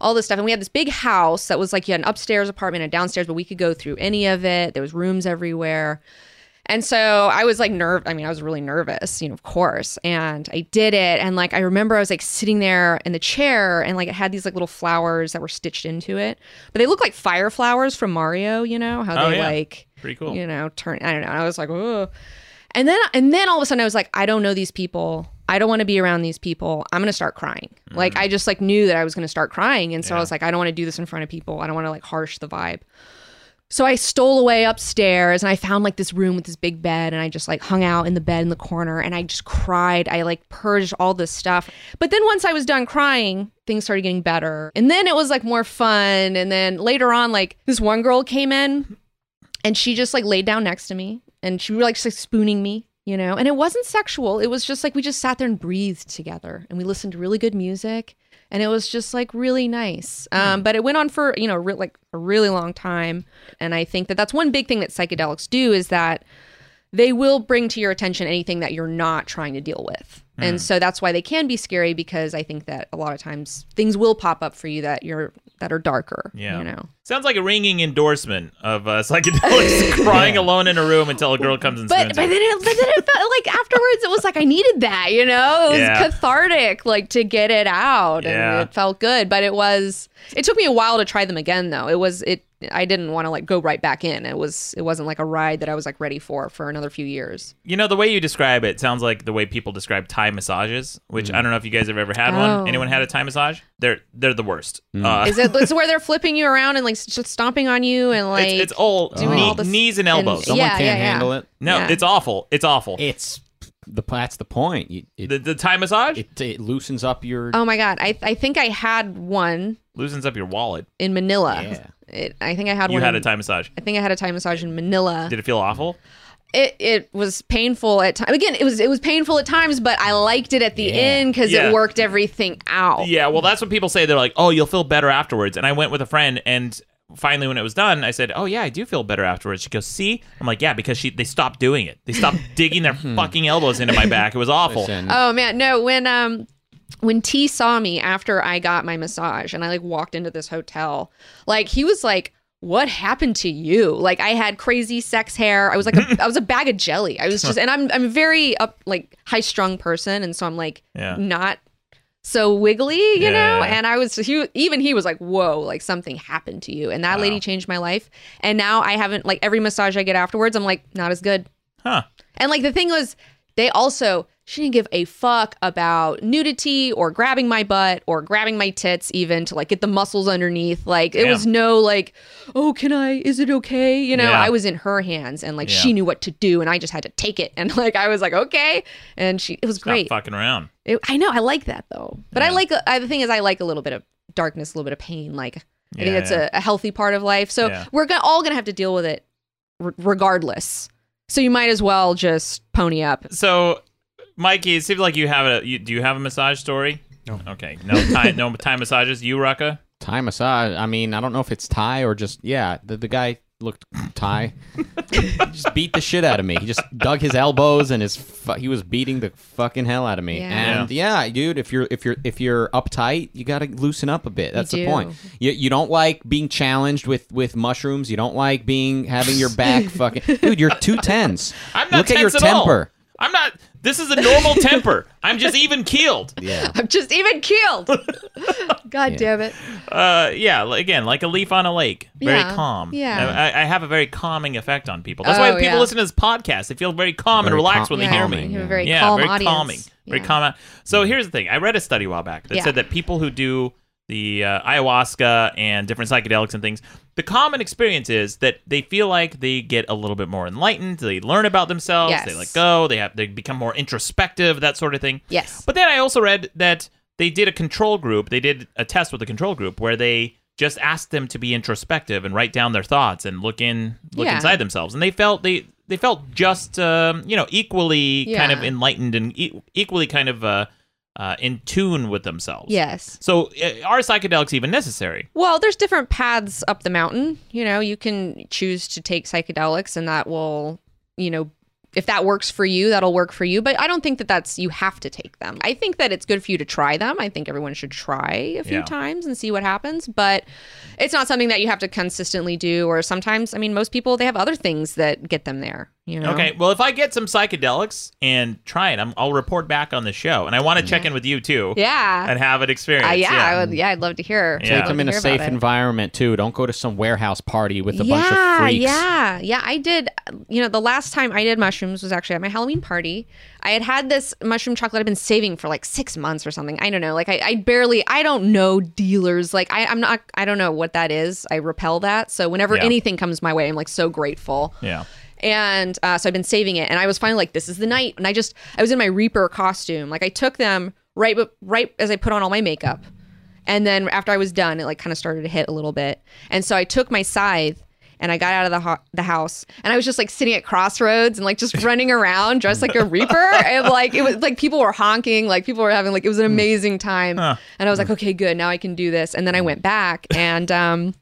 S4: all this stuff. And we had this big house that was like you had an upstairs apartment and downstairs, but we could go through any of it. There was rooms everywhere. And so I was like nerve I mean, I was really nervous, you know, of course. And I did it. And like I remember I was like sitting there in the chair and like it had these like little flowers that were stitched into it. But they look like fire flowers from Mario, you know, how
S3: Oh,
S4: they
S3: yeah.
S4: like
S3: Pretty cool.
S4: you know, turn. I don't know. And I was like, oh. And then, and then all of a sudden, I was like, I don't know these people. I don't want to be around these people. I'm gonna start crying.
S3: Mm-hmm.
S4: Like I just like knew that I was gonna start crying, and so I was like, I don't want to do this in front of people. I don't want to like harsh the vibe. So I stole away upstairs and I found like this room with this big bed and I just like hung out in the bed in the corner and I just cried. I like purged all this stuff. But then once I was done crying, things started getting better. And then it was like more fun. And then later on, like this one girl came in and she just like laid down next to me and she was like, just, like spooning me you know and it wasn't sexual it was just like we just sat there and breathed together and we listened to really good music and it was just like really nice um, but it went on for you know re- like a really long time and i think that that's one big thing that psychedelics do is that they will bring to your attention anything that you're not trying to deal with and so that's why they can be scary because i think that a lot of times things will pop up for you that you're that are darker
S3: Yeah.
S4: you know
S3: Sounds like a ringing endorsement of uh, (laughs) psychedelics
S4: (laughs)
S3: crying alone in a room until a girl comes and
S4: But
S3: spoons
S4: but
S3: you.
S4: then it, but then it felt
S3: (laughs)
S4: like afterwards it was like I needed that, you know? It was
S3: Yeah.
S4: cathartic, like to get it out,
S3: Yeah.
S4: and it felt good. But it was it took me a while to try them again, though. It was it I didn't want to like go right back in. It was it wasn't like a ride that I was like ready for for another few
S3: (laughs)
S4: years.
S3: You know, the way you describe it sounds like the way people describe Thai massages, which
S4: Mm.
S3: I don't know if you guys have ever had
S4: Oh.
S3: one. Anyone had a Thai massage? They're they're the worst. Uh,
S4: Is it it's where they're flipping you around and like s- just stomping on you and like
S3: it's, it's all,
S4: doing
S3: knee-
S4: all this-
S3: knees and elbows.
S4: Yeah,
S1: Someone can't
S4: yeah, yeah.
S1: handle it.
S3: no,
S4: yeah.
S3: it's awful. It's awful.
S1: It's the that's the point. You- It,
S3: the, the Thai massage
S1: it, it loosens up your
S4: oh my god, I I think I had one
S3: loosens up your wallet.
S4: in Manila.
S1: Yeah.
S4: It, I think I had
S3: You
S4: one.
S3: had a
S4: in-
S3: Thai massage.
S4: I think I had a Thai massage in Manila.
S3: Did it feel awful?
S4: it it was painful at times. Again, it was it was painful at times, but I liked it at the end because
S3: Yeah.
S4: it worked everything out.
S3: Yeah, well, that's what people say. They're like, "Oh, you'll feel better afterwards." And I went with a friend, and finally, when it was done, I said, "Oh yeah, I do feel better afterwards." She goes, "See?" I'm like, "Yeah," because she they stopped doing it. They stopped digging their fucking elbows into my back. It was awful.
S1: Listen,
S4: Oh man, no when um when T saw me after I got my massage and I like walked into this hotel, like he was like. What happened to you? Like I had crazy sex hair. I was like
S3: (laughs)
S4: a, I was a bag of jelly. I was just and I'm I'm a very up like high strung person and so I'm like
S3: Yeah.
S4: not so wiggly, you
S3: Yeah, yeah,
S4: know?
S3: yeah.
S4: And I was he, even he was like, "Whoa, like something happened to you." And that lady changed my life. And now I haven't like every massage I get afterwards, I'm like not as good.
S3: Huh.
S4: And like the thing was They also, she didn't give a fuck about nudity or grabbing my butt or grabbing my tits, even to like get the muscles underneath. Like, it
S11: Damn.
S4: was no like, oh, can I, is it okay? You know,
S11: Yeah.
S4: I was in her hands and like she
S3: Yeah.
S4: knew what to do and I just had to take it. And like, I was like, okay. And she, it was great.
S3: Stop fucking around.
S4: It, I know. I like that though. But I like I, the thing is, I like a little bit of darkness, a little bit of pain. Like I
S3: Yeah,
S4: think that's
S3: yeah.
S4: a, a healthy part of life. So
S3: Yeah.
S4: we're gonna, all gonna have to deal with it, r- regardless. So you might as well just pony up. (laughs)
S3: So, Mikey, it seems like you have a. You, do you have a massage story? No. Okay. No time. no time massages. You, Rucka.
S1: Thai massage. I mean, I don't know if it's Thai or just yeah. The, the guy looked Thai. (laughs) He just beat the shit out of me. He just dug his elbows and his fu- he was beating the fucking hell out of me.
S11: Yeah.
S1: And yeah, dude, if you're if you're if you're uptight, you got to loosen up a bit. That's the
S11: do.
S1: point. You, you don't like being challenged with with mushrooms. You don't like being having your
S4: (laughs)
S1: back fucking dude. You're too tense.
S3: I'm not
S1: Look at your
S3: tense at all.
S1: temper.
S3: I'm not. This is a
S1: (laughs)
S3: normal temper. I'm just even keeled.
S1: Yeah.
S4: I'm just even
S3: (laughs)
S4: keeled. God damn it.
S3: Uh, yeah. li- Again, like a leaf on a lake. Very
S4: Yeah.
S3: calm.
S4: Yeah.
S3: I, I have a very calming effect on people. That's why
S4: Oh,
S3: people
S4: yeah.
S3: listen to this podcast. They feel very calm and
S11: Very
S3: relaxed
S11: cal-
S3: when they
S11: Yeah,
S3: hear
S11: you
S3: me.
S11: have a very
S3: yeah.
S11: calm
S3: very
S11: audience.
S3: calming. Very calm. So here's the thing. I read a study a while back that
S11: Yeah.
S3: said that people who do the uh, ayahuasca and different psychedelics and things, the common experience is that they feel like they get a little bit more enlightened. They learn about themselves. They
S11: Yes.
S3: let go. They have they become more introspective. That sort of thing.
S11: Yes.
S3: But then I also read that they did a control group. They did a test with a control group where they just asked them to be introspective and write down their thoughts and look in look
S11: Yeah.
S3: inside themselves, and they felt they they felt just um, you know equally kind of
S11: Yeah.
S3: enlightened and e- equally kind of uh, uh, in tune with themselves.
S4: Yes.
S3: So uh, are psychedelics even necessary?
S4: Well, there's different paths up the mountain. You know, you can choose to take psychedelics, and that will, you know, if that works for you, that'll work for you. But I don't think that that's you have to take them. I think that it's good for you to try them. I think everyone should try a few
S11: Yeah.
S4: times and see what happens. But it's not something that you have to consistently do. Or sometimes, I mean, most people they have other things that get them there. You know.
S3: Okay. Well, if I get some psychedelics and try it, I'm, I'll report back on the show, and I want to check in with you too.
S4: Yeah.
S3: And have an experience.
S4: Uh, yeah, I would, yeah, I'd love to hear.
S1: Take
S4: I'd love
S1: them
S4: to
S1: in a
S4: hear about
S1: safe
S4: it.
S1: environment too. Don't go to some warehouse party with a bunch of
S4: yeah,
S1: freaks.
S4: Yeah, yeah. I did. You know, the last time I did mushrooms was actually at my Halloween party. I had had this mushroom chocolate I've been saving for like six months or something. I don't know. Like I, I barely. I don't know dealers. Like I, I'm not. I don't know what that is. I repel that. So whenever
S11: Yeah.
S4: anything comes my way, I'm like so grateful.
S3: Yeah.
S4: And uh, so I've been saving it, and I was finally like, "This is the night." And I just, I was in my Reaper costume. Like I took them right, be- right as I put on all my makeup, and then after I was done, it like kind of started to hit a little bit. And so I took my scythe and I got out of the ho- the house, and I was just like sitting at crossroads and like just running around dressed like a Reaper, and like it was like people were honking, like people were having like it was an amazing time,
S11: Huh.
S4: and I was like, "Okay, good, now I can do this." And then I went back and. um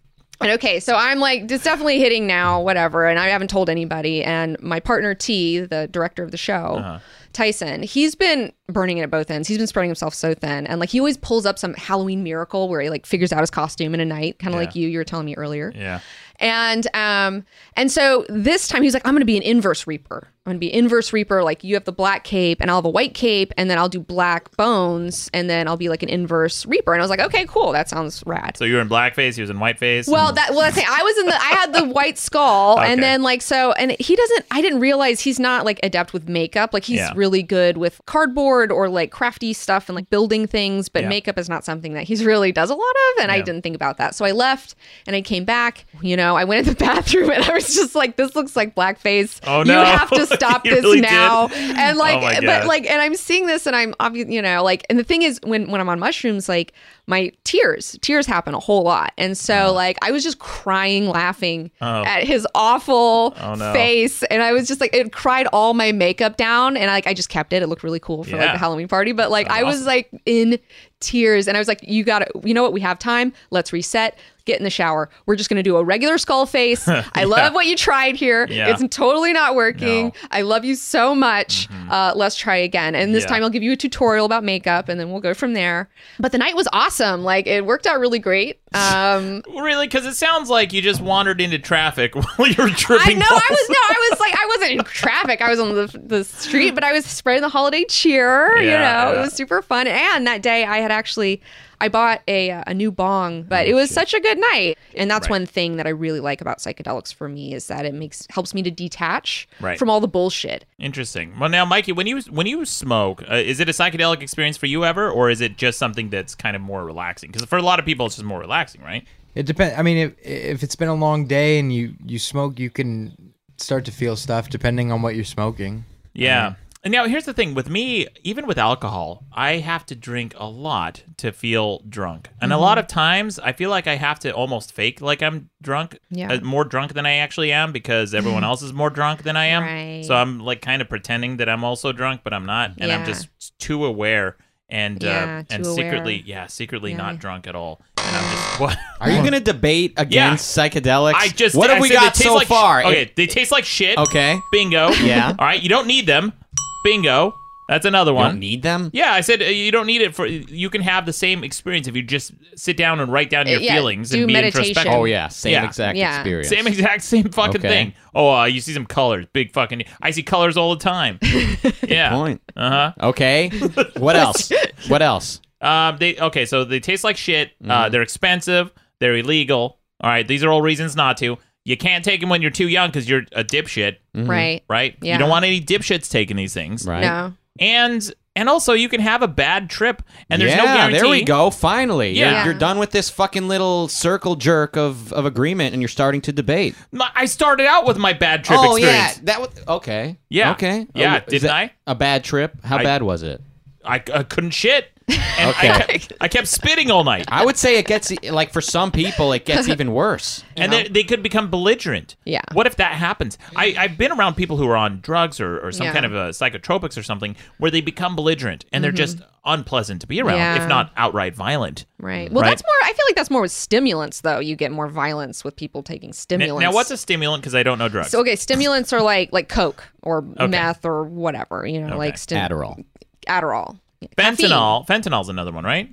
S4: and okay, so I'm like, it's definitely hitting now, whatever. And I haven't told anybody. And my partner T, the director of the show, Tyson, he's been burning it at both ends. He's been spreading himself so thin. And like, he always pulls up some Halloween miracle where he like figures out his costume in a night, kind of
S11: Yeah.
S4: like you, you were telling me earlier.
S3: Yeah.
S4: And um and so this time he's like, I'm gonna be an inverse reaper. I'm gonna be inverse reaper. Like you have the black cape, and I'll have a white cape, and then I'll do black bones, and then I'll be like an inverse reaper. And I was like, okay, cool, that sounds rad.
S3: So you were in blackface. He was in whiteface.
S4: Well,
S3: and-
S4: that well, that's it. I was in the I had
S11: (laughs)
S4: the white skull,
S3: Okay.
S4: and then like so, and he doesn't. I didn't realize he's not like adept with makeup. Like he's
S11: Yeah.
S4: really good with cardboard or like crafty stuff and like building things, but
S11: Yeah.
S4: makeup is not something that he's really does a lot of. And I
S11: Yeah.
S4: didn't think about that, so I left and I came back. You know, I went in the (laughs) bathroom and I was just like, "This looks like blackface.
S11: Oh,
S4: You
S11: no.
S4: have to stop
S11: (laughs) You
S4: this
S11: really did?
S4: now." And
S11: Oh,
S4: like,
S11: my
S4: but
S11: God.
S4: like like and I'm seeing this and I'm obviously you know like and the thing is when when I'm on mushrooms like my tears tears happen a whole lot and so like I was just crying laughing
S11: Oh.
S4: at his awful
S11: Oh, no.
S4: face and I was just like it cried all my makeup down and like I just kept it it looked really cool for like
S11: Yeah.
S4: the Halloween party but like
S11: That's
S4: I was
S11: awesome.
S4: like in tears and I was like you got to you know what we have time let's reset get in the shower we're just going to do a regular skull
S11: (laughs)
S4: face I
S11: Yeah.
S4: love what you tried here
S11: Yeah.
S4: it's totally not working
S11: No.
S4: I love you so much
S3: Mm-hmm.
S4: uh, let's try again and this
S11: Yeah.
S4: time I'll
S3: (laughs)
S4: give you a tutorial about makeup and then we'll go from there. But the night was awesome. Like it worked out really great. Um,
S3: really? Because it sounds like you just wandered into traffic (laughs) while you were
S4: I
S3: tripping.
S4: know
S3: balls.
S4: I was no, I was like I wasn't in traffic. I was on the, the street, but I was spreading the holiday cheer. you
S3: Yeah,
S4: know,
S3: yeah.
S4: it was super fun. And that day, I had actually I bought a uh, a new bong, but it was such a good night. And that's one thing that I really like about psychedelics for me is that it makes helps me to detach
S3: Right.
S4: from all the bullshit.
S3: Interesting. Well, now, Mikey, when you when you smoke, uh, is it a psychedelic experience for you ever, or is it just something that's kind of more relaxing? Because for a lot of people, it's just more relaxing, right?
S5: It depends. I mean, if if it's been a long day and you you smoke, you can start to feel stuff depending on what you're smoking.
S3: Yeah. And now here's the thing with me, even with alcohol, I have to drink a lot to feel drunk. And
S11: Mhm.
S3: a lot
S1: Mm-hmm.
S3: of times I feel like I have to almost fake like I'm drunk,
S11: Yeah.
S3: uh, more drunk than I actually am
S1: (laughs)
S3: because everyone else is more drunk than I am.
S11: Right.
S3: So I'm like kind of pretending that I'm also drunk, but I'm not. And I'm
S11: Yeah.
S3: just too aware and
S11: Yeah,
S3: uh, and
S11: too
S3: secretly,
S11: aware.
S3: yeah, secretly
S11: Yeah.
S3: not drunk at all. And I'm just (laughs) what
S1: Are you going to debate against psychedelics?
S3: I just
S1: what
S3: I
S1: have we
S3: said they
S1: got
S3: taste
S1: so
S3: like sh-
S1: far?
S3: okay,
S1: It-
S3: they taste like shit.
S1: Okay.
S3: Bingo.
S1: Yeah.
S3: (laughs) All right, you don't need them. Bingo. That's another one.
S1: don't need them?
S3: Yeah, I said uh, you don't need it for. You can have the same experience if you just sit down and write down your
S1: Uh, yeah,
S3: feelings
S1: do
S3: and be
S1: meditation.
S3: introspective.
S1: Oh, yeah, same exact Yeah. experience.
S3: Same exact same fucking
S1: Okay.
S3: thing. Oh, uh, you see some colors, big fucking. I see colors all
S1: (laughs)
S3: the time. yeah.
S1: Point.
S3: Uh
S1: huh.
S3: (laughs)
S1: Okay. What else? what else?
S3: Um, they okay, so they taste like shit. Uh,
S1: Mm-hmm.
S3: they're expensive. They're illegal. All right, these are all reasons not to. You can't take them when you're too young because you're a dipshit.
S4: Mhm. Right.
S3: Mm-hmm. Right.
S4: Yeah.
S3: You don't want any dipshits taking these things.
S1: Right.
S4: No.
S3: And and also you can have a bad trip and there's no
S1: Yeah,
S3: guarantee.
S1: there we go. Finally, You're-
S3: Yeah.
S1: you're, done with this fucking little circle jerk of, of agreement, and you're starting to debate.
S3: My- I started out with my bad trip
S1: oh
S3: experience.
S1: yeah, that was okay.
S3: Yeah.
S1: okay. Oh,
S3: Yeah,
S1: is
S3: didn't
S1: that
S3: I?
S1: A bad trip? How
S3: I-
S1: bad was it?
S3: I, I couldn't shit. And
S1: Okay.
S3: I, kept, I kept spitting all night.
S1: I would say it gets e, like for some people it gets even worse.
S3: and they, they could become belligerent.
S4: Yeah.
S3: What if that happens? I, I've been around people who are on drugs or, or some
S11: Yeah.
S3: kind of uh, psychotropics or something where they become belligerent and they're
S4: Mhm.
S3: just unpleasant to be around,
S4: Yeah.
S3: if not outright violent.
S4: Right. Well, that's more. I feel like that's more with stimulants, though. You get more violence with people taking
S3: Now,
S4: stimulants.
S3: now what's a stimulant? Because I don't know drugs.
S4: So, okay, stimulants are like like coke or
S3: Okay.
S4: meth or whatever. You know, like stim-
S3: Adderall.
S4: Adderall.
S3: Fentanyl. Fentanyl's another one, right?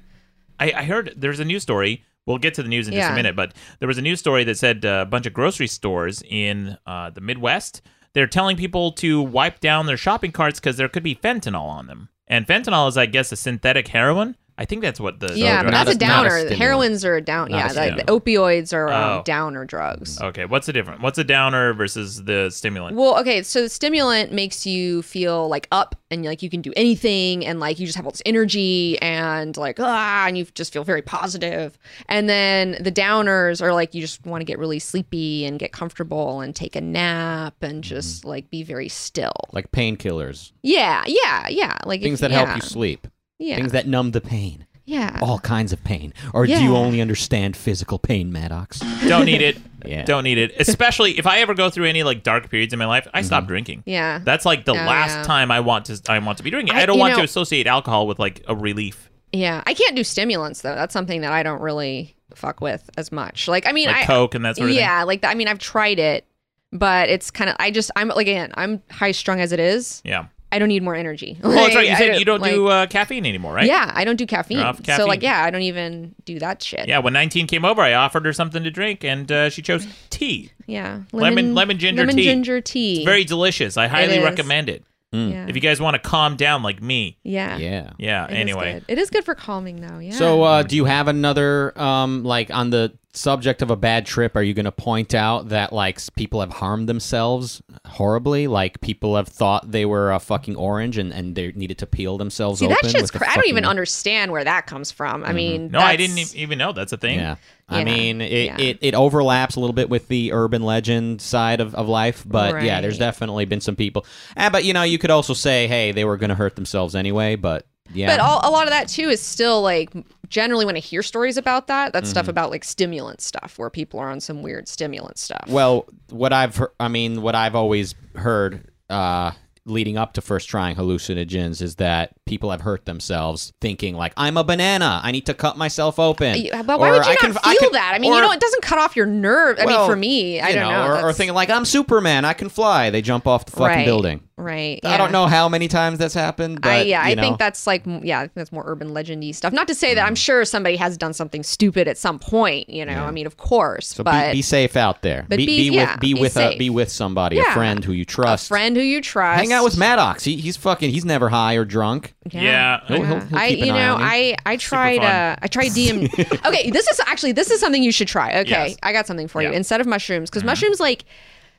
S3: I, I heard there's a news story. We'll get to the news in just
S4: Yeah.
S3: a minute, but there was a news story that said uh, a bunch of grocery stores in uh, the Midwest they're telling people to wipe down their shopping carts because there could be fentanyl on them. And fentanyl is, I guess, a synthetic heroin. I think that's what the
S4: yeah, but
S3: drug-
S4: that's a downer. Heroines are a down.
S3: Not a
S4: yeah, the, the
S3: stimulant.
S4: opioids are um,
S3: Oh.
S4: downer drugs.
S3: Okay, what's the difference? What's a downer versus the
S4: (laughs)
S3: stimulant?
S4: Well, okay, so the stimulant makes you feel like up and like you can do anything and like you just have all this energy and like ah and you just feel very positive. And then the downers are like you just want to get really sleepy and get comfortable and take a nap and
S1: Mm-hmm.
S4: just like be very still.
S1: Like painkillers,
S4: Yeah, yeah, yeah. Like if-
S1: things that
S4: yeah.
S1: help you Oh. sleep,
S4: Yeah.
S1: things that numb the pain,
S4: Yeah.
S1: all kinds of pain. Or do
S4: Yeah.
S1: you only understand physical pain, Maddox?
S3: Don't need it.
S1: Yeah.
S3: Don't need it. Especially if I ever go through any like dark periods in my life, I stop drinking.
S4: Yeah.
S3: That's like the
S4: Oh,
S3: last
S4: yeah.
S3: time I want to I want to be drinking.
S4: I-
S3: I, don't
S4: you
S3: want
S4: know-
S3: to associate alcohol with like a relief.
S4: Yeah, I can't do stimulants though. That's something that I don't really fuck with as much. Like, I mean,
S3: Like
S4: I,
S3: Coke and that sort of thing?
S4: yeah, like I mean, I've tried it, but it's kind of I just I'm like again I'm high strung as it is.
S3: Yeah.
S4: I don't need more energy.
S3: Well, Oh, that's right. You
S4: I
S3: said you don't do
S4: like-
S3: uh, caffeine anymore, right?
S4: Yeah, I don't do caffeine.
S3: off
S4: So
S3: caffeine.
S4: like, yeah, I don't even do that shit.
S3: Yeah, when 19 came over, I offered her something to drink and uh,
S4: (sighs)
S3: she chose tea.
S4: yeah.
S3: Lemon- lemon ginger
S4: lemon
S3: tea.
S4: ginger tea.
S3: It's very delicious. I highly
S4: is.
S3: recommend it.
S4: Yeah.
S3: If you guys want to calm down like me.
S4: Yeah.
S1: Hmm. Yeah.
S3: Yeah,
S4: It is
S3: anyway.
S4: good. it is good for calming though. Yeah.
S1: So, uh, do you have another, um, like, on the subject of a bad trip? Are you going to point out that, like, s- people have harmed themselves horribly? Like, people have thought they were a fucking orange and, and they needed to peel themselves
S4: See,
S1: open?
S4: that shit's.
S1: with a
S4: Cr- I don't even
S1: fucking- Mm-hmm.
S4: understand where that comes from. I mean,
S3: No, I
S4: that's-
S3: didn't e- even know that's a thing.
S1: Yeah. I
S4: Yeah.
S1: mean, it,
S4: Yeah.
S1: it, it overlaps a little bit with the urban legend side of, of life, but yeah, there's
S4: Right.
S1: definitely been some people. Ah, but, you know, you could also say, hey, they were going to hurt themselves anyway, but yeah.
S4: But all, a lot of that too is still like generally when I hear stories about that, that's stuff
S1: Mhm.
S4: about like stimulant stuff where people are on some weird stimulant stuff.
S1: Well, what I've heard, I mean, what I've always heard uh, leading up to first trying hallucinogens is that people have hurt themselves thinking like, "I'm a banana. I need to cut myself open."
S4: You- But why
S1: Or,
S4: would you
S1: "I
S4: not
S1: can-
S4: feel
S1: I can-
S4: that? I mean,
S1: or,
S4: you know, it doesn't cut off your nerve. I
S1: Well,
S4: mean, for me, I
S1: you
S4: don't know.
S1: or- Or,
S4: that's-
S1: thinking like, "I'm Superman. I can fly." They jump off the fucking
S4: Right.
S1: building.
S4: right?
S1: I don't know how many times that's happened. But,
S4: I, yeah, I
S1: you know. Mm.
S4: think that's like m- yeah, I think that's more urban legendy stuff. Not to say that I'm sure somebody has done something stupid at some point, you know. I mean, of course,
S1: So
S4: but
S1: be, be safe out there.
S4: but
S1: be,
S4: be- yeah,
S1: with be,
S4: be
S1: with a
S4: safe.
S1: be with somebody, a
S4: Yeah.
S1: friend who you
S4: a
S1: trust.
S4: friend who you trust.
S1: Hang out with Maddox. He, he's fucking. He's never high or drunk.
S3: Yeah.
S1: He'll- he'll- he'll
S4: I
S1: keep an
S4: you
S1: eye
S4: know
S1: on you.
S4: I I tried
S1: fun.
S4: uh I tried
S1: (laughs)
S4: DM. okay, this is actually this is something you should try. Okay,
S3: Yes.
S4: I got something for you
S3: Yeah.
S4: instead of mushrooms
S1: Mm-hmm.
S4: because mushrooms like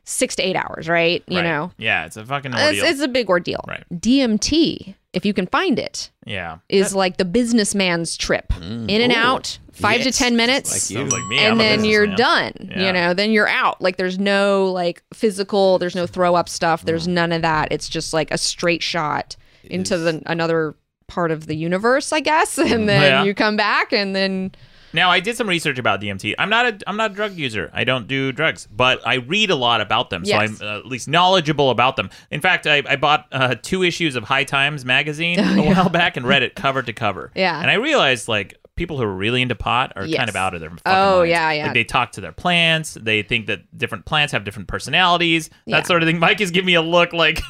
S4: six to eight hours, right? You
S3: Right.
S4: know,
S3: Yeah, it's a fucking
S4: it's,
S3: ordeal.
S4: it's a big ordeal.
S3: Right.
S4: DMT, if you can find it,
S3: yeah. Mm.
S4: is like the businessman's trip in and
S3: Ooh.
S4: out, five to
S3: Yes.
S4: ten minutes.
S3: Sounds like me. I'm
S4: and
S3: a
S4: then you're
S3: businessman.
S4: done.
S3: Yeah.
S4: You know, then you're out. Like there's no like physical, there's no throw up stuff, there's
S3: Mm.
S4: none of that. It's just like a straight shot into the another part of the universe, I guess. (laughs) And then
S3: Yeah.
S4: you come back and then
S3: Now I did some research about DMT. I'm not a I'm not a drug user. I don't do drugs, but I read a lot about them, so
S4: Yes.
S3: I'm uh, at least knowledgeable about them. In fact, I, I bought uh, two issues of High Times magazine a while back and
S4: (laughs)
S3: read it cover to cover.
S4: Oh, Yeah.
S3: and I realized like people who are really into pot are
S4: Yes.
S3: kind of out of their fucking
S4: Oh,
S3: minds.
S4: yeah, yeah.
S3: Like, they talk to their plants. They think that different plants have different personalities. That
S4: Yeah.
S3: sort of thing. Mike is giving me a look like,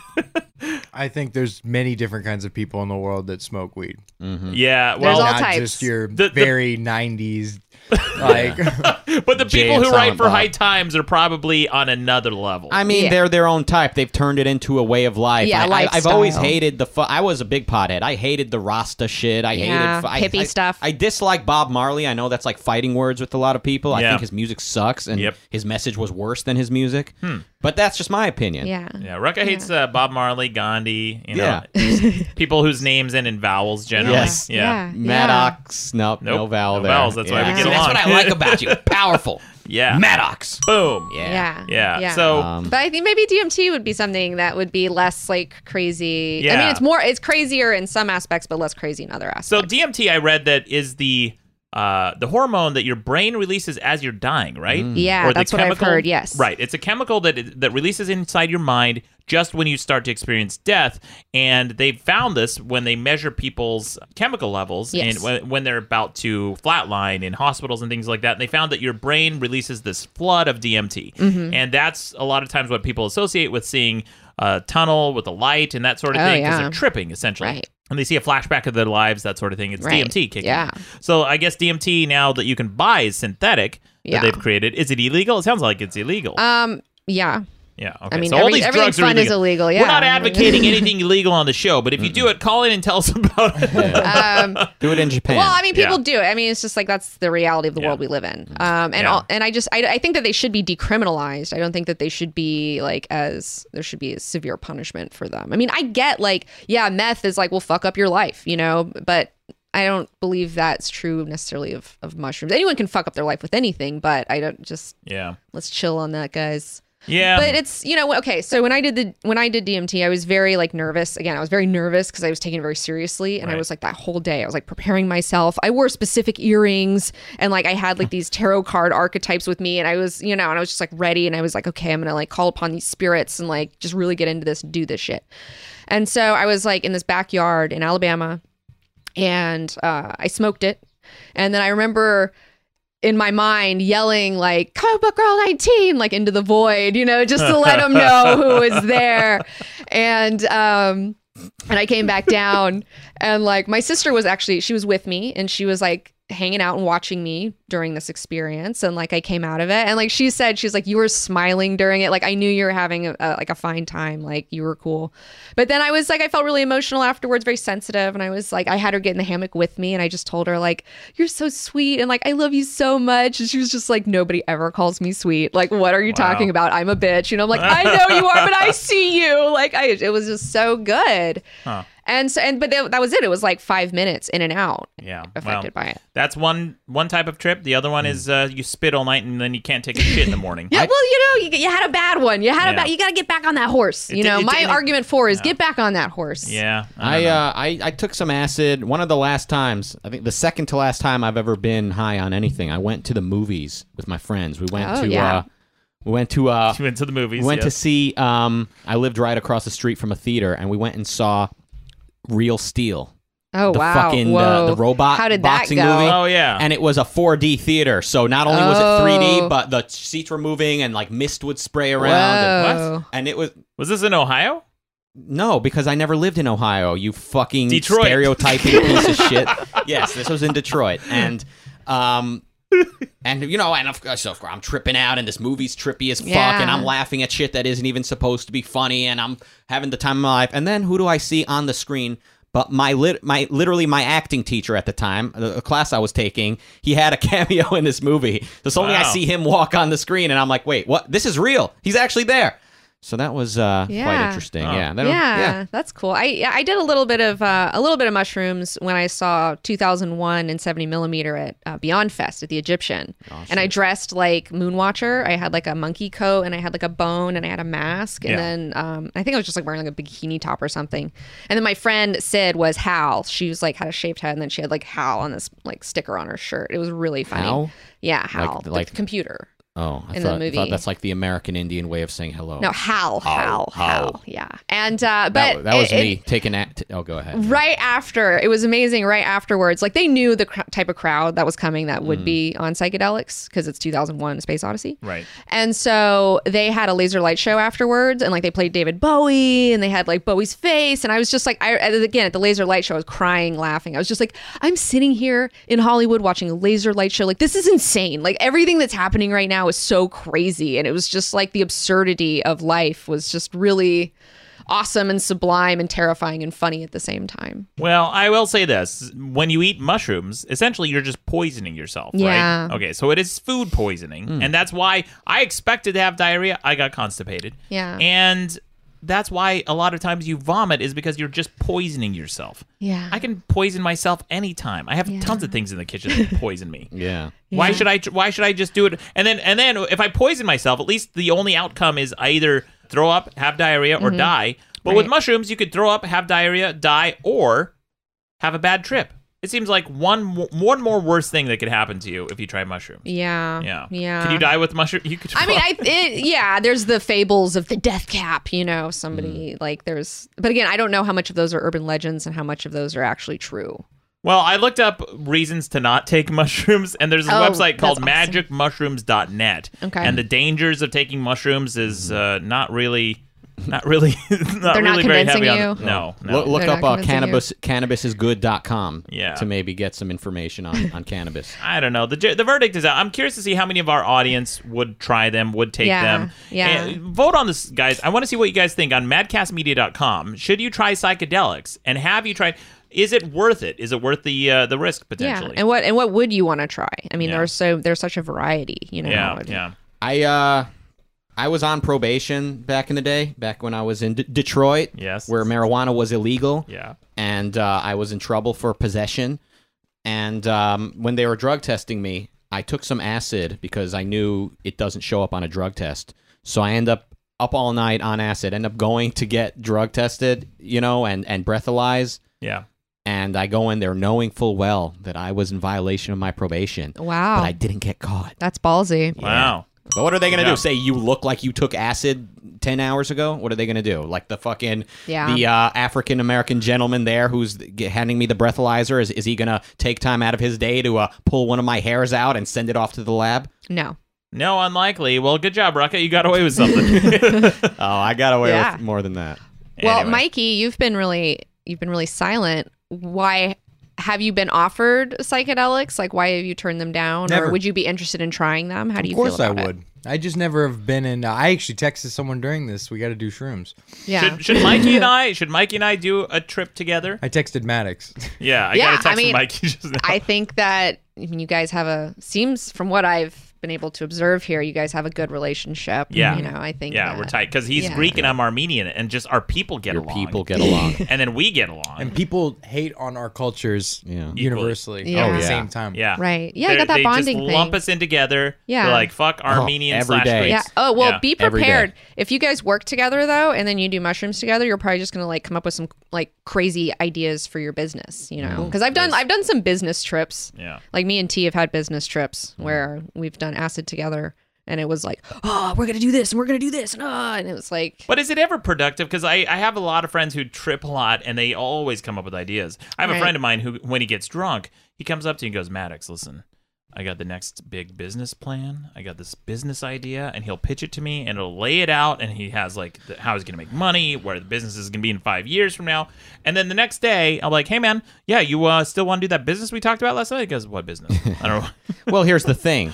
S5: I think there's many different kinds of people in the world that smoke weed.
S3: (laughs) yeah,
S4: There's
S3: well,
S4: all
S5: not
S4: types.
S5: just your
S3: The- the-
S5: very
S3: (laughs)
S5: 90s like
S3: but the
S1: Jay
S3: people
S1: and
S3: who write
S1: Silent
S3: for
S1: Bob.
S3: High Times are probably on another level.
S1: I mean,
S4: Yeah.
S1: they're their own type. They've turned it into a way of life.
S4: Yeah,
S1: I, I, I've
S4: lifestyle.
S1: always hated the. Fu- I was a big pothead. I hated the Rasta shit. I
S4: Yeah,
S1: hated fu- I-
S4: hippie
S1: I-
S4: stuff.
S1: I dislike Bob Marley. I know that's like fighting words with a lot of people. I
S3: Yeah.
S1: think his music sucks, and
S3: Yep. Hmm.
S1: his message was worse than his music. But that's just my opinion.
S4: yeah.
S3: Yeah, Rucka hates uh, Bob Marley, Gandhi, you know,
S1: Yeah.
S3: (laughs) just people whose names end in vowels generally.
S1: Yes.
S3: Yeah.
S1: Maddox. Nope,
S3: Nope,
S1: no vowel
S3: no
S1: there.
S3: vowels, that's why we
S1: Yeah.
S3: get
S1: See, That's
S3: along.
S1: what I like about
S3: (laughs)
S1: you. Powerful.
S3: Yeah.
S1: Maddox.
S3: Boom.
S1: Yeah.
S4: Yeah. Yeah.
S3: Yeah. So
S1: Um,
S4: but I think maybe DMT would be something that would be less like crazy. I
S3: Yeah.
S4: mean, it's more, it's crazier in some aspects, but less crazy in other aspects.
S3: so DMT I read that is the uh, the hormone that your brain releases as you're dying, right?
S4: Yeah, that's what I've heard, yes.
S3: Right. It's a chemical that that releases inside your mind just when you start to experience death, and they found this when they measure people's chemical levels
S4: Yes.
S3: and when, when they're about to flatline in hospitals and things like that. And they found that your brain releases this flood of DMT,
S4: Mm-hmm.
S3: and that's a lot of times what people associate with seeing a tunnel with a light and that sort of
S4: Oh,
S3: thing
S4: yeah.
S3: they're tripping essentially.
S4: Right.
S3: And they see a flashback of their lives, that sort of thing. It's
S4: Right.
S3: DMT kicking.
S4: Yeah.
S3: in. So I guess DMT now that you can buy is synthetic that
S4: Yeah.
S3: they've created. Is it illegal? It sounds like it's illegal.
S4: Um, yeah.
S3: yeah. Okay.
S4: mean,
S3: so all
S4: every-
S3: these
S4: everything
S3: drugs are
S4: fun
S3: illegal.
S4: is illegal,
S3: We're
S4: yeah. (laughs)
S3: not advocating anything illegal on the show, but if you do it, call in and tell us about it.
S4: Um,
S1: do it in Japan.
S4: Well, I mean, people
S3: Yeah. Mm-hmm.
S4: do it. I mean, it's just like that's the reality of the world we live in. Um, and
S3: Yeah.
S4: all, and I just I, I think that they should be decriminalized. I don't think that they should be like as there should be a severe punishment for them. I mean, I get like yeah, meth is like will fuck up your life, you know, but I don't believe that's true necessarily of of mushrooms. Anyone can fuck up their life with anything, but I don't just
S3: Yeah.
S4: let's chill on that, guys.
S3: (laughs) Yeah.
S4: But it's you know okay. So when I did the when I did DMT, I was very like nervous. Again, I was very nervous because I was taking it very seriously, and
S3: Right.
S4: I was like that whole day. I was like preparing myself. I wore specific earrings, and like I had like these tarot card archetypes with me, and I was you know, and I was just like ready, and I was like, okay, I'm gonna like call upon these spirits and like just really get into this, and do this shit. And so I was like in this backyard in Alabama, and uh, I smoked it, and then I remember in my mind yelling like comic book girl 19 like into the void you know just to let them know who was there and um and i came back down and like my sister was actually she was with me and she was like hanging out and watching me during this experience and like i came out of it and like she said she was like you were smiling during it like i knew you were having a, a, like a fine time like you were cool but then i was like i felt really emotional afterwards very sensitive and i was like i had her get in the hammock with me and i just told her like you're so sweet and like i love you so much and she was just like nobody ever calls me sweet like what are you
S3: Wow.
S4: talking about i'm a bitch you know i'm like i know you are but
S3: (laughs)
S4: i see you like i it was just so good
S3: Huh.
S4: and so and but that that was it it was like five minutes in and out
S3: yeah. Well,
S4: affected by it
S3: that's one one type of trip. The other one
S1: Mm.
S3: is uh, you spit all night and then you can't take a shit in
S4: (laughs)
S3: the morning.
S4: Yeah, well, you know, you, you had a bad one. You had
S3: Yeah.
S4: a bad. You got to get back on that horse.
S3: It
S4: You
S3: did-
S4: know,
S3: it
S4: my
S3: did- it-
S4: argument for is get back on that horse.
S3: yeah. (laughs)
S1: I
S3: don't know.
S1: uh, I I took some acid one of the last times. I think the second to last time I've ever been high on anything. I went to the movies with my friends. We went
S4: Oh,
S1: to
S4: yeah.
S1: uh, we went to uh,
S3: You went to the movies.
S1: we went to
S3: yes.
S1: see. Um, I lived right across the street from a theater, and we went and saw Real Steel.
S4: Oh
S1: the
S4: wow.
S1: fucking
S4: Whoa.
S1: uh, the robot
S4: How did
S1: boxing
S4: that go?
S1: movie.
S3: Oh, yeah.
S1: and it was a 4D theater, so not only was it 3D,
S4: Oh.
S1: but the seats were moving and like mist would spray around.
S4: Whoa.
S1: And, and it was
S3: Was this in Ohio?
S1: No, because I never lived in Ohio. You fucking
S3: Detroit. (laughs)
S1: stereotyping piece of shit. Yes, this was in Detroit, and um, and you know, and of course, of course, I'm tripping out, and this movie's trippy as fuck,
S4: Yeah.
S1: and I'm laughing at shit that isn't even supposed to be funny, and I'm having the time of my life. And then who do I see on the screen? But my lit, my literally my acting teacher at the time, the the class I was taking, he had a (laughs) cameo in this movie. So suddenly I
S3: Wow.
S1: see him walk on the screen, and I'm like, wait, what? This is real. He's actually there. So that was uh, quite
S4: Yeah.
S1: interesting.
S3: Oh.
S1: Yeah, that,
S4: yeah, that's cool. I yeah, I did a little bit of uh, a little bit of mushrooms when I saw 2001 and 70 millimeter at uh, Beyond Fest at the Egyptian, and I dressed like Moonwatcher. I had like a monkey coat and I had like a bone and I had a mask, and
S3: Yeah.
S4: then um, I think I was just like wearing like a bikini top or something. And then my friend Sid was Hal. She was like had a shaved head, and then she had like Hal on this like sticker on her shirt. It was really funny.
S1: Hal?
S4: Yeah, Hal, the
S1: like-
S4: computer.
S1: Oh, I
S4: in the
S1: thought, I thought
S4: movie.
S1: that's like the American Indian way of saying hello.
S4: No, Hal, Hal, Hal,
S1: Oh. Hal.
S4: Yeah, and uh,
S1: that,
S4: but
S1: that was
S4: it- it-
S1: me taking at. t- oh, go ahead.
S4: right after it was amazing right afterwards like they knew the cr- type of crowd that was coming that would be on psychedelics because it's 2001 space odyssey
S3: Right.
S4: and so they had a laser light show afterwards and like they played david bowie and they had like bowie's face and i was just like i and again at the laser light show i was crying laughing i was just like i'm sitting here in hollywood watching a laser light show like this is insane like everything that's happening right now is so crazy and it was just like the absurdity of life was just really awesome and sublime and terrifying and funny at the same time
S3: Well, I will say this: when you eat mushrooms, essentially you're just poisoning yourself,
S4: Yeah.
S3: right? Okay, so it is food poisoning, and that's why I expected to have diarrhea. I got constipated.
S4: Yeah.
S3: and that's why a lot of times you vomit is because you're just poisoning yourself.
S4: Yeah.
S3: I can poison myself anytime. I have tons of things in the kitchen that poison me.
S1: Yeah.
S3: Why should I? tr- Why should I just do it? And then, and then, if I poison myself, at least the only outcome is I either throw up, have diarrhea, or die. But with
S4: Mm-hmm. Right.
S3: mushrooms, you could throw up, have diarrhea, die, or have a bad trip. It seems like one mo- one more worse thing that could happen to you if you try mushrooms.
S4: Yeah.
S3: Yeah.
S4: Yeah.
S3: Can you die with mushroom? You could.
S4: I mean, I it, yeah. There's the fables of the death cap. You know, somebody like there's, but again, I don't know how much of those are urban legends and how much of those are actually true.
S3: Well, I looked up reasons to not take (laughs) mushrooms, and there's a
S4: Oh,
S3: website
S4: that's
S3: called
S4: awesome.
S3: magicmushrooms.net.
S4: Okay.
S3: And the dangers of taking mushrooms is uh, not really, not really, (laughs) not
S4: They're not
S3: really very
S4: convincing
S3: heavy
S4: you?
S3: on. The, no, no.
S1: Look, look
S4: They're
S1: up
S4: not
S1: uh, cannabis
S4: convincing
S1: cannabisisgood.com
S3: Yeah.
S1: to maybe get some information on, on cannabis.
S3: I don't know. The ju- the verdict is out. I'm curious to see how many of our audience would try them, would take
S4: Yeah,
S3: them.
S4: yeah.
S3: And vote on this, guys. I want to see what you guys think on madcastmedia.com. Should you try psychedelics? And have you tried? Is it worth it? Is it worth the uh, the risk
S4: Yeah.
S3: potentially?
S4: And what and what would you want to try? I mean,
S3: Yeah.
S4: there's so there's such a variety. You know.
S3: yeah,
S4: and-
S3: yeah.
S1: I uh, I was on probation back in the day, back when I was in D- Detroit,
S3: Yes.
S1: where marijuana was illegal.
S3: Yeah.
S1: and uh, I was in trouble for possession. And um, when they were drug testing me, I took some acid because I knew it doesn't show up on a drug test. So I end up up all night on acid, end up going to get drug tested, you know, and, and breathalyze.
S3: Yeah.
S1: And I go in there knowing full well that I was in violation of my probation.
S4: Wow.
S1: But I didn't get caught.
S4: That's ballsy.
S3: Wow.
S1: But what are they going to
S3: Yeah.
S1: do? Say you look like you took acid 10 hours ago? What are they going to do? Like the fucking
S4: Yeah.
S1: the uh, African American gentleman there who's g- handing me the breathalyzer is is he going to take time out of his day to uh, pull one of my hairs out and send it off to the lab?
S4: No.
S3: No, unlikely. Well, good job, Rocket. You got away with (laughs) something.
S1: Oh, I got away
S4: Yeah.
S1: with more than that.
S4: Well,
S3: Anyway.
S4: Mikey, you've been really you've been really silent. Why have you been offered psychedelics? Like, why have you turned them down? Or
S5: Never.
S4: would you be interested in trying them? How do
S5: Of
S4: you?
S5: course,
S4: feel
S5: I
S4: about it?
S5: would. I just never have been in. uh, I actually texted someone during this. We got to do shrooms.
S4: Yeah.
S3: Should, should Mikey and I should Mikey and I do a trip together?
S5: I texted
S3: (laughs)
S5: Maddox.
S3: Yeah, I
S4: Yeah,
S3: got a text
S4: I mean,
S3: from Mikey just now.
S4: I think that I mean, you guys have a seems from what I've been able to observe here, you guys have a good relationship.
S3: Yeah.
S4: you know, I think.
S3: yeah, we're
S4: that-
S3: tight because he's
S4: yeah.
S3: Greek and I'm Armenian, and just our people get
S1: Your
S3: along.
S4: (laughs)
S1: people get along.
S3: and then we get along.
S5: and people hate on our cultures
S1: Yeah.
S5: universally
S4: Yeah.
S5: at
S4: Oh,
S5: the
S1: yeah.
S5: same time.
S3: yeah,
S4: Right. Yeah, I
S3: They're-
S4: got that
S3: they
S4: bonding
S3: just
S4: thing.
S3: lump us in together.
S4: Yeah.
S3: They're like fuck Armenian
S1: Oh, every
S3: slash
S1: day.
S3: Greeks.
S4: Yeah. Oh well,
S3: Yeah.
S4: be
S1: every day.
S4: prepared. If you guys work together though, and then you do mushrooms together, you're probably just gonna like come up with some like crazy ideas for your business. You know, because I've done I've done some business trips.
S3: Mm-hmm. Yeah. Mm-hmm.
S4: Like me and T have had business trips where we've done acid together, and it was like, oh, we're gonna do this, and we're gonna do this, and ah, and it was like,
S3: But is it ever productive? Because I, I have a lot of friends who trip a lot and they always come up with ideas. I have a
S4: Right.
S3: friend of mine who, when he gets drunk, he comes up to you and goes, Maddox, listen, I got the next big business plan. I got this business idea, and he'll pitch it to me, and he'll lay it out, and he has like the, how he's gonna make money, where the business is gonna be in five years from now, and then the next day I'm like, hey man, yeah, you uh, still want to do that business we talked about last night? He goes, what business? I don't know.
S1: well, here's the thing.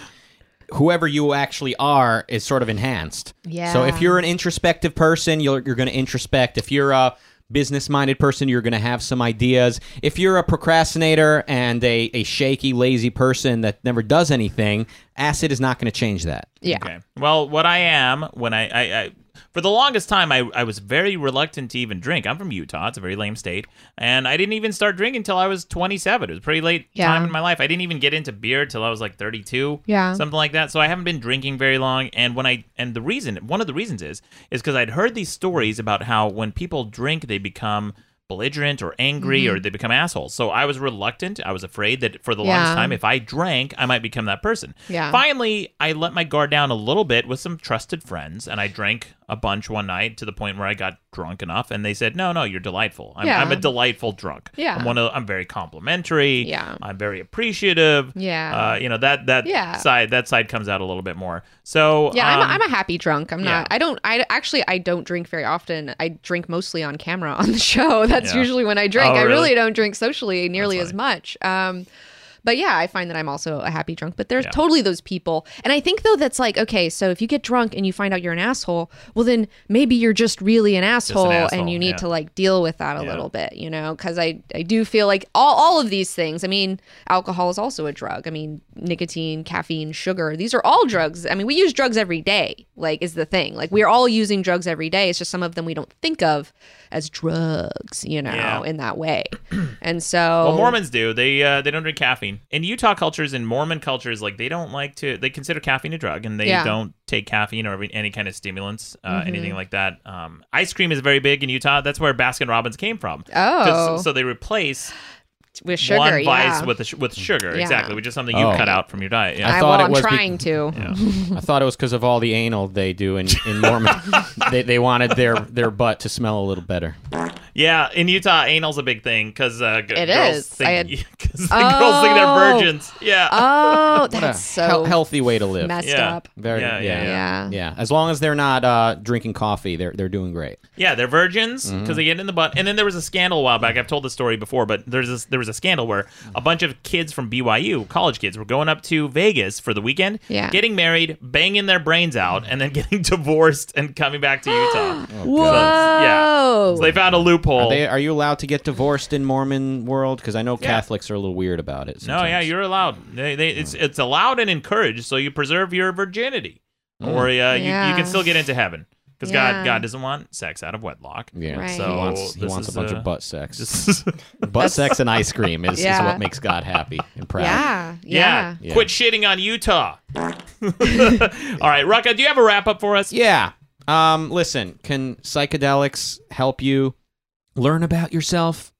S1: Whoever you actually are is sort of enhanced.
S4: Yeah.
S1: So if you're an introspective person, you're, you're going to introspect. If you're a business minded person, you're going to have some ideas. If you're a procrastinator and a, a shaky, lazy person that never does anything, acid is not going to
S4: (laughs)
S1: change that.
S4: Yeah.
S3: Okay. Well, what I am when I, I, I for the longest time, I, I was very reluctant to even drink. I'm from Utah. It's a very lame state. And I didn't even start drinking until I was 27. It was a pretty late
S4: Yeah.
S3: time in my life. I didn't even get into beer till I was like 32.
S4: Yeah.
S3: Something like that. So I haven't been drinking very long. And when I, and the reason, one of the reasons is, is because I'd heard these stories about how when people drink, they become belligerent or angry or they become assholes. So I was reluctant. I was afraid that for the
S4: Mm-hmm.
S3: longest
S4: Yeah.
S3: time, if I drank, I might become that person.
S4: Mm. Yeah.
S3: Finally, I let my guard down a little bit with some trusted friends, and I drank a bunch one night to the point where I got drunk enough, and they said, "No, no, you're delightful. I'm,
S4: Yeah.
S3: I'm a delightful drunk.
S4: Yeah.
S3: I'm one of. I'm very complimentary.
S4: Yeah.
S3: I'm very appreciative.
S4: Yeah.
S3: Uh, you know that that
S4: Yeah.
S3: side that side comes out a little bit more. So
S4: Yeah,
S3: um,
S4: I'm, a, I'm a happy drunk. I'm
S3: yeah.
S4: not. I don't. I actually I don't drink very often. I drink mostly on camera on the show. (laughs) That's
S3: Yeah.
S4: usually when I drink.
S3: Oh,
S4: I
S3: really?
S4: really don't drink socially nearly as much. Um, but yeah, I find that I'm also a happy drunk. But there's
S3: Yeah.
S4: totally those people, and I think though that's like okay. So if you get drunk and you find out you're an asshole, well then maybe you're just really an asshole,
S3: asshole,
S4: and you need
S3: yeah.
S4: to like deal with that a
S3: Yeah.
S4: little bit, you know? Because I I do feel like all all of these things. I mean, alcohol is also a drug. I mean, nicotine, caffeine, sugar. These are all drugs. I mean, we use drugs every day. Like is the thing. Like we're all using drugs every day. It's just some of them we don't think of as drugs, you know,
S3: Yeah.
S4: in that
S3: (clears throat)
S4: way. And so
S3: Well, Mormons do. They uh, they don't drink caffeine. In Utah cultures and Mormon cultures, like they don't like to. They consider caffeine a drug, and they
S4: Yeah. Mm-hmm.
S3: don't take caffeine or every- any kind of stimulants, uh, anything like that. Um, ice cream is very big in Utah. That's where Baskin Robbins came from. 'Cause-
S4: oh,
S3: so they replace
S4: with sugar,
S3: one vice
S4: yeah.
S3: with a, sh- with sugar,
S4: Yeah.
S3: exactly, which is something you
S1: Oh.
S3: have cut out from your diet. Yeah.
S4: I,
S1: thought
S4: well,
S1: it
S4: I'm
S1: was be-
S4: trying to.
S1: I thought it was because of all the anal they do in,
S4: (laughs)
S1: in Mormon. they, they wanted their, their butt to smell a little better.
S3: Yeah, in Utah, anal's a big thing because uh, g-
S4: It
S3: girls
S4: is.
S3: (laughs) think
S4: I had-
S3: 'cause the girls think
S4: Oh.
S3: they're virgins. Yeah.
S4: (laughs) Oh,
S1: What a
S4: that's so
S1: hel- healthy way to live.
S4: messed
S3: Yeah.
S4: up.
S1: Very,
S3: Yeah, yeah,
S1: yeah.
S4: Yeah.
S1: Yeah, as long as they're not uh, drinking coffee, they're they're doing great.
S3: Yeah, they're virgins because
S1: Mm-hmm.
S3: they get in the butt. And then there was a scandal a while back. I've told this story before, but there's this, there was a scandal where a bunch of kids from BYU, college kids, were going up to Vegas for the weekend,
S4: Yeah.
S3: getting married, banging their brains out, and then (laughs) getting divorced and coming back
S4: (gasps)
S3: to Utah.
S4: Whoa.
S3: So they found a loophole.
S1: Oh, Are, they, are you allowed to get divorced in Mormon world? Because I know Catholics are a little weird about it.
S3: no, yeah,
S1: sometimes.
S3: you're allowed. They, they,
S1: Oh.
S3: it's it's allowed and encouraged, so you preserve your virginity,
S1: Oh.
S3: or uh, you, you
S4: Yeah.
S3: can still get into heaven because God
S4: Yeah.
S3: God doesn't want sex out of wedlock.
S1: Yeah,
S4: Right.
S1: he
S3: So
S1: wants, he
S3: this
S1: wants a
S3: is,
S1: bunch
S3: uh,
S1: of butt sex.
S3: (laughs) Just
S1: butt sex and ice cream is, is
S4: Yeah.
S1: what makes God happy and proud.
S4: Yeah.
S3: Yeah.
S4: Yeah.
S1: Yeah.
S3: Quit shitting on Utah. (laughs) All right, Rucka, do you have a wrap up for us?
S1: Yeah. Um, listen, can psychedelics help you learn about yourself?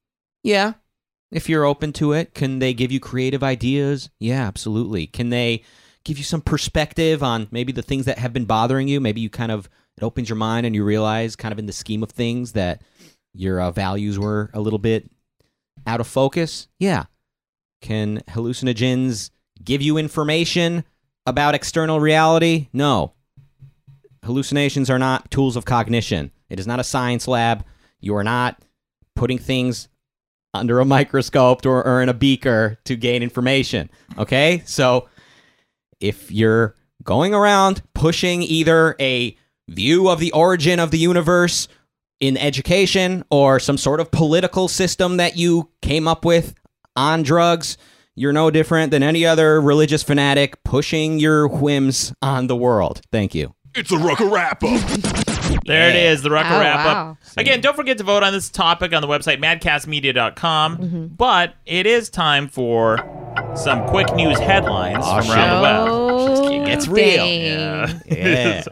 S1: Yeah. If you're open to it, can they give you creative ideas? Yeah, absolutely. Can they give you some perspective on maybe the things that have been bothering you? Maybe you kind of it opens your mind and you realize kind of in the scheme of things that your uh, values were a little bit out of focus. Yeah. Can hallucinogens give you information about external reality? No hallucinations are not tools of cognition. It is not a science lab. You are not putting things under a microscope or, or in a beaker to gain information. Okay? So if you're going around pushing either a view of the origin of the universe in education or some sort of political system that you came up with on drugs, you're no different than any other religious fanatic pushing your whims on the world. Thank you.
S7: It's a Rucka wrap up.
S3: There it is, the Rucker
S4: Oh,
S3: wrap up.
S4: wow.
S3: Again, don't forget to vote on this topic on the website madcastmedia.com. But it is time for some quick news headlines from around the web.
S4: Oh,
S1: It's real.
S4: dang.
S3: Yeah. (laughs)
S1: Yeah.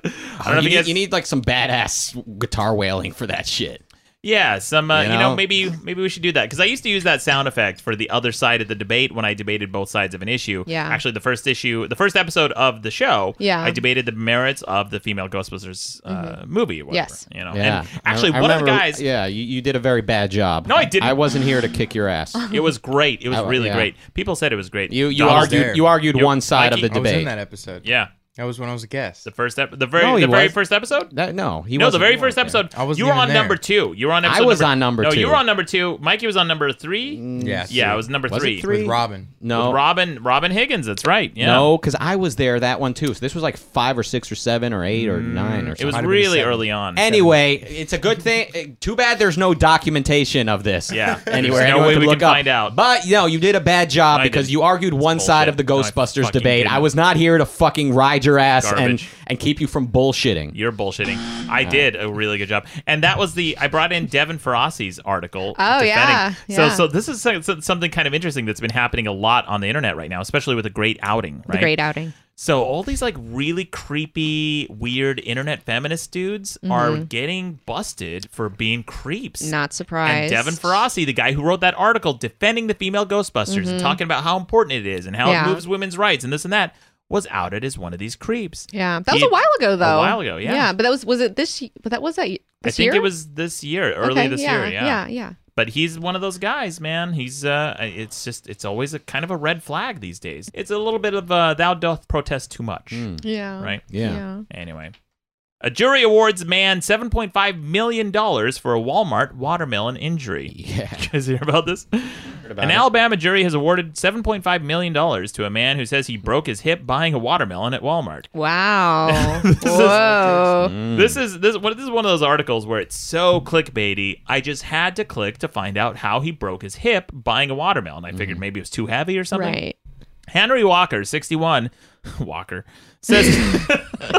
S3: I don't
S1: you,
S3: know if you
S1: need,
S3: guys-
S1: you need like some badass guitar wailing for that shit.
S3: Yeah, some uh, you,
S1: You
S3: know?
S1: know?
S3: maybe maybe we should do that because I used to use that sound effect for the other side of the debate when I debated both sides of an issue.
S4: Yeah.
S3: actually, the first issue, the first episode of the show,
S4: Yeah.
S3: I debated the merits of the female Ghostbusters uh, movie. Or whatever,
S4: Yes.
S3: you know,
S1: Mm-hmm. Yeah.
S3: Oh, and actually,
S1: I- I
S3: one of the
S1: remember-
S3: guys,
S1: Yeah, you, you did a very bad job.
S3: No, I didn't.
S1: I wasn't here to kick your ass.
S3: it was great. It was
S1: I-
S3: really
S1: yeah.
S3: great. People said it was great.
S1: You you
S3: Donald-
S1: argued
S5: there.
S1: you argued
S3: Yep.
S1: one side
S3: Mikey.
S1: of the
S5: I was in
S1: debate.
S5: that episode.
S3: Yeah,
S5: That was when I was a guest.
S3: the first ep- the very
S1: No, he
S3: the very
S1: wasn't.
S3: first episode.
S1: That- no, he
S3: no, the
S1: wasn't.
S3: very first episode.
S5: I wasn't
S3: you were
S5: even
S3: on
S5: there.
S3: number two. You were on
S1: I
S3: episode.
S1: was
S3: number,
S1: on number
S3: no,
S1: two. Mm,
S3: you were on number two. Mikey was on number three.
S5: Yes.
S3: Yeah, it was number
S1: Was it
S3: three.
S1: three?
S5: with Robin.
S1: No,
S3: With Robin Robin Higgins. That's right. Yeah.
S1: no, because I was there that one too. So this was like five or six or seven or eight or nine or
S3: Mm, It
S1: something.
S3: was
S5: Might have been
S3: really
S5: seven.
S3: early on.
S1: Anyway, it's a good thing. eh, Too bad there's no documentation of this. (laughs)
S3: Yeah.
S1: Anywhere
S3: There's no
S1: anyone
S3: way
S1: could
S3: we
S1: look
S3: can
S1: up.
S3: find out.
S1: But you know, you did a bad job
S3: No, I
S1: because
S3: didn't.
S1: you argued one
S3: It's
S1: side of the
S3: bullshit. No, I
S1: Ghostbusters
S3: fucking
S1: debate.
S3: didn't.
S1: I was not here to fucking ride your ass
S3: Garbage.
S1: and and keep you from bullshitting.
S3: You're bullshitting. I did a really good job, and that was the I brought in Devin Ferrassi's article.
S4: Oh,
S3: defending-
S4: yeah,
S3: So
S4: yeah.
S3: so this is so- so- something kind of interesting that's been happening a lot on the internet right now, especially with the Great Outing. Right.
S4: The great outing.
S3: So all these like really creepy, weird internet feminist dudes are
S4: Mm-hmm.
S3: getting busted for being creeps.
S4: Not
S3: and
S4: surprised.
S3: Devin Ferrassi, the guy who wrote that article defending the female Ghostbusters and talking about how important it is and how
S4: Mm-hmm. Yeah.
S3: it moves women's rights and this and that, was outed as one of these creeps.
S4: Yeah, that was
S3: He-
S4: a while ago though.
S3: A while ago, yeah.
S4: Yeah, but that was was it this? y- But that was that y-
S3: I
S4: this
S3: think
S4: year?
S3: it was this year, early
S4: Okay,
S3: this
S4: yeah,
S3: year, yeah.
S4: yeah,
S3: But he's one of those guys, man. He's uh, it's just it's always a kind of a red flag these days. It's a little bit of uh, thou doth protest too much,
S4: yeah, yeah.
S3: Mm. right?
S1: Yeah.
S3: Anyway. A jury awards man $7.5 million for a Walmart watermelon injury. (laughs)
S1: Yeah.
S3: You guys hear about this? An Alabama jury has awarded $7.5 million to a man who says he broke his hip buying a watermelon at Walmart.
S4: Wow.
S3: (laughs) This is-
S4: Whoa.
S3: This is this what this is one of those articles where it's so clickbaity. I just had to click to find out how he broke his hip buying a watermelon. I figured maybe it was too heavy or something.
S4: right.
S3: Henry Walker, 61, (laughs) Walker, says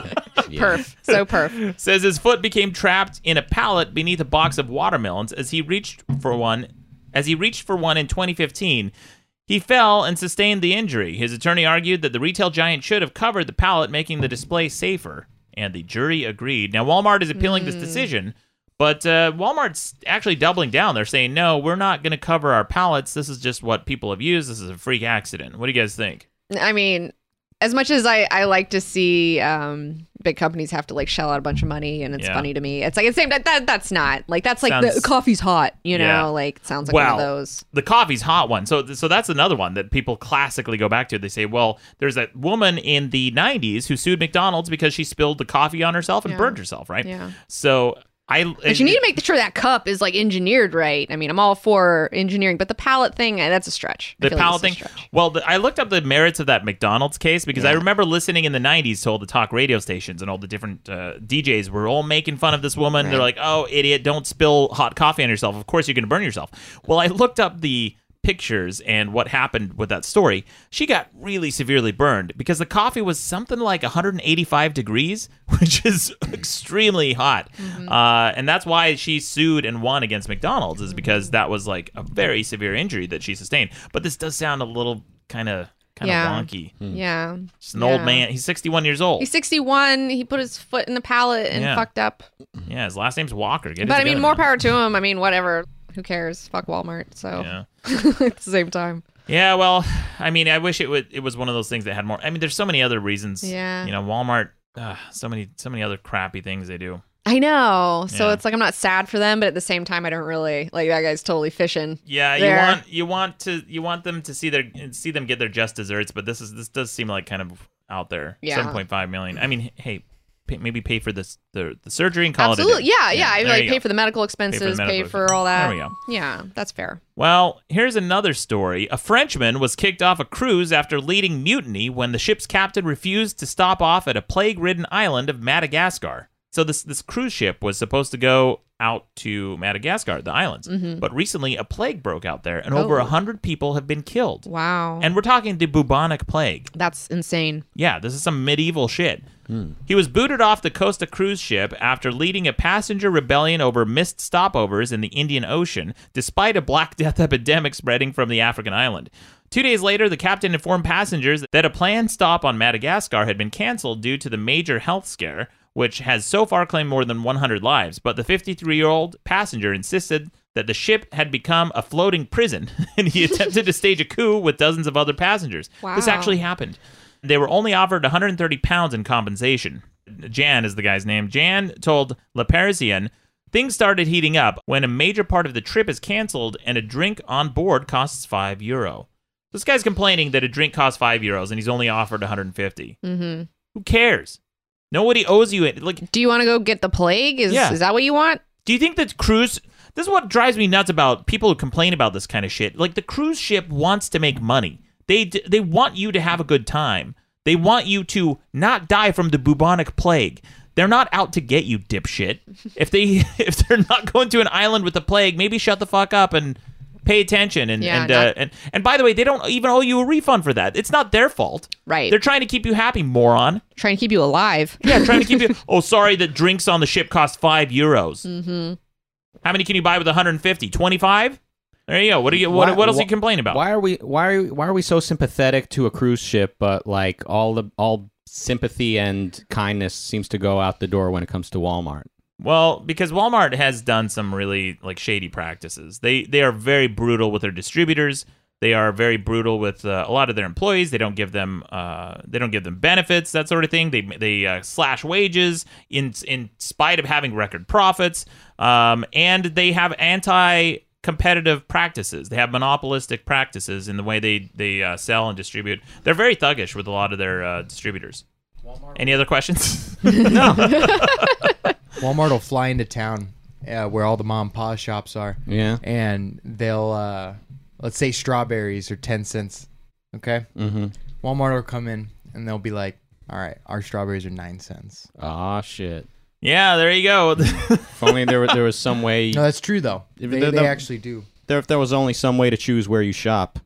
S4: Perf. So perf.
S3: says his foot became trapped in a pallet beneath a box of watermelons as he reached for one as he reached for one in 2015 he fell and sustained the injury his attorney argued that the retail giant should have covered the pallet making the display safer and the jury agreed now walmart is appealing this decision but uh, walmart's actually doubling down they're saying no we're not going to cover our pallets this is just what people have used this is a freak accident what do you guys think
S4: I mean, as much as I, I like to see um, big companies have to like shell out a bunch of money and it's
S3: Yeah.
S4: funny to me. It's like it's same that, that that's not like that's like the
S3: Sounds-
S4: coffee's hot, you know,
S3: Yeah.
S4: like sounds like one
S3: Well,
S4: of those.
S3: the coffee's hot one. So so that's another one that people classically go back to. They say, well, there's that woman in the 90s who sued McDonald's because she spilled the coffee on herself and
S4: Yeah.
S3: burned herself, right?
S4: Yeah.
S3: So I
S4: But you need to make sure that cup is like engineered right. I mean, I'm all for engineering, but the palette thing, eh, that's a stretch. I
S3: the
S4: feel like
S3: palate
S4: that's
S3: thing.
S4: a stretch.
S3: Well, the, I looked up the merits of that McDonald's case because I remember listening in the '90s to all the talk radio stations and all the different uh, DJs were all making fun of this woman. They're like, "Oh, idiot! Don't spill hot coffee on yourself. Of course, you're going to burn yourself." Well, I looked up the pictures and what happened with that story. She got really severely burned because the coffee was something like 185 degrees, (laughs) which is extremely hot.
S4: Mm-hmm.
S3: Uh, and that's why she sued and won against McDonald's
S4: Mm-hmm.
S3: is because that was like a very severe injury that she sustained. But this does sound a little kind of kind of
S4: Yeah.
S3: wonky.
S4: Yeah.
S3: Just an old
S4: Yeah.
S3: man. He's 61 years old.
S4: He's 61. He put his foot in the pallet and
S3: Yeah.
S4: fucked up.
S3: yeah, his last name's Walker. Get it
S4: But I mean,
S3: together,
S4: more
S3: man.
S4: power to him. I mean, whatever. Who cares? Fuck Walmart. So
S3: Yeah.
S4: (laughs) at the same time,
S3: Yeah, well, I mean, I wish it would. It was one of those things that had more. I mean, there's so many other reasons.
S4: Yeah.
S3: You know, Walmart. Uh, so many, so many other crappy things they do.
S4: I know. So
S3: Yeah.
S4: it's like I'm not sad for them, but at the same time, I don't really like that guy's totally fishing.
S3: Yeah,
S4: There.
S3: you want you want to you want them to see their see them get their just desserts, but this is this does seem like kind of out there.
S4: Yeah.
S3: Seven point five million. I mean, hey, pay, maybe pay for this the the surgery and call
S4: Absolutely.
S3: it.
S4: Yeah, yeah. I
S3: there
S4: mean, like
S3: you
S4: pay
S3: go.
S4: for the medical expenses, pay for,
S3: medical
S4: all that.
S3: expenses. There we
S4: Yeah, that's fair.
S3: Well, here's another story. A Frenchman was kicked off a cruise after leading mutiny when the ship's captain refused to stop off at a plague-ridden island of Madagascar. So this this cruise ship was supposed to go out to Madagascar, the islands, but recently a plague broke out there, and over over
S4: Mm-hmm. Oh.
S3: hundred people have been killed.
S4: Wow.
S3: And we're talking the bubonic plague.
S4: that's insane.
S3: Yeah, this is some medieval shit. He was booted off the Costa cruise ship after leading a passenger rebellion over missed stopovers in the Indian Ocean, despite a Black (laughs) Death epidemic spreading from the African island. Two days later, the captain informed passengers that a planned stop on Madagascar had been canceled due to the major health scare. which has so far claimed more than 100 lives. But the 53 year old passenger insisted that the ship had become a floating prison, (laughs) and he attempted to stage a coup with dozens of other passengers. This
S4: Wow.
S3: actually happened. They were only offered 130 pounds in compensation. Jan is the guy's name. Jan told Le Parisien, Things started heating up when a major part of the trip is canceled and a drink on board costs 5 euro. This guy's complaining that a drink costs 5 euros and he's only offered 150.
S4: Mm-hmm.
S3: Who cares? Nobody owes you it. Like
S4: Do you want to go get the plague? Is
S3: Yeah.
S4: is that what you want?
S3: do you think that cruise? This is what drives me nuts about people who complain about this kind of shit. Like the cruise ship wants to make money. They d- they want you to have a good time. They want you to not die from the bubonic plague. They're not out to get you, dipshit. If they (laughs) if they're not going to an island with the plague, maybe shut the fuck up and pay attention. And
S4: Yeah,
S3: and,
S4: not-
S3: uh, and and by the way, they don't even owe you a refund for that. It's not their fault.
S4: Right.
S3: They're trying to keep you happy, moron.
S4: Trying to keep you alive.
S3: Yeah, trying
S4: (laughs)
S3: to keep you. Oh, sorry that drinks on the ship cost five euros.
S4: Mm-hmm.
S3: How many can you buy with 150? 25? There you go. What do you what,
S1: Why-
S3: what else you
S1: wh-
S3: complain about?
S1: Why are we why are why are we so sympathetic to a cruise ship, but like all the all sympathy and kindness seems to go out the door when it comes to Walmart?
S3: Well, because Walmart has done some really like shady practices. They they are very brutal with their distributors. They are very brutal with uh, a lot of their employees. They don't give them uh, they don't give them benefits that sort of thing. They they uh, slash wages in in spite of having record profits. Um, and they have anti competitive practices. They have monopolistic practices in the way they they uh, sell and distribute. They're very thuggish with a lot of their uh, distributors. Any other questions? (laughs)
S5: Walmart will fly into town uh, where all the mom and pa shops are.
S1: Yeah.
S5: And they'll, uh, let's say strawberries are 10 cents. Okay.
S1: Mm-hmm.
S5: Walmart will come in and they'll be like, all right, our strawberries are nine cents.
S1: Ah, shit.
S3: yeah, there you go. (laughs)
S1: If only there were, there was some way.
S5: (laughs) No, that's true, though. They,
S1: If the-
S5: they
S1: the-
S5: actually do.
S1: there, if there was only some way to choose where you shop.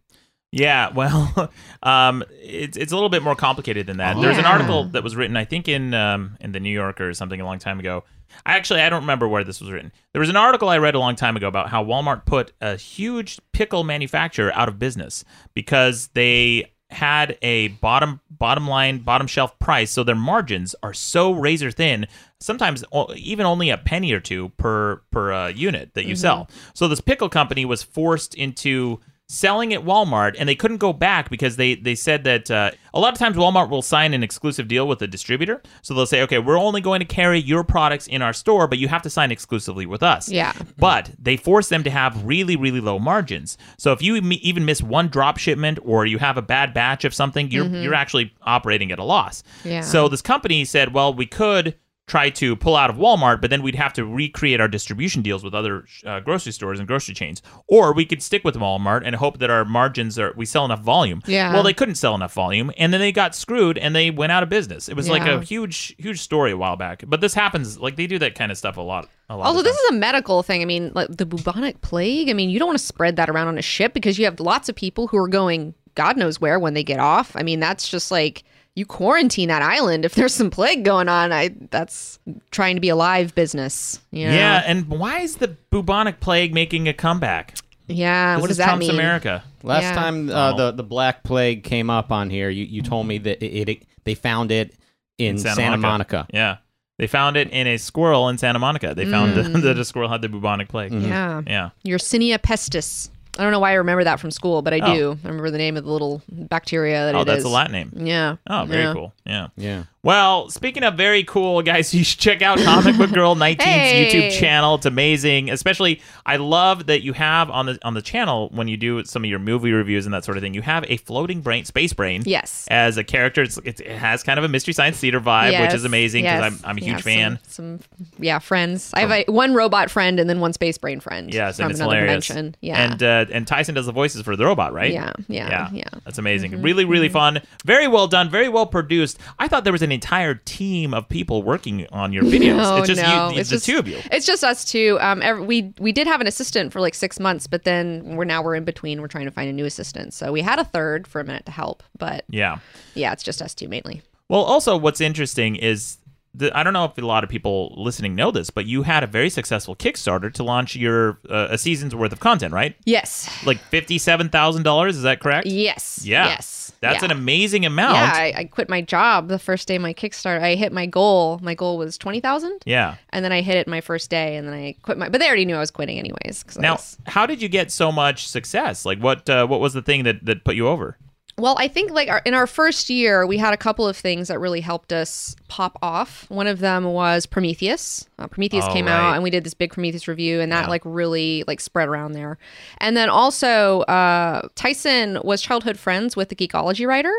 S3: Yeah, well, (laughs) um, it's it's a little bit more complicated than that. There's an
S4: Yeah.
S3: article that was written, I think, in um, in the New Yorker or something a long time ago. I actually I don't remember where this was written. There was an article I read a long time ago about how Walmart put a huge pickle manufacturer out of business because they had a bottom bottom line bottom shelf price, so their margins are so razor thin. Sometimes o- even only a penny or two per per uh, unit that you sell. So this pickle company was forced into selling at Walmart, and they couldn't go back because they they said that uh, a lot of times Walmart will sign an exclusive deal with the distributor. So they'll say, okay, we're only going to carry your products in our store, but you have to sign exclusively with us.
S4: Yeah.
S3: But they force them to have really really low margins. So if you m- even miss one drop shipment or you have a bad batch of something, you're you're actually operating at a loss.
S4: Mm-hmm. Yeah.
S3: So this company said, well, we could try to pull out of Walmart, but then we'd have to recreate our distribution deals with other uh, grocery stores and grocery chains, or we could stick with Walmart and hope that our margins are we sell enough volume.
S4: Yeah.
S3: Well, they couldn't sell enough volume, and then they got screwed and they went out of business. It was like
S4: Yeah.
S3: a huge, huge story a while back. But this happens, like they do that kind of stuff a lot. A lot.
S4: Also,
S3: of
S4: this
S3: times.
S4: is a medical thing. I mean, like the bubonic plague. I mean, you don't want to spread that around on a ship because you have lots of people who are going God knows where when they get off. I mean, that's just like you quarantine that island if there's some plague going on. I that's trying to be alive business. You know?
S3: yeah. And why is the bubonic plague making a comeback?
S4: yeah.
S3: This
S4: Uh, what
S3: is
S4: does that
S3: Trump's
S4: mean?
S3: America.
S1: Last
S4: Yeah.
S1: time uh, the the Black Plague came up on here, you, you told me that it, it they found it in, Santa, Monica.
S3: Yeah. They found it in a squirrel in Santa Monica. They found
S4: Mm.
S3: (laughs) that a squirrel had the bubonic plague.
S1: Mm-hmm.
S4: Yeah.
S3: Yeah.
S4: Yersinia pestis. I don't know why I remember that from school, but I
S3: Oh.
S4: do. I remember the name of the little bacteria that
S3: Oh,
S4: it
S3: that's
S4: is.
S3: a Latin name.
S4: Yeah.
S3: Oh, very
S4: Yeah.
S3: cool. Yeah.
S1: Yeah.
S3: Well, speaking of very cool guys, (laughs) you should check out Comic Book
S4: (laughs)
S3: Girl 19's
S4: Hey.
S3: YouTube channel. It's amazing. Especially, I love that you have on the on the channel when you do some of your movie reviews and that sort of thing. You have a floating brain, space brain,
S4: Yes.
S3: as a character. It's, it's, it has kind of a mystery science theater vibe, which
S4: Yes,
S3: is amazing because
S4: yes,
S3: I'm I'm a
S4: yeah,
S3: huge
S4: some-
S3: fan.
S4: Some, yeah, friends. I have a, one robot friend and then one space brain friend.
S3: Yes,
S4: from
S3: and it's
S4: another
S3: hilarious.
S4: dimension. Yeah,
S3: And uh, and Tyson does the voices for the robot, right?
S4: Yeah, yeah, yeah. Mm-hmm,
S3: That's amazing. Really, really fun. Very well done. Very well produced. I thought there was an entire team of people working on your videos.
S4: (laughs) (laughs) No,
S3: it's just
S4: no,
S3: you,
S4: it's
S3: the
S4: just-
S3: two of you.
S4: it's just us two. Um, ev- we we did have an assistant for like six months, but then we're now we're in between. We're trying to find a new assistant, so we had a third for a minute to help, but
S3: Yeah.
S4: yeah, it's just us two mainly.
S3: Well, also, what's interesting is the, I don't know if a lot of people listening know this, but you had a very successful Kickstarter to launch your uh, a season's worth of content, right?
S4: Yes,
S3: Like fifty-seven thousand dollars. Is that correct?
S4: yes,
S3: Yeah.
S4: yes.
S3: That's
S4: Yeah.
S3: an amazing amount.
S4: Yeah, I, I quit my job the first day my Kickstarter. I hit my goal. My goal was twenty thousand,
S3: Yeah.
S4: and then I hit it my first day, and then I quit my. But they already knew I was quitting anyways. 'cause I
S3: Now,
S4: was-
S3: how did you get so much success? Like, what uh, what was the thing that, that put you over?
S4: Well, I think like our, in our first year, we had a couple of things that really helped us pop off. One of them was Prometheus. Uh, Prometheus
S11: Oh,
S4: came
S11: right.
S4: out, and we did this big Prometheus review, and that like really like spread around there. And then also, uh, Tyson was childhood friends with the Geekology writer.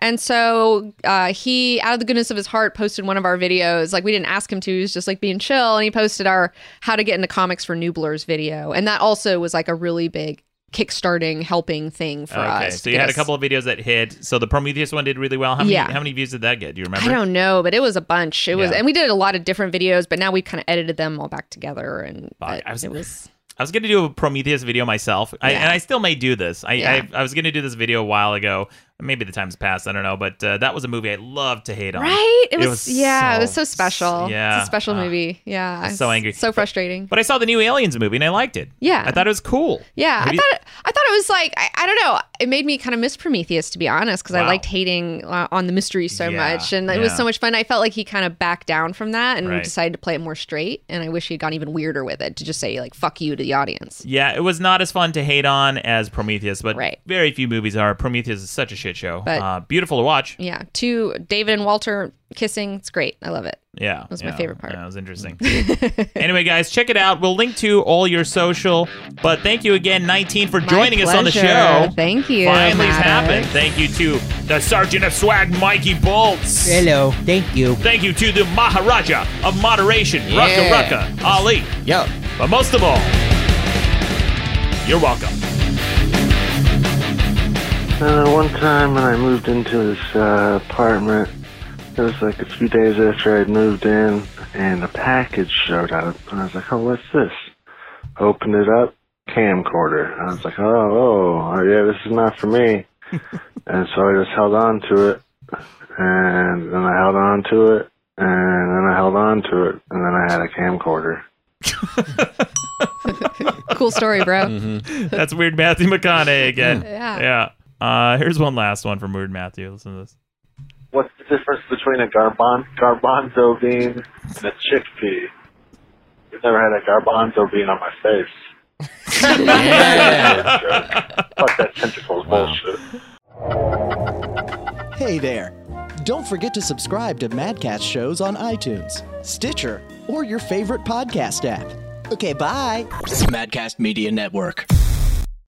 S4: And so uh, he, out of the goodness of his heart, posted one of our videos. Like we didn't ask him to; he was just like being chill, and he posted our "How to Get into Comics for Nooblers" video, and that also was like a really big kickstarting, helping thing for
S3: Uh, okay,
S4: us.
S3: so you had a
S4: because-
S3: couple of videos that hit. So the Prometheus one did really well. How many,
S4: Yeah.
S3: how many views did that get? Do you remember?
S4: I don't know, but it was a bunch. It was,
S3: Yeah.
S4: and we did a lot of different videos, but now we've kind of edited them all back together. And but it was,
S3: I was gonna do a Prometheus video myself, I, and I still may do this. I,
S4: Yeah.
S3: I I was gonna do this video a while ago. Maybe the time's passed. I don't know, but uh, that was a movie I loved to hate on.
S4: right? It was, yeah, it was so
S3: s-
S4: special.
S3: yeah,
S4: it's a special
S3: uh,
S4: movie. Yeah,
S3: was so angry.
S4: so frustrating.
S3: But I saw the new Aliens movie and I liked it.
S4: Yeah.
S3: I thought it was cool.
S4: yeah,
S3: Have
S4: I
S3: you-
S4: thought it, I thought it was like I, I don't know. It made me kind of miss Prometheus to be honest, because I
S3: Wow.
S4: liked hating uh, on the mystery so
S11: Yeah,
S4: much, and it was
S11: yeah.
S4: so much fun. I felt like he kind of backed down from that and
S3: Right.
S4: decided to play it more straight. And I wish he had gone even weirder with it to just say like "fuck you" to the audience.
S3: Yeah, it was not as fun to hate on as Prometheus, but very few movies are. Prometheus is such a shit show.
S4: But-
S3: uh, beautiful to watch.
S4: Yeah, two David and Walter kissing. It's great. I love it.
S3: Yeah.
S4: That was my
S3: yeah,
S4: favorite part.
S3: yeah, that
S4: (laughs)
S3: was interesting. anyway, guys, check it out. We'll link to all your social. But thank you again, 19, for joining us on the
S4: pleasure.
S3: show.
S4: Thank you,
S3: Finally
S4: Maddox.
S3: it's happened. Thank you to the Sergeant of Swag, Mikey Bolts.
S5: Hello. Thank you.
S3: (laughs) Thank you to the Maharaja of Moderation, Rucka
S1: Yeah.
S3: Rucka, Ali.
S1: Yo.
S3: But most of all, you're
S4: (laughs)
S3: welcome.
S10: Uh, one time when I moved into this uh, apartment, it was like a few days after I'd moved in, and a package showed up, and I was like, "Oh, what's this?" Opened it up, camcorder. I was like, "Oh, oh, oh, yeah, this is not for me." and so I just held on to it, and then I held on to it, and then I held on to it, and then I had a camcorder.
S4: cool story, bro.
S3: Mm-hmm. That's Weird Matthew McConaughey again.
S4: Yeah.
S3: Yeah. Uh, here's one last one from Weird Matthew. Listen to this.
S10: What's the difference between a garbon- garbanzo bean and a chickpea? I've never had a garbanzo bean on my face. Fuck that tentacles bullshit.
S2: Hey there. Don't forget to subscribe to Madcast shows on iTunes, Stitcher, or your favorite podcast app. Okay, bye. Madcast Media Network.